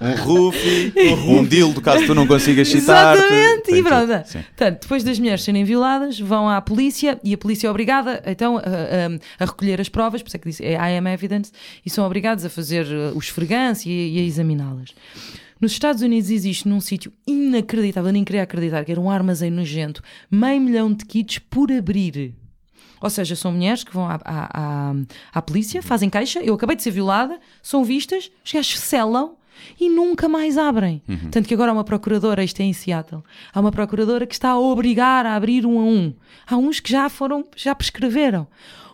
A: um roofie, um dildo, caso tu não consigas citar.
B: Exatamente, e pronto.
A: Sim.
B: Portanto, depois das mulheres serem violadas, vão à polícia e a polícia é obrigada então a, a- a recolher as provas, por isso é que disse é I am evidence, e são obrigados a fazer uh, os fregantes e, e a examiná-las. Nos Estados Unidos existe num sítio inacreditável, eu nem queria acreditar, que era um armazém nojento, meio milhão de kits por abrir. Ou seja, são mulheres que vão à, à, à- à polícia, fazem caixa, eu acabei de ser violada, são vistas, os gajos selam e nunca mais abrem.
A: Uhum.
B: Tanto que agora há uma procuradora, isto é em Seattle, há uma procuradora que está a obrigar a abrir um a um. Há uns que já foram, já prescreveram.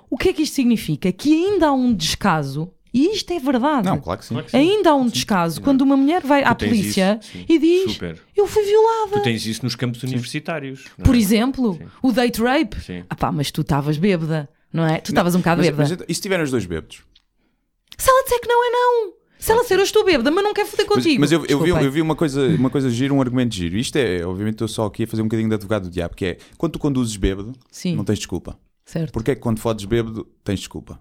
B: O que é que isto significa? Que ainda há um descaso, e isto é verdade.
A: Não, claro que sim.
B: Ainda há um descaso quando uma mulher vai à
C: tens
B: polícia
C: isso, sim,
B: e diz:
C: super.
B: Eu fui violada.
C: Tu tens isso nos campos universitários. não
B: Por
C: é?
B: exemplo, o date rape.
C: Sim.
B: Ah pá, mas tu estavas bêbada, não é? Tu estavas um bocado
A: Mas,
B: bêbada.
A: mas, e se tiverem os dois bêbados?
B: Se ela disser que não é não. Se ela disser eu estou bêbada, mas não quero foder
A: Mas,
B: contigo.
A: mas eu, eu vi, um-
B: Desculpem.
A: eu vi uma, coisa, uma coisa giro, um argumento giro. Isto é, obviamente, estou só aqui a fazer um bocadinho de advogado do diabo, que é quando tu conduzes bêbado,
B: Sim.
A: não tens desculpa.
B: Certo.
A: Porquê é que quando fodes bêbado tens desculpa?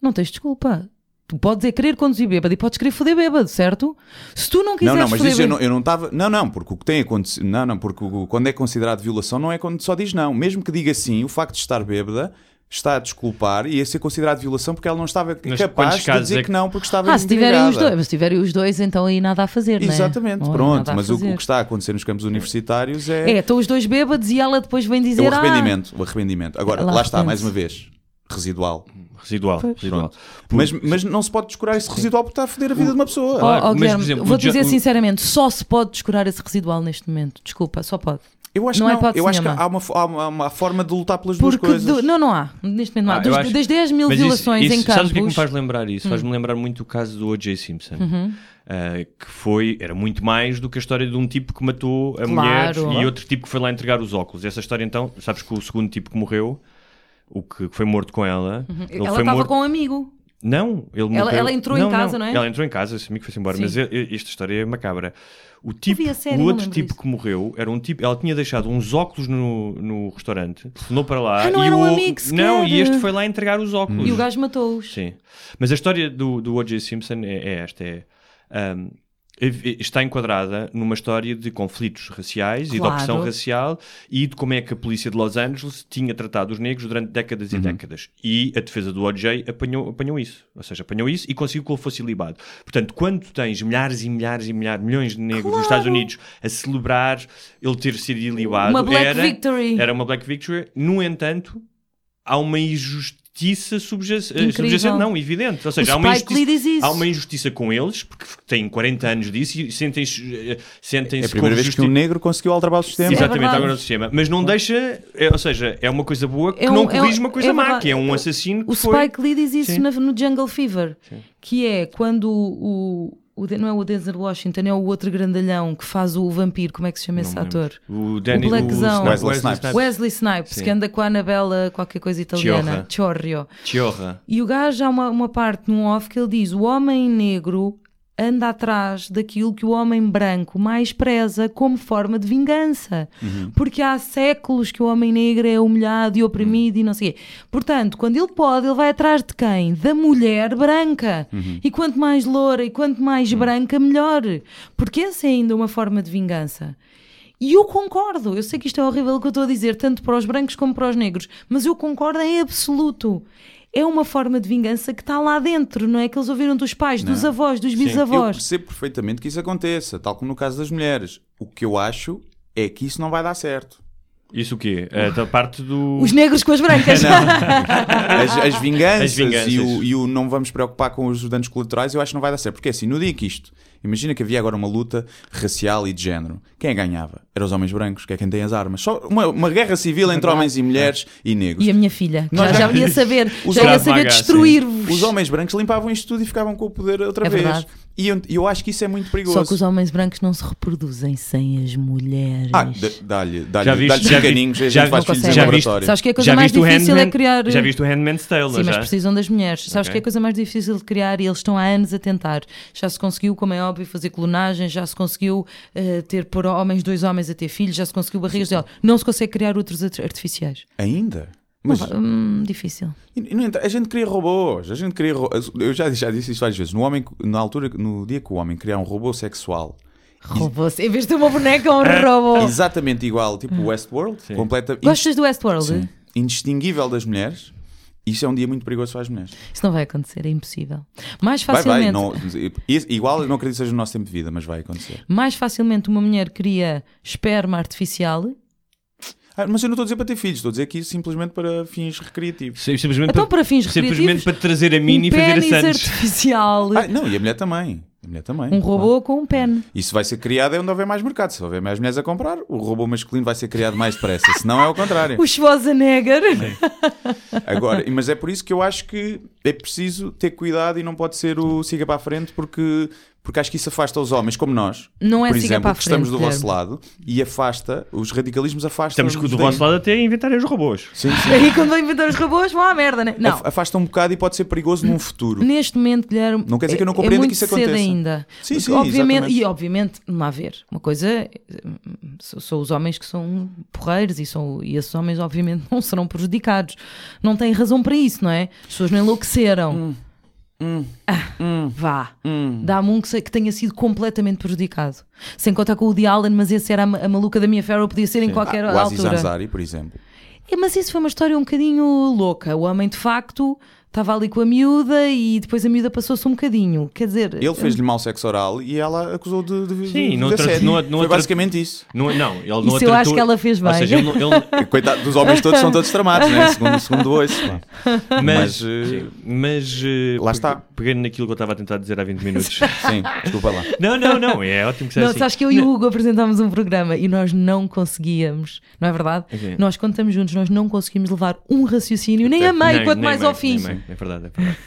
B: Não tens desculpa. Tu podes é querer conduzir bêbado e podes querer foder bêbado, certo? Se tu não quiseres
A: não, não, mas
B: foder
A: isso eu não
B: bêbado-
A: eu não estava. Não, não, porque o que tem acontecido. Não, não, porque o- quando é considerado violação não é quando só diz não. Mesmo que diga sim, o facto de estar bêbada está a desculpar e a ser considerado violação porque ela não estava
C: Mas
A: capaz
C: quantos
A: de
C: casos
A: dizer
C: é
A: que
C: que-
A: não porque estava
B: Ah, se tiverem
A: embriagada.
B: os dois, mas se tiverem os dois, então aí nada a fazer, não é?
A: Exatamente,
B: Oh,
A: pronto.
B: nada a
A: Mas o, o
B: fazer.
A: que está a acontecer nos campos universitários
B: É, estão os dois bêbados e ela depois vem
A: É
B: dizer.
A: o
B: "Ah, É
A: arrependimento, o arrependimento. Agora,
B: Ela
A: lá está, mais uma
B: arrepende-se.
A: vez, residual.
C: Residual. residual.
A: Pronto. Mas, mas não se pode descurar esse residual porque está a foder a vida de uma pessoa.
B: Ó, ó,
C: Mas, por
B: "Ah, oh, Guilherme,
C: exemplo,
B: vou
C: o Ja-
B: dizer
C: o-
B: sinceramente, só se pode descurar esse residual neste momento. Desculpa, só pode.
A: eu acho
B: não
A: que
B: é
A: não.
B: hipótese
A: eu acho que
B: nenhuma.
A: há uma, fo- há uma- há uma forma de lutar pelas
B: Porque
A: duas coisas.
B: do- não, não há. Neste momento não há.
C: Ah, eu
B: Dos-
C: acho-
B: das 10 mil
C: Mas isso-
B: violações
C: isso-
B: em
C: Sabes o que é que me
B: campos. Hum. Uhum.
C: faz lembrar isso? Faz-me lembrar muito o caso do O.J. Simpson. ah, que foi, era muito mais do que a história de um tipo que matou a
B: Claro.
C: mulher e outro tipo que foi lá entregar os óculos. Essa história então, sabes que o segundo tipo que morreu, o que que foi morto com ela, ele
B: Ela
C: foi
B: estava
C: morto
B: com um amigo.
C: Não, ele
B: Ela-
C: morreu-
B: ela entrou em casa, não é?
C: Ela entrou em casa, esse amigo foi-se embora,
B: Sim.
C: mas eu- eu- esta história é macabra. O, tipo,
B: vi a série,
C: o
B: não
C: outro
B: lembro
C: tipo
B: disso.
C: que morreu era um tipo. Ela tinha deixado uns óculos no, no restaurante, telefonou para lá
B: Ah, não
C: e
B: eram
C: o
B: amigos
C: Não,
B: sequer. Hum.
C: e este foi lá entregar os óculos.
B: E o gajo matou-os.
C: Hum. Sim. Mas a história do, do O.J. Simpson é, é esta: é, ahm, é- é- está enquadrada numa história de conflitos raciais e de
B: Claro.
C: opressão racial e de como é que a polícia de Los Angeles tinha tratado os negros durante décadas e décadas. E a defesa do O.J. Apanhou, apanhou isso. Ou seja, apanhou isso e conseguiu que ele fosse ilibado. Portanto, quando tens milhares e milhares e milhares, milhões de negros nos Estados Unidos a celebrar ele ter sido ilibado,
B: Uma Black
C: era,
B: Victory.
C: era uma Black Victory. No entanto, há uma injustiça subjac-
B: Incrível.
C: subjacente, não, evidente. Ou seja,
B: O
C: há, uma
B: Spike Lee diz
C: injustiça,
B: isso.
C: há uma injustiça com eles, porque f- têm 40 anos disso e sentem-se eh, sentem
A: É a primeira vez que um negro conseguiu alterar o sistema.
B: Sim. É
C: Exatamente,
B: verdade.
C: agora no sistema. Mas não deixa, é, ou seja, é uma coisa boa que
B: É um-
C: não
B: é um-
C: corrige uma coisa
B: é
C: má,
B: verdade.
C: que é um assassino que
B: O
C: foi...
B: Spike Lee diz isso
C: Sim.
B: na- no Jungle Fever, que é quando o, o- o de- Não é o Denzel Washington, é o outro grandalhão que faz o vampiro, como é que se chama esse ator?
C: Hum. O Danny
B: O blackzão.
C: o
A: Wesley Snipes.
B: Wesley Snipes,
C: Sim.
B: que anda com a Anabela, qualquer coisa italiana,
C: Chiorra.
B: Chorrio.
C: Chiorra.
B: E o gajo há uma, uma parte num off que ele diz: o homem negro anda atrás daquilo que o homem branco mais preza como forma de vingança. Porque há séculos que o homem negro é humilhado e oprimido e não sei o quê. Portanto, quando ele pode, ele vai atrás de quem? Da mulher branca. E quanto mais loura e quanto mais branca, melhor. Porque essa é ainda uma forma de vingança. E eu concordo, eu sei que isto é horrível o que eu estou a dizer, tanto para os brancos como para os negros, mas eu concordo em absoluto. É uma forma de vingança que está lá dentro, não é? Que eles ouviram dos pais, dos avós, dos
A: Eu
B: bisavós.
A: percebo perfeitamente que isso aconteça, tal como no caso das mulheres. O que eu acho é que isso não vai dar certo.
C: Isso o quê? É, da parte do.
B: Os negros com as brancas.
A: As, as vinganças,
C: As vinganças.
A: E, o, e o não vamos preocupar com os danos colaterais, eu acho que não vai dar certo. Porque assim, no dia que isto, imagina que havia agora uma luta racial e de género, quem é que ganhava? Eram os homens brancos, que é quem tem as armas. Só uma, uma guerra civil
C: É
A: entre homens e mulheres e negros.
B: E a minha filha, que
A: Nós
B: já,
A: já-
B: já ia saber,
A: Os
B: já ia
C: Krav
B: saber
C: Maga,
A: Os
C: sim.
B: destruir-vos.
A: homens brancos limpavam isto tudo e ficavam com o poder outra
B: É
A: vez.
B: verdade.
A: E eu, eu acho que isso é muito perigoso.
B: Só que os homens brancos não se reproduzem sem as mulheres.
A: Ah, d- dá-lhe,
C: Já
A: dá-lhe, dá-lhe
C: viste- já vi-
A: caninhos, a
C: já
A: gente faz
C: vi-
A: filhos em
C: já viste-
A: laboratório.
B: Sabes que a coisa
C: Já
B: mais
C: viste o
B: difícil é
C: Handman-
B: criar.
C: Já viste o Handman's Tale,
B: Sim,
C: não
B: mas
C: já?
B: precisam das mulheres. Sabes
C: Ok.
B: que é a coisa mais difícil de criar e eles estão há anos a tentar. Já se conseguiu, como é óbvio, fazer clonagem, já se conseguiu eh, ter por homens, dois homens a ter filhos, já se conseguiu barrigas dela. Não se consegue criar outros art- artificiais.
A: Ainda? Mas,
B: Hum, difícil.
A: E, no entanto, a gente cria robôs, a gente cria ro- Eu já, já disse isto várias vezes. No homem, na altura, no dia que o homem criar um robô sexual
B: Robô. Em vez de ter uma boneca, um
C: Oh.
B: robô.
A: exatamente igual, tipo
C: Hum.
A: Westworld, completa,
B: Gostas do Westworld?
A: in- indistinguível das mulheres, isso é um dia muito perigoso para as mulheres.
B: Isso não vai acontecer, é impossível. Mais
A: Vai, vai.
B: facilmente,
A: Não, i- igual, eu não acredito que seja no nosso tempo de vida, mas vai acontecer.
B: mais facilmente uma mulher cria esperma artificial.
C: Então,
A: Ah, mas eu não estou a dizer para ter filhos, estou a dizer aqui simplesmente para fins recreativos.
C: Sim, Simplesmente,
B: Então, para fins
C: simplesmente
B: recreativos,
C: para te trazer a
B: Um
C: mini e fazer a
B: pênis
C: Santos.
B: artificial.
A: Ah, não, e a mulher também. A mulher também.
B: Um robô com um pene.
A: Isso vai ser criado é onde houver mais mercado. Se houver mais mulheres a comprar, o robô masculino vai ser criado mais depressa. Se não, é o contrário.
B: O Schwarzenegger.
A: Agora, mas é por isso que eu acho que é preciso ter cuidado e não pode ser o siga para a frente, porque, porque acho que isso afasta os homens como nós.
B: Não é
A: por
B: siga
A: exemplo,
B: para a
A: que estamos do
B: frente,
A: vosso lado e afasta, os radicalismos afastam.
C: Estamos com o do vosso lado até a inventarem os robôs.
A: Sim, sim.
B: Aí quando vão inventar os robôs, vão à merda, né? Não.
A: Af- Afasta um bocado e pode ser perigoso num futuro.
B: Neste momento, Guilherme,
A: Não quer dizer que eu não
B: é-
A: compreenda
B: é muito
A: que isso
B: cedo
A: aconteça.
B: ainda.
A: Sim,
B: Porque,
A: sim,
B: obviamente,
A: exatamente.
B: E obviamente, não há a ver. Uma coisa, hum, são são os homens que são porreiros e, são, e esses homens, obviamente, não serão prejudicados. Não têm razão para isso, não é? As pessoas não enlouqueceram.
A: Hum.
B: Ah, Vá, dá-me um que, sei que tenha sido completamente prejudicado. Sem contar com o de Allen, mas esse era a, ma- a maluca da minha Farrow, podia ser em qualquer
A: Ah, o Aziz
B: altura.
A: Ansari, por exemplo.
B: É, mas isso foi uma história um bocadinho louca. O homem, de facto, estava ali com a miúda e depois a miúda passou-se um bocadinho. Quer dizer,
A: Ele fez-lhe mau sexo oral e ela acusou de, de,
C: Sim,
A: de,
C: não
A: de
C: tra-
A: assédio.
C: não- não
A: Foi
C: tra-
A: basicamente isso.
C: Não, não, ele não
B: Isso
C: a
B: eu
C: tratou-
B: acho que ela fez
C: Ou
B: bem.
C: seja, ele, não- ele-
A: Coitado, dos homens todos são todos tramados, né? segundo, segundo hoje.
C: mas,
A: Mas,
C: sim, mas, eh,
A: lá
C: pe-
A: está.
C: Pegando naquilo que eu estava a tentar dizer há 20 minutos.
A: Sim, desculpa lá.
C: não, não, não, é ótimo que seja
B: Não,
C: assim.
B: sabes que eu e o Hugo apresentámos um programa e nós não conseguíamos, não é verdade?
C: Ok.
B: Nós, quando estamos juntos, nós não conseguimos levar um raciocínio, nem a meio,
C: Nem-
B: quanto
C: nem
B: mais
C: meio,
B: ao fim.
C: nem meio, É verdade, é verdade.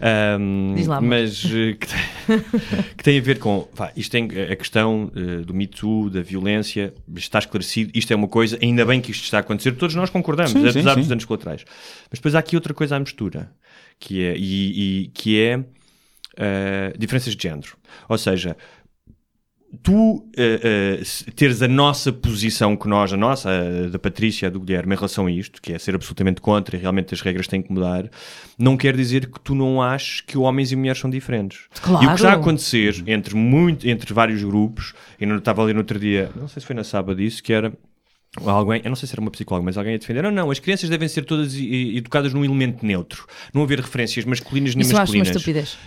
C: Ahm,
B: Diz lá, amor.
C: mas eh, que tem, que tem a ver com vá, isto tem a questão eh, do Me Too, da violência, está esclarecido, isto é uma coisa, ainda bem que isto está a acontecer, todos nós concordamos,
A: Sim, sim,
C: apesar dos
A: sim.
C: danos colaterais. Mas depois há aqui outra coisa à mistura, que é, e, e- que é eh, diferenças de género. Ou seja, tu eh, eh, se- teres a nossa posição que nós, a nossa, a da Patrícia, a do Guilherme, em relação a isto, que é ser absolutamente contra e realmente as regras têm que mudar, não quer dizer que tu não aches que homens e mulheres são diferentes.
B: Claro.
C: E o que está a acontecer entre, muito, entre vários grupos, e não estava ali no outro dia, não sei se foi na sábado isso, que era alguém, eu não sei se era uma psicóloga, mas alguém a defender, não, não, as crianças devem ser todas e- e- educadas num elemento neutro, não haver referências masculinas nem
B: Isso eu acho uma
C: masculinas.
B: estupidez.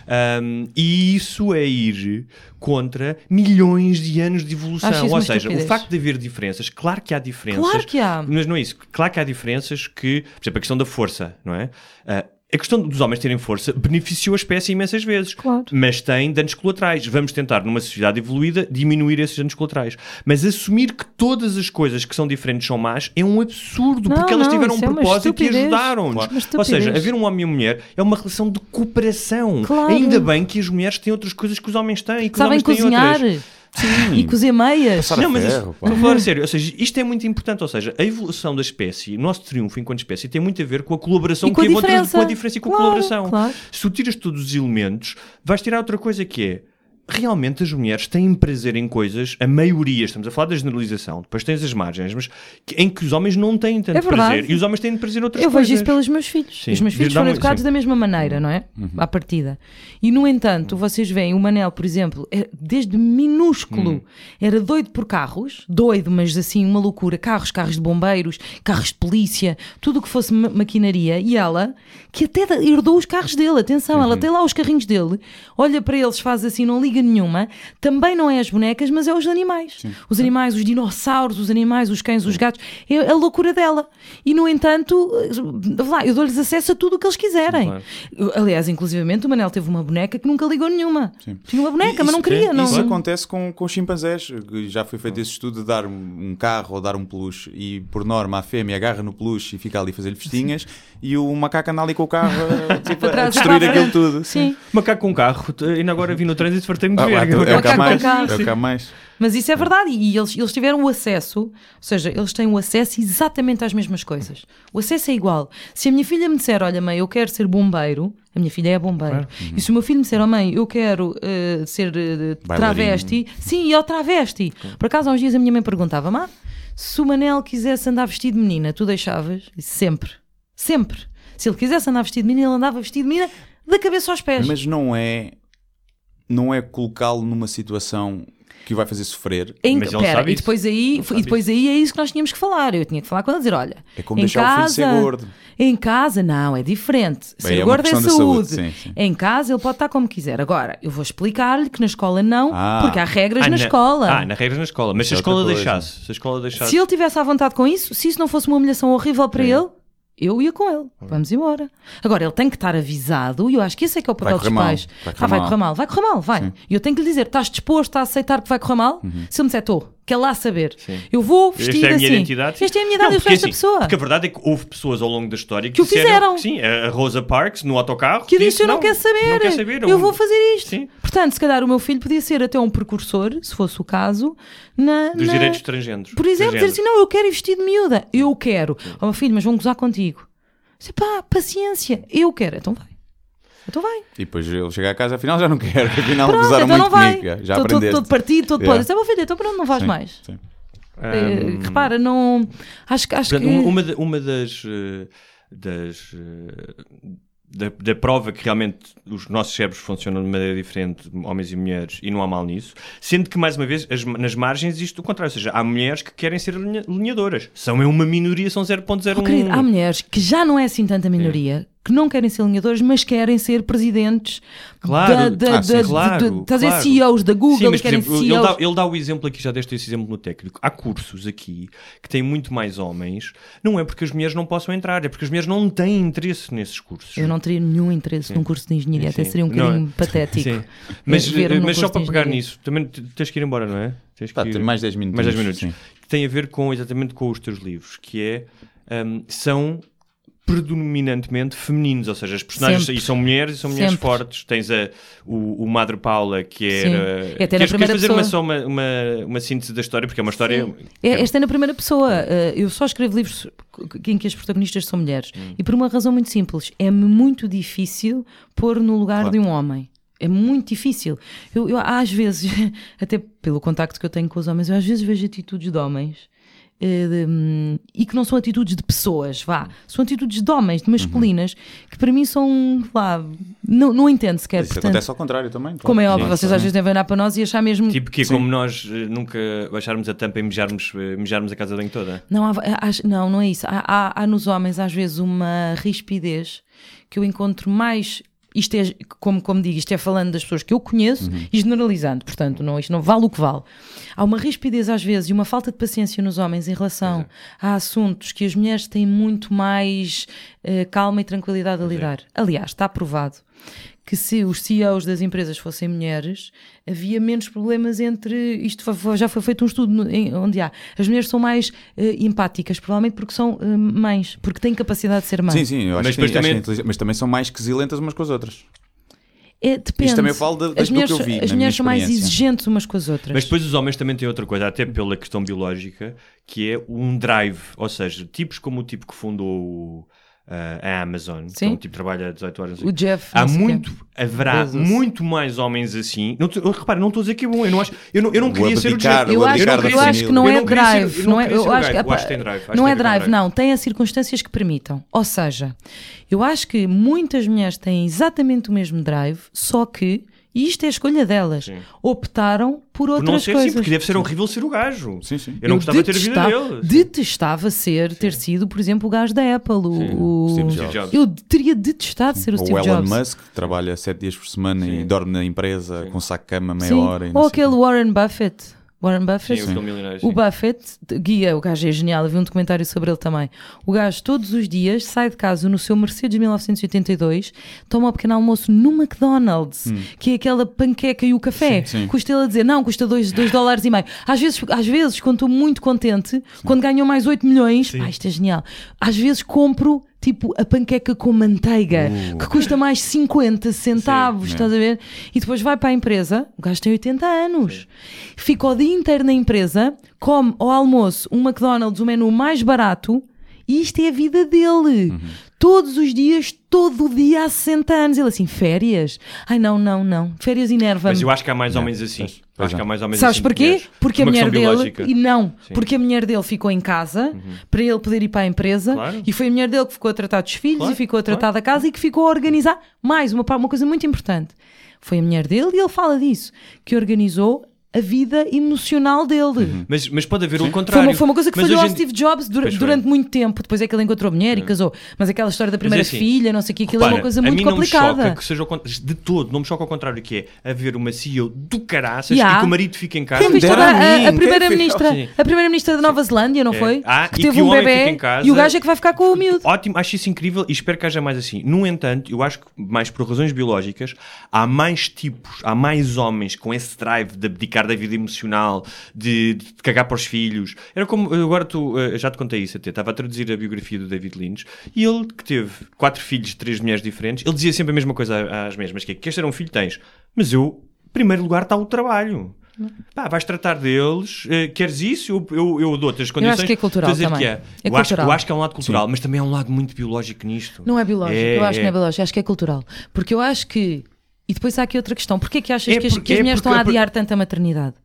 C: Um, e isso é ir contra milhões de anos de evolução.
B: Acho isso
C: Ou
B: uma
C: seja,
B: estupidez.
C: o facto de haver diferenças, claro que há diferenças.
B: Claro que há.
C: Mas não é isso. Claro que há diferenças que, por exemplo, a questão da força, não é? Ah, a questão dos homens terem força beneficiou a espécie imensas vezes.
B: Claro.
C: Mas tem danos colaterais. Vamos tentar, numa sociedade evoluída, diminuir esses danos colaterais. Mas assumir que todas as coisas que são diferentes são más é um absurdo,
B: Não,
C: porque elas
B: não,
C: tiveram um
B: isso é uma
C: propósito e
B: estupidez.
C: ajudaram-nos.
B: Claro. Uma
C: Ou seja,
B: estupidez.
C: haver um homem e uma mulher é uma relação de cooperação.
B: Claro.
C: Ainda bem que as mulheres têm outras coisas que os homens têm e que
B: Sabem
C: os homens têm
B: cozinhar
C: outras.
B: e cozer meias.
A: Passar a
C: Não, mas isso-
A: ferro, pá.
C: estou a falar a sério. Ou seja, isto é muito importante. Ou seja, a evolução da espécie, o nosso triunfo enquanto espécie, tem muito a ver com a colaboração
B: E com a
C: que encontras-
B: diferença.
C: com a diferença e com
B: Claro,
C: a colaboração.
B: claro.
C: Se tu tiras todos os elementos, vais tirar outra coisa que é. Realmente as mulheres têm prazer em coisas, a maioria, estamos a falar da generalização, depois tens as margens, mas que- em que os homens não têm tanto
B: É verdade.
C: prazer e os homens têm de prazer em outras
B: Eu
C: coisas.
B: vejo isso pelos meus filhos.
C: Sim.
B: Os meus filhos
C: Dá
B: foram
C: muito-
B: educados
C: sim. Uhum.
B: da mesma maneira, não é? À partida. E, no entanto, vocês veem o Manel, por exemplo, é- desde minúsculo,
C: Uhum.
B: era doido por carros, doido, mas assim, uma loucura. Carros, carros de bombeiros, carros de polícia, tudo o que fosse ma- maquinaria. E ela,
C: Uhum.
B: que até da- herdou os carros dele, atenção, ela tem lá os carrinhos dele, olha para eles, faz assim, não liga liga nenhuma, também não é as bonecas, mas é os animais. Os animais, os dinossauros, os animais, os cães, os gatos. É a loucura dela. E, no entanto, eh, vá lá, eu dou-lhes acesso a tudo o que eles quiserem. Eu, Aliás, inclusivamente, o Manel teve uma boneca que nunca ligou nenhuma. Tinha uma boneca, mas não queria. não...
A: Isso é acontece com, com os chimpanzés. que Já foi feito esse estudo de dar um um carro ou dar um peluche e, por norma, a fêmea agarra no peluche e fica ali a fazer-lhe festinhas e o macaco anda ali com o carro a, tipo, a
B: trás e para a
A: destruir aquilo
B: frente.
A: tudo.
B: Sim.
C: Macaco com carro, t- ainda agora vi no trânsito, fartei-me de
A: Ah,
C: ver.
A: lá, é o que há
B: Macaco
A: mais.
B: com carro,
A: É o que há
B: sim.
A: mais.
B: Mas isso é verdade, e eles, eles tiveram o acesso, ou seja, eles têm o acesso exatamente às mesmas coisas. O acesso é igual. Se a minha filha me disser, olha, mãe, eu quero ser bombeiro, a minha filha é bombeiro, e se o meu filho me disser, oh, mãe, eu quero eh, ser eh, travesti, sim, eu travesti. Por acaso, há uns dias a minha mãe perguntava, má, se o Manel quisesse andar vestido de menina, tu deixavas? Disse, sempre, sempre. Se ele quisesse andar vestido de menina, ele andava vestido de menina da cabeça aos pés.
A: Mas não é, não é colocá-lo numa situação que o vai fazer sofrer.
B: Em,
C: Mas ele
B: pera,
C: sabe
B: e
C: isso.
B: depois aí, e depois aí é isso que nós tínhamos que falar. Eu tinha que falar com ela dizer, olha,
A: É como
B: em
A: deixar o filho
B: casa,
A: ser gordo.
B: Em casa não, é diferente. Ser
A: Bem, é uma
B: gordo é
A: questão de
B: saúde.
A: saúde, sim, sim.
B: Em casa ele pode estar como quiser. Agora, eu vou explicar-lhe que na escola não,
A: Ah.
B: porque há regras
C: Ah,
B: na escola.
C: Ah, na regra na escola. Mas se a
A: é outra
C: escola
A: coisa.
C: deixasse, se a escola deixasse.
B: Se ele tivesse à vontade com isso, se isso não fosse uma humilhação horrível
C: É.
B: para ele, eu ia com ele. Vamos embora. Agora, ele tem que estar avisado e eu acho que esse é que é o papel dos
A: correr mal.
B: pais.
A: Vai correr
B: ah, vai
A: mal.
B: correr mal, vai correr mal, vai. E eu tenho que lhe dizer, estás disposto a aceitar que vai correr mal? Se ele me disser, estou, quer lá saber. Eu vou vestir
C: Uhum. Esta é a
B: assim.
C: minha identidade.
B: Esta é a minha idade,
C: Não,
B: eu sou
C: porque
B: esta
C: assim,
B: pessoa.
C: Porque a verdade é que houve pessoas ao longo da história que,
B: Que o
C: disseram
B: fizeram.
C: que sim. A Rosa Parks, no autocarro,
B: que
C: disse,
B: disse eu não, quero saber,
C: Não quer saber.
B: eu
C: um-
B: vou fazer isto.
C: Sim.
B: Portanto, se calhar o meu filho podia ser até um precursor, se fosse o caso, na,
C: Dos
B: na-
C: direitos transgêneros.
B: Por exemplo, dizer assim: não, eu quero ir vestido de miúda, eu quero. Ó meu filho, mas vão gozar contigo. Disse, pá, paciência, eu quero. Então vai. Então vai.
A: E depois ele chega a casa, afinal já não quero, afinal
B: Pronto,
A: gozaram
B: então
A: muito
B: não vai.
A: comigo.
C: é,
A: Já
B: Tô- tô-
A: aprendeste.
B: Todo partido, todo
A: Yeah.
B: podre. Disse, ó meu filho, então pronto, não vais
A: Sim,
B: mais.
A: sim.
B: Eh, repara, não. Acho, que- acho
C: Portanto,
B: que.
C: um- uma, da- uma das. eh, das eh, da, da prova que realmente os nossos cérebros funcionam de maneira diferente, homens e mulheres, e não há mal nisso. Sendo que, mais uma vez, as- nas margens existe o contrário. Ou seja, há mulheres que querem ser alinha- alinhadoras. São é uma minoria, são 0.01.
B: Oh, querido, há mulheres que já não é assim tanta minoria, que não querem ser alinhadores, mas querem ser presidentes. da,
C: Claro.
B: da,
A: Ah, sim,
B: da-
C: claro,
B: de- de- estás a
C: claro.
B: dizer CEOs da Google,
C: Sim, mas, por
B: querem
C: exemplo, ele,
B: CEOs.
C: dá, ele dá o exemplo aqui, já deste esse exemplo no técnico. Há cursos aqui que têm muito mais homens. Não é porque as mulheres não possam entrar, é porque as mulheres não têm interesse nesses cursos.
B: Eu não teria nenhum interesse num curso de engenharia, até
C: Sim.
B: seria um
C: Não,
B: bocadinho
C: é.
B: patético.
C: Sim. Mas,
B: ver
C: eh,
B: num
C: mas só
B: curso
C: para
B: de
C: pegar
B: engenharia.
C: nisso, também te- tens que ir embora, não é? Tens que
A: Pá,
C: ir-
A: tem mais 10 minutinhos,
C: Mais 10 minutos. É,
A: sim.
C: Que tem a ver com, exatamente com os teus livros, que é. hum, são predominantemente femininos, ou seja, as personagens
B: Sempre.
C: e são mulheres e são mulheres
B: Sempre.
C: fortes. Tens a, o, o Madre Paula, que
B: Sim.
C: era.
B: E até na
C: queres, queres
B: primeira
C: fazer uma,
B: pessoa.
C: só uma, uma, uma síntese da história, porque é uma história.
B: É, esta é na primeira pessoa. Uh, eu só escrevo livros que- em que as protagonistas são mulheres.
A: Hum.
B: E por uma razão muito simples. É-me muito difícil pôr no lugar de um homem. É muito difícil. Eu, eu às vezes, até pelo contacto que eu tenho com os homens, eu às vezes vejo atitudes de homens eh, de, hum, e que não são atitudes de pessoas,
A: Hum.
B: vá. São atitudes de homens, de masculinas, que para mim são, lá, não, não entendo sequer.
A: Uhum. Isso
B: É, portanto,
A: acontece ao contrário também. claro.
B: como é óbvio,
A: Sim,
B: vocês
A: sim.
B: às vezes devem olhar para nós e achar mesmo
C: Tipo que é como nós eh, nunca baixarmos a tampa e mijarmos, eh, mijarmos a casa de banho toda.
B: Não, há, há- não, não é isso. Há, há- há nos homens, às vezes, uma rispidez que eu encontro mais. Isto é, como, como digo, isto é falando das pessoas que eu conheço e generalizando, portanto, não, isto não vale o que vale. Há uma rispidez, às vezes, e uma falta de paciência nos homens em relação a assuntos que as mulheres têm muito mais eh, calma e tranquilidade a lidar. Aliás, está provado que se os CEOs das empresas fossem mulheres, havia menos problemas entre. Isto fa- fa- já foi feito um estudo no- em- onde há. As mulheres são mais eh, empáticas, provavelmente porque são eh, mães, porque têm capacidade de ser mãe.
A: Sim, sim, eu
C: Mas
A: acho, que sim, acho
C: depois
A: que é
C: também-
A: inteligente, mas também são mais quesilentas umas com as outras.
B: É, depende.
A: Isto também eu falo de- das-
B: as
A: do
B: mulheres,
A: que eu vi, na
B: As mulheres
A: minha
B: são mais
A: experiência.
B: exigentes umas com as outras.
C: Mas depois os homens também têm outra coisa, até pela questão biológica, que é um drive. Ou seja, tipos como o tipo que fundou eh, a Amazon, que é
B: Sim.
C: um tipo que trabalha 18 horas. não sei
B: o Jeff.
C: Há
B: não sei o quê.
C: muito, haverá
B: Bezos.
C: muito mais homens assim. Não, tô- repara, não estou a dizer que é bom. Eu não, acho, eu não, eu não
A: O
C: queria ser o
A: abdicar,
C: Jeff.
A: o
B: Eu acho,
A: abdicar da
B: eu acho
A: família.
B: que não
C: Eu
B: é
C: não queria ser- eu
B: drive.
C: não
B: Não é,
C: queria ser
B: eu
C: o
B: acho que,
C: drive. Eu
B: epá,
C: acho que tem drive, acho
B: não
C: que
B: é
C: tem drive,
B: drive, não. Tem as circunstâncias que permitam. Ou seja, eu acho que muitas mulheres têm exatamente o mesmo drive, só que E isto é a escolha delas.
C: Sim.
B: Optaram por
C: Por não
B: outras
C: ser sim,
B: coisas.
C: porque deve ser horrível ser o gajo.
A: Sim, sim.
C: Eu não gostava de ter a vida
B: detestava-
C: dele.
B: Detestava ser, ter sido, por exemplo, o gajo da Apple. o-
C: Sim.
B: o-
A: Steve
C: Steve Jobs.
B: Eu teria detestado ser o
A: Ou
B: Steve
A: o Elon
B: tipo Jobs.
A: Musk, que trabalha sete dias por semana e
C: Sim.
A: dorme na empresa com um saco de cama meia
B: Sim.
A: hora. E não
B: Ou
A: sei
B: aquele
A: quê.
B: Warren Buffett. Warren
C: Sim,
B: Buffett.
C: eu sou um milionário, sim.
B: O Buffett guia, o gajo é genial, havia um documentário sobre ele também. O gajo todos os dias sai de casa no seu Mercedes 1982, toma o pequeno almoço no McDonald's, que é aquela panqueca e o café.
A: Hum. Sim, sim.
B: Custa ele a dizer, não, custa 2 dólares e meio. Às vezes, às vezes quando estou muito contente, quando ganhou mais 8 milhões, pá, isto é genial. Às vezes compro tipo a panqueca com manteiga,
C: Uh.
B: que custa mais 50 centavos, estás
C: é.
B: a ver? E depois vai para a empresa, o gajo tem 80 anos, fica o dia inteiro na empresa, come ao almoço um McDonald's, o menu mais barato, e isto é a vida dele.
C: Uhum.
B: Todos os dias, todo o dia há 60 anos. Ele assim, férias? Ai não, não, não. Férias enerva-me.
C: Mas eu acho que há mais homens assim.
A: pois é.
C: acho que há mais homens
B: Sabes
C: assim.
B: porquê?
C: mulheres.
B: Porque a
C: Uma
B: mulher
C: questão
B: dele.
C: biológica.
B: E não,
C: Sim. Uhum.
B: porque a mulher dele ficou em casa para ele poder ir para a empresa
C: Claro.
B: e foi a mulher dele que ficou a tratar dos filhos
C: Claro,
B: e ficou a
C: claro.
B: tratar da casa e que ficou a organizar. Mais uma, pa- uma coisa muito importante. Foi a mulher dele e ele fala disso, que organizou a vida emocional dele.
C: Mas, mas pode haver o
B: Foi
C: Uhum. contrário.
B: uma, foi uma coisa que
C: Mas
B: falhou
C: hoje
B: ao
C: em-
B: Steve Jobs dura-
C: Pois foi.
B: durante muito tempo. Depois é que ele encontrou a mulher e casou. Mas aquela história da primeira
C: Mas é assim,
B: filha, não sei o que, aquilo é
C: Repara,
B: uma coisa
C: a
B: muito
C: mim
B: complicada.
C: Não me choca que seja ao contrário, de todo, não me choca ao contrário, que é haver uma CEO do caraças
B: Yeah.
C: e que o marido fica em casa.
B: Quem visto
A: dera
B: agora
A: a mim,
B: a, a
A: quem
B: primeira-ministra
C: fez-
B: a primeira-ministra da Nova Zelândia, não
C: É.
B: foi?
C: Ah,
B: que
C: e
B: teve
C: que o
B: um
C: homem
B: bebê
C: fica em casa.
B: e o gajo é que vai ficar com o miúdo.
C: Ótimo, acho isso incrível e espero que haja mais assim. No entanto, eu acho que mais por razões biológicas, há mais tipos, há mais homens com esse drive de abdicar da vida emocional, de, de cagar para os filhos. Era como, agora tu, eh, já te contei isso até, estava a traduzir a biografia do David Lynch e ele, que teve quatro filhos de três mulheres diferentes, ele dizia sempre a mesma coisa às mesmas, que é, queres ter um filho? Tens. Mas eu, em primeiro lugar, está o trabalho.
B: Hum.
C: Pá, vais tratar deles, eh, queres isso? Eu, eu, eu dou-te as condições.
B: que é cultural
C: Estás a dizer
B: também. É
C: que eu, acho, eu
B: cultural.
C: acho que há um lado cultural, mas também há um lado muito biológico nisto.
B: Não é biológico, eu acho que não é biológico, acho que é cultural. Porque eu acho que. E depois há aqui outra questão: porquê é que achas
C: É
B: que, as,
C: porque-
B: que as
C: é
B: mulheres
C: porque-
B: estão a
C: é por-
B: adiar tanto a maternidade?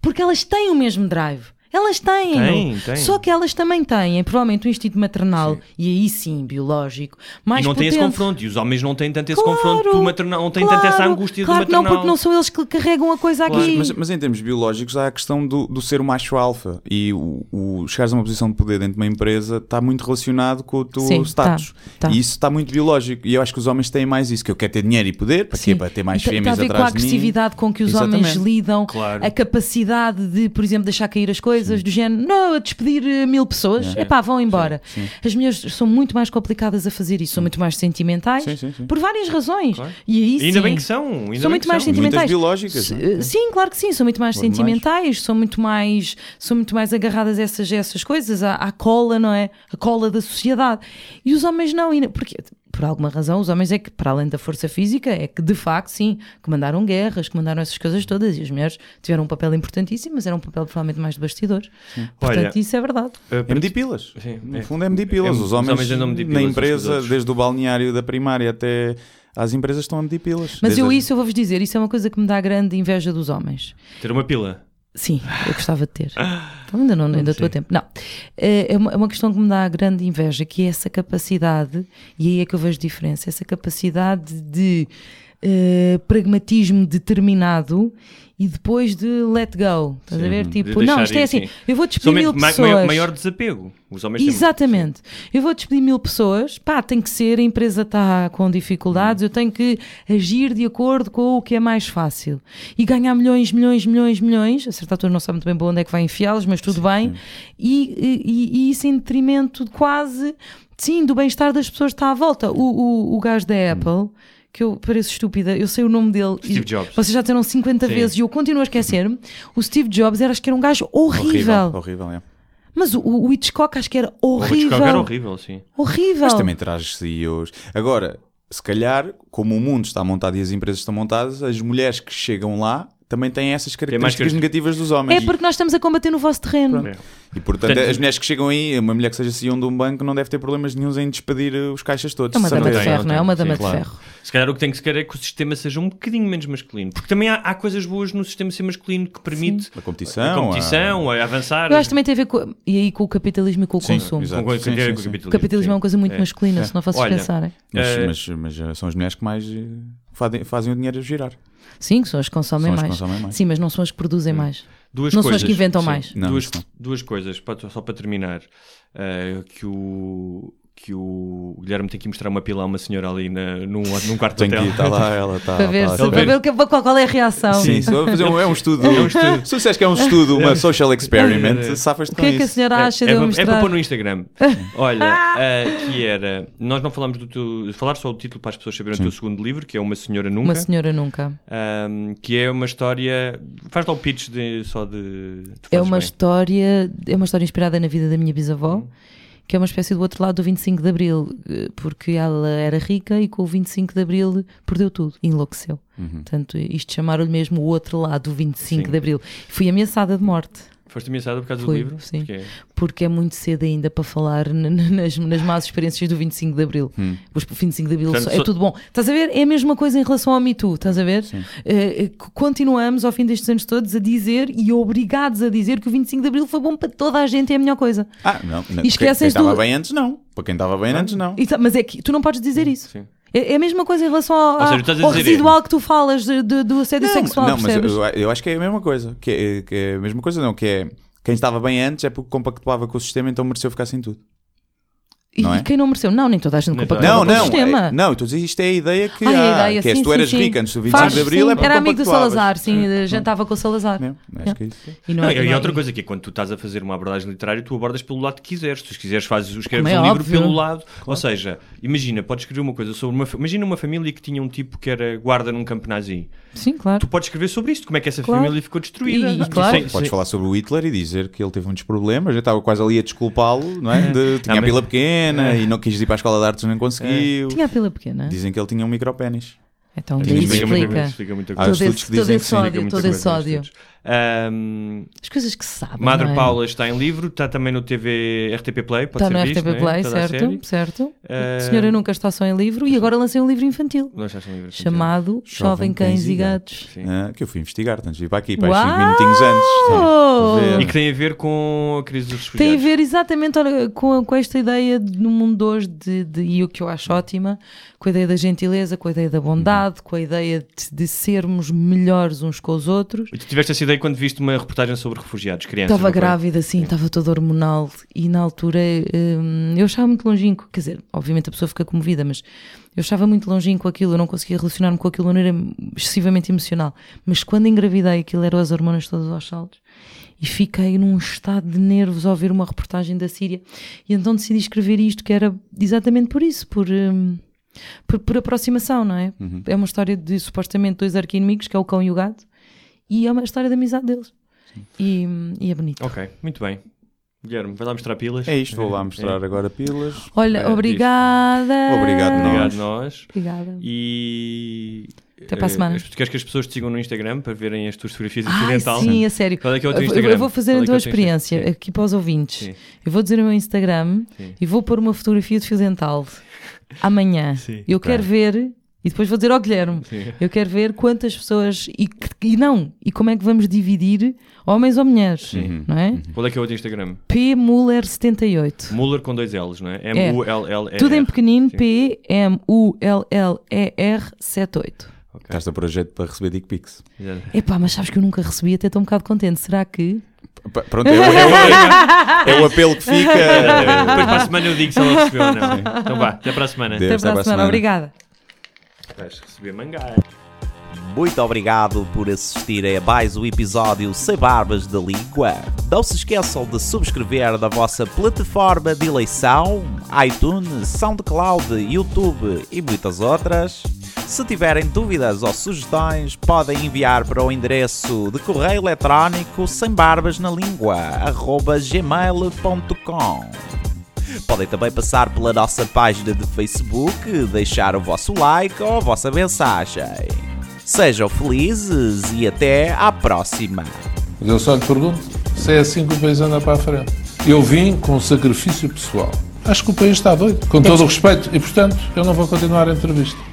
B: Porque elas têm o mesmo drive. Elas têm,
C: Têm,
B: não?
C: têm.
B: só que elas também têm, provavelmente, um instinto maternal, e aí sim, biológico, mais
C: E não
B: potente.
C: tem esse confronto, e os homens não têm tanto esse
B: Claro,
C: confronto do maternal, não têm tanto essa
B: claro,
C: angústia
B: claro
C: do
B: que não,
C: maternal.
B: porque não são eles que carregam a coisa aqui.
A: Mas, mas em termos biológicos há a questão do, do ser o macho alfa e o, o chegares a uma posição de poder dentro de uma empresa está muito relacionado com o teu
B: Sim,
A: status.
B: tá, tá.
A: E isso está muito biológico. E eu acho que os homens têm mais isso, que eu quero ter dinheiro e poder, para quê?
B: Sim.
A: Para ter mais
B: Tá-
A: fêmeas
B: tá a ver com a
A: atrás de mim.
B: agressividade com que os homens
A: Exatamente.
B: lidam,
C: Claro.
B: a capacidade de, por exemplo, deixar cair as coisas, do género, não, a despedir eh, mil pessoas, é pá, vão embora. As mulheres são muito mais complicadas a fazer isso, são muito mais sentimentais,
A: Sim, sim, sim.
B: por várias razões. E aí,
C: E ainda
B: sim,
C: bem que são. Ainda bem
B: assim. São muito
C: que
B: mais
C: são.
A: Muitas
B: sentimentais.
A: biológicas,
B: Se-
A: não é?
B: eh, Sim, claro que sim, são muito mais
A: Muito mais.
B: sentimentais, são muito mais, são muito mais agarradas a essas, a essas coisas, à, à cola, não é? A cola da sociedade. E os homens não, e não- porque por alguma razão os homens é que, para além da força física, é que de facto sim, que mandaram guerras, que mandaram essas coisas todas, e as mulheres tiveram um papel importantíssimo, mas era um papel provavelmente mais de bastidores. Portanto,
C: Olha,
B: isso é verdade.
A: É medir pilas.
C: Sim,
A: no
C: é.
A: fundo é medir pilas.
C: É,
A: os
C: os
A: homens,
C: homens andam a medir
A: na
C: pilas uns com os
A: empresa,
C: outros.
A: desde o balneário da primária até às empresas estão a medir pilas.
B: Mas
A: Desde
B: eu
A: as-
B: isso eu vou-vos dizer, isso é uma coisa que me dá grande inveja dos homens.
C: Ter uma pila.
B: Sim, eu gostava de ter.
C: Ah.
B: Então, ainda não, ainda estou a tempo. Não. É é uma, é uma questão que me dá grande inveja, que é essa capacidade, e aí é que eu vejo diferença, essa capacidade de eh, pragmatismo determinado e depois de let go. Estás a ver?
C: De
B: Tipo,
C: deixar
B: não, isto é
C: ir,
B: assim,
C: sim.
B: eu vou
C: São
B: despedir
C: meio-
B: mil
C: ma-
B: pessoas.
C: maior, maior desapego. Os homens têm- um
B: Exatamente. Eu vou despedir mil pessoas, pá, tem que ser, a empresa está com
C: Hum.
B: dificuldades, eu tenho que agir de acordo com o que é mais fácil. E ganhar milhões, milhões, milhões, milhões, a certa altura não sabe muito bem para onde é que vai enfiá-los, mas tudo bem, e, e- e isso em detrimento de quase, sim, do bem-estar das pessoas que está à volta. O, o, o gajo da Apple... Que eu pareço estúpida, eu sei o nome dele.
C: Hum. Steve
B: e
C: Jobs.
B: Vocês já disseram 50
C: Sim.
B: vezes e eu continuo a esquecer-me. O Steve Jobs era, acho que era um gajo
A: Horrível, horrível, é.
B: mas o, o Hitchcock acho que era
C: O
B: horrível.
C: Hitchcock era horrível, sim.
B: Horrível.
A: Mas também traz CEOs. Agora, se calhar, como o mundo está montado e as empresas estão montadas, as mulheres que chegam lá também têm essas
C: mais
A: características
C: características.
A: negativas dos homens.
B: É porque nós estamos a combater no vosso terreno.
C: É.
A: E portanto,
C: Portanto,
A: as mulheres que chegam aí, uma mulher que seja CEO de um banco não deve ter problemas nenhum em despedir eh, os caixas todos.
B: É uma
A: de
B: dama de
A: certeza.
B: ferro, não é? Uma
C: Sim,
B: dama de
C: claro.
B: ferro.
C: Se calhar o que tem que se quer é que o sistema seja um bocadinho menos masculino. Porque também há, há coisas boas no sistema ser masculino que permite
A: A competição, eh,
C: a competição, a avançar.
B: Eu acho que também tem a ver com, e aí com o capitalismo e com o
A: Sim,
B: consumo.
A: exato.
C: com coisa que
A: Sim,
C: tem a ver
A: sim,
C: com o
A: sim.
C: capitalismo.
B: um O capitalismo é uma coisa muito
C: É.
B: masculina, se não vocês
C: Olha,
B: pensarem.
A: Mas,
C: Eh,
A: mas- mas, eh, são as mulheres que mais eh, fazem, fazem o dinheiro girar.
B: Sim, que são as que consomem,
A: São as que
B: mais.
A: consomem mais.
B: Sim, mas não são as que produzem mais.
C: Duas
B: Não são
C: coisas.
B: as que inventam
C: Sim,
B: mais.
A: Não,
C: duas,
A: não são.
C: duas coisas, para- só para terminar. eh, que o. Que o Guilherme tem que mostrar uma pila a uma senhora ali na, num, num quarto
A: Tem
C: de
A: que
C: hotel.
A: ir, tá está lá, ela
C: Ah,
A: está.
B: para ver, se,
A: está-
B: para ver o que- qual, qual é a reação.
A: Sim, se eu vou fazer um, é um estudo. Se tu disseres que é um estudo, uma social experiment, safas-te
B: O
A: com
B: que é que a
A: isso.
B: senhora acha
C: é,
B: de eu
C: para, é para
B: mostrar?
C: pôr no Instagram. Olha, ah, que era. Nós não falamos do teu. Falar só o título para as pessoas saberem o teu segundo livro, que é Uma Senhora Nunca.
B: Uma senhora nunca.
C: ahm, que é uma história. Faz lá o pitch de, só de. tu
B: É uma
C: fazes bem. Uhum.
B: história, é uma história inspirada na vida da minha bisavó, que é uma espécie do outro lado do 25 de Abril, eh, porque ela era rica e com o 25 de Abril perdeu tudo, enlouqueceu. Portanto, isto chamaram-lhe mesmo o outro lado do 25
C: Uhum. Sim.
B: de Abril. Fui ameaçada de morte.
C: Foste ameaçada por causa
B: Fui,
C: do livro?
B: sim.
C: Porque é-
B: porque é muito cedo ainda para falar n- n- nas, nas más experiências do 25 de Abril. Os 25 de Abril
C: Portanto,
B: só- é
C: só-
B: tudo bom. Estás a ver? É a mesma coisa em relação ao Me Too, estás a ver? Eh, eh, c- continuamos ao fim destes anos todos a dizer e obrigados a dizer que o 25 de Abril foi bom para toda a gente e é a melhor coisa.
A: Ah, não. não.
B: E esquecem-se
A: quem estava
B: do-
A: bem antes, não. Para quem estava bem antes, não.
B: E tá- mas é que tu não podes dizer isso.
C: sim.
B: É, é a mesma coisa em relação ao,
C: Ou seja,
B: ao-
C: estás a
B: ao
C: dizer-
B: residual que tu falas de- de- do assédio
A: Não,
B: sexual,
A: não, mas
B: percebes?
A: eu, eu acho que é a mesma coisa. Que é, que é a mesma coisa, não. Que é quem estava bem antes é porque compactuava com o sistema, então mereceu ficar sem tudo.
B: E,
A: não é?
B: e quem não mereceu? Não, nem toda a gente
C: Não,
B: compactua
A: Não,
B: com o
A: não,
B: sistema.
A: é- não, estou a dizer isto é a ideia que
B: Ai, a
A: há,
B: ideia,
A: que é,
B: sim,
A: se tu
B: sim,
A: eras
B: sim.
A: rico antes do 25
B: Faz,
A: de Abril
B: sim.
A: é porque
B: Era amigo do
A: compactuavas.
B: Salazar, sim,
A: Hum,
B: eh, jantava com o Salazar.
A: Não, acho que é isso.
B: E não
C: Não,
B: é-
C: e
B: não é-
C: outra coisa que é quando tu estás a fazer uma abordagem literária, tu abordas pelo lado que quiseres. Se quiseres, fazes escreves
B: Como é
C: um livro
B: óbvio.
C: pelo lado. Ou seja, imagina, podes escrever uma coisa sobre uma. fa- Imagina uma família que tinha um tipo que era guarda num campo nazi.
B: Sim, claro.
C: Tu podes escrever sobre isto, como é que essa
B: Claro.
C: família ficou destruída.
B: E-
C: Não,
B: claro.
C: sem-
A: Podes
C: sem-
A: falar sobre o Hitler e dizer que ele teve muitos problemas. Eu estava quase ali a desculpá-lo, não é? De- tinha
C: Não,
A: a pila
C: mas-
A: pequena e não quis ir para a escola de artes, não conseguiu.
B: Tinha a pila pequena.
A: Dizem que ele tinha um micropénis.
B: Então,
A: Tinha
B: daí isso
A: muita-
C: muita coisa,
B: explica.
C: explica muita
A: Há
C: coisa.
B: Todo
A: estudos
B: esse-
A: que dizem
B: todo
A: que
B: esse
A: sim.
B: ódio,
C: Muita
B: todo
C: coisa,
B: esse ódio.
C: estudos. Ahm,
B: As coisas que se sabem.
C: Madre
B: não é?
C: Paula está em livro, está também no TV RTP Play, pode
B: Está
C: ser
B: no
C: visto,
B: RTP
C: não é?
B: Play,
C: Toda a série.
B: certo? Certo.
C: Eh, é.
B: Senhora Nunca está só em livro e agora lancei um livro infantil
C: Não achaste um livro infantil?
B: chamado Jovem Cães e Gatos.
C: Sim.
A: Ah, que eu fui investigar, tanto vir para aqui, para
B: Uau!
A: 5 minutinhos antes. Sim, para ver.
C: E que tem a ver com a crise dos
B: Tem a
C: refugiados.
B: ver exatamente olha, com, com esta ideia de- no mundo de hoje de, de- e o que eu acho ótima, com a ideia da gentileza, com a ideia da bondade, com a ideia de, de sermos melhores uns com os outros.
C: E tu tiveste essa ideia quando viste uma reportagem sobre refugiados, crianças.
B: Estava
C: não foi?
B: grávida, sim, estava toda hormonal e na altura hum, eu achava muito longínquo, quer dizer, obviamente a pessoa fica comovida, mas eu achava muito longínquo aquilo, eu não conseguia relacionar-me com aquilo, eu não era excessivamente emocional. Mas quando engravidei, aquilo eram as hormonas todas aos saltos e fiquei num estado de nervos ao ver uma reportagem da Síria e então decidi escrever isto, que era exatamente por isso, por. hum, por, por aproximação, não é? É uma história de supostamente dois arqui-inimigos, que é o cão e o gato, e é uma história da amizade deles. E, e é bonito.
C: Ok, muito bem. Guilherme, vai lá mostrar pilas.
A: É isto, vou lá mostrar agora pilas.
B: Olha,
C: É,
B: obrigada.
A: Obrigado, nós.
C: Obrigado, nós.
B: Obrigada.
C: E.
B: Até para a semana.
C: Eh, Tu queres que as pessoas te sigam no Instagram para verem as tuas fotografias
B: Ai,
C: acidental?
B: sim, a sério.
C: Qual é que é o teu
B: Eu-
C: Instagram?
B: Eu vou fazer
C: Qual é que
B: então
C: é
B: a
C: o teu Instagram?
B: experiência aqui para os ouvintes.
C: Sim.
B: Eu vou dizer o meu Instagram
C: Sim.
B: e vou pôr uma fotografia de fio dental amanhã.
C: Sim. tá.
B: Eu quero ver, e depois vou dizer ao Guilherme,
C: Sim.
B: eu quero ver quantas pessoas e, que- e não, e como é que vamos dividir homens ou mulheres, não é?
C: Qual é que é o teu Instagram?
B: P. Muller78.
C: Muller com dois L's, não é?
B: É.
C: M-U-L-L-E.
B: Tudo em pequenino, P. M. U. L. L. E. R. 78.
A: Estás a pôr a jeito para receber dick pics.
B: Epá, mas sabes que eu nunca recebi, até estou um bocado contente. Será que.
A: P- Pronto, é o, é o- é o apelo que fica.
C: Depois para a semana eu digo se ela recebeu ou não. Então vá, até para a semana.
A: Adeus,
B: Até é para a semana, obrigada.
C: Vais receber mangá.
J: Muito obrigado por assistirem a mais um episódio Sem Barbas da Língua. Não se esqueçam de subscrever na vossa plataforma de eleição, iTunes, SoundCloud, YouTube e muitas outras. Se tiverem dúvidas ou sugestões, podem enviar para o endereço de correio eletrónico sem barbas na língua, arroba gmail.com. Podem também passar pela nossa página de Facebook, deixar o vosso like ou a vossa mensagem. Sejam felizes e até à próxima!
K: Mas eu só lhe pergunto se é assim que o país anda para a frente. Eu vim com sacrifício pessoal. Acho que o país está doido, com todo o respeito, e portanto eu não vou continuar a entrevista.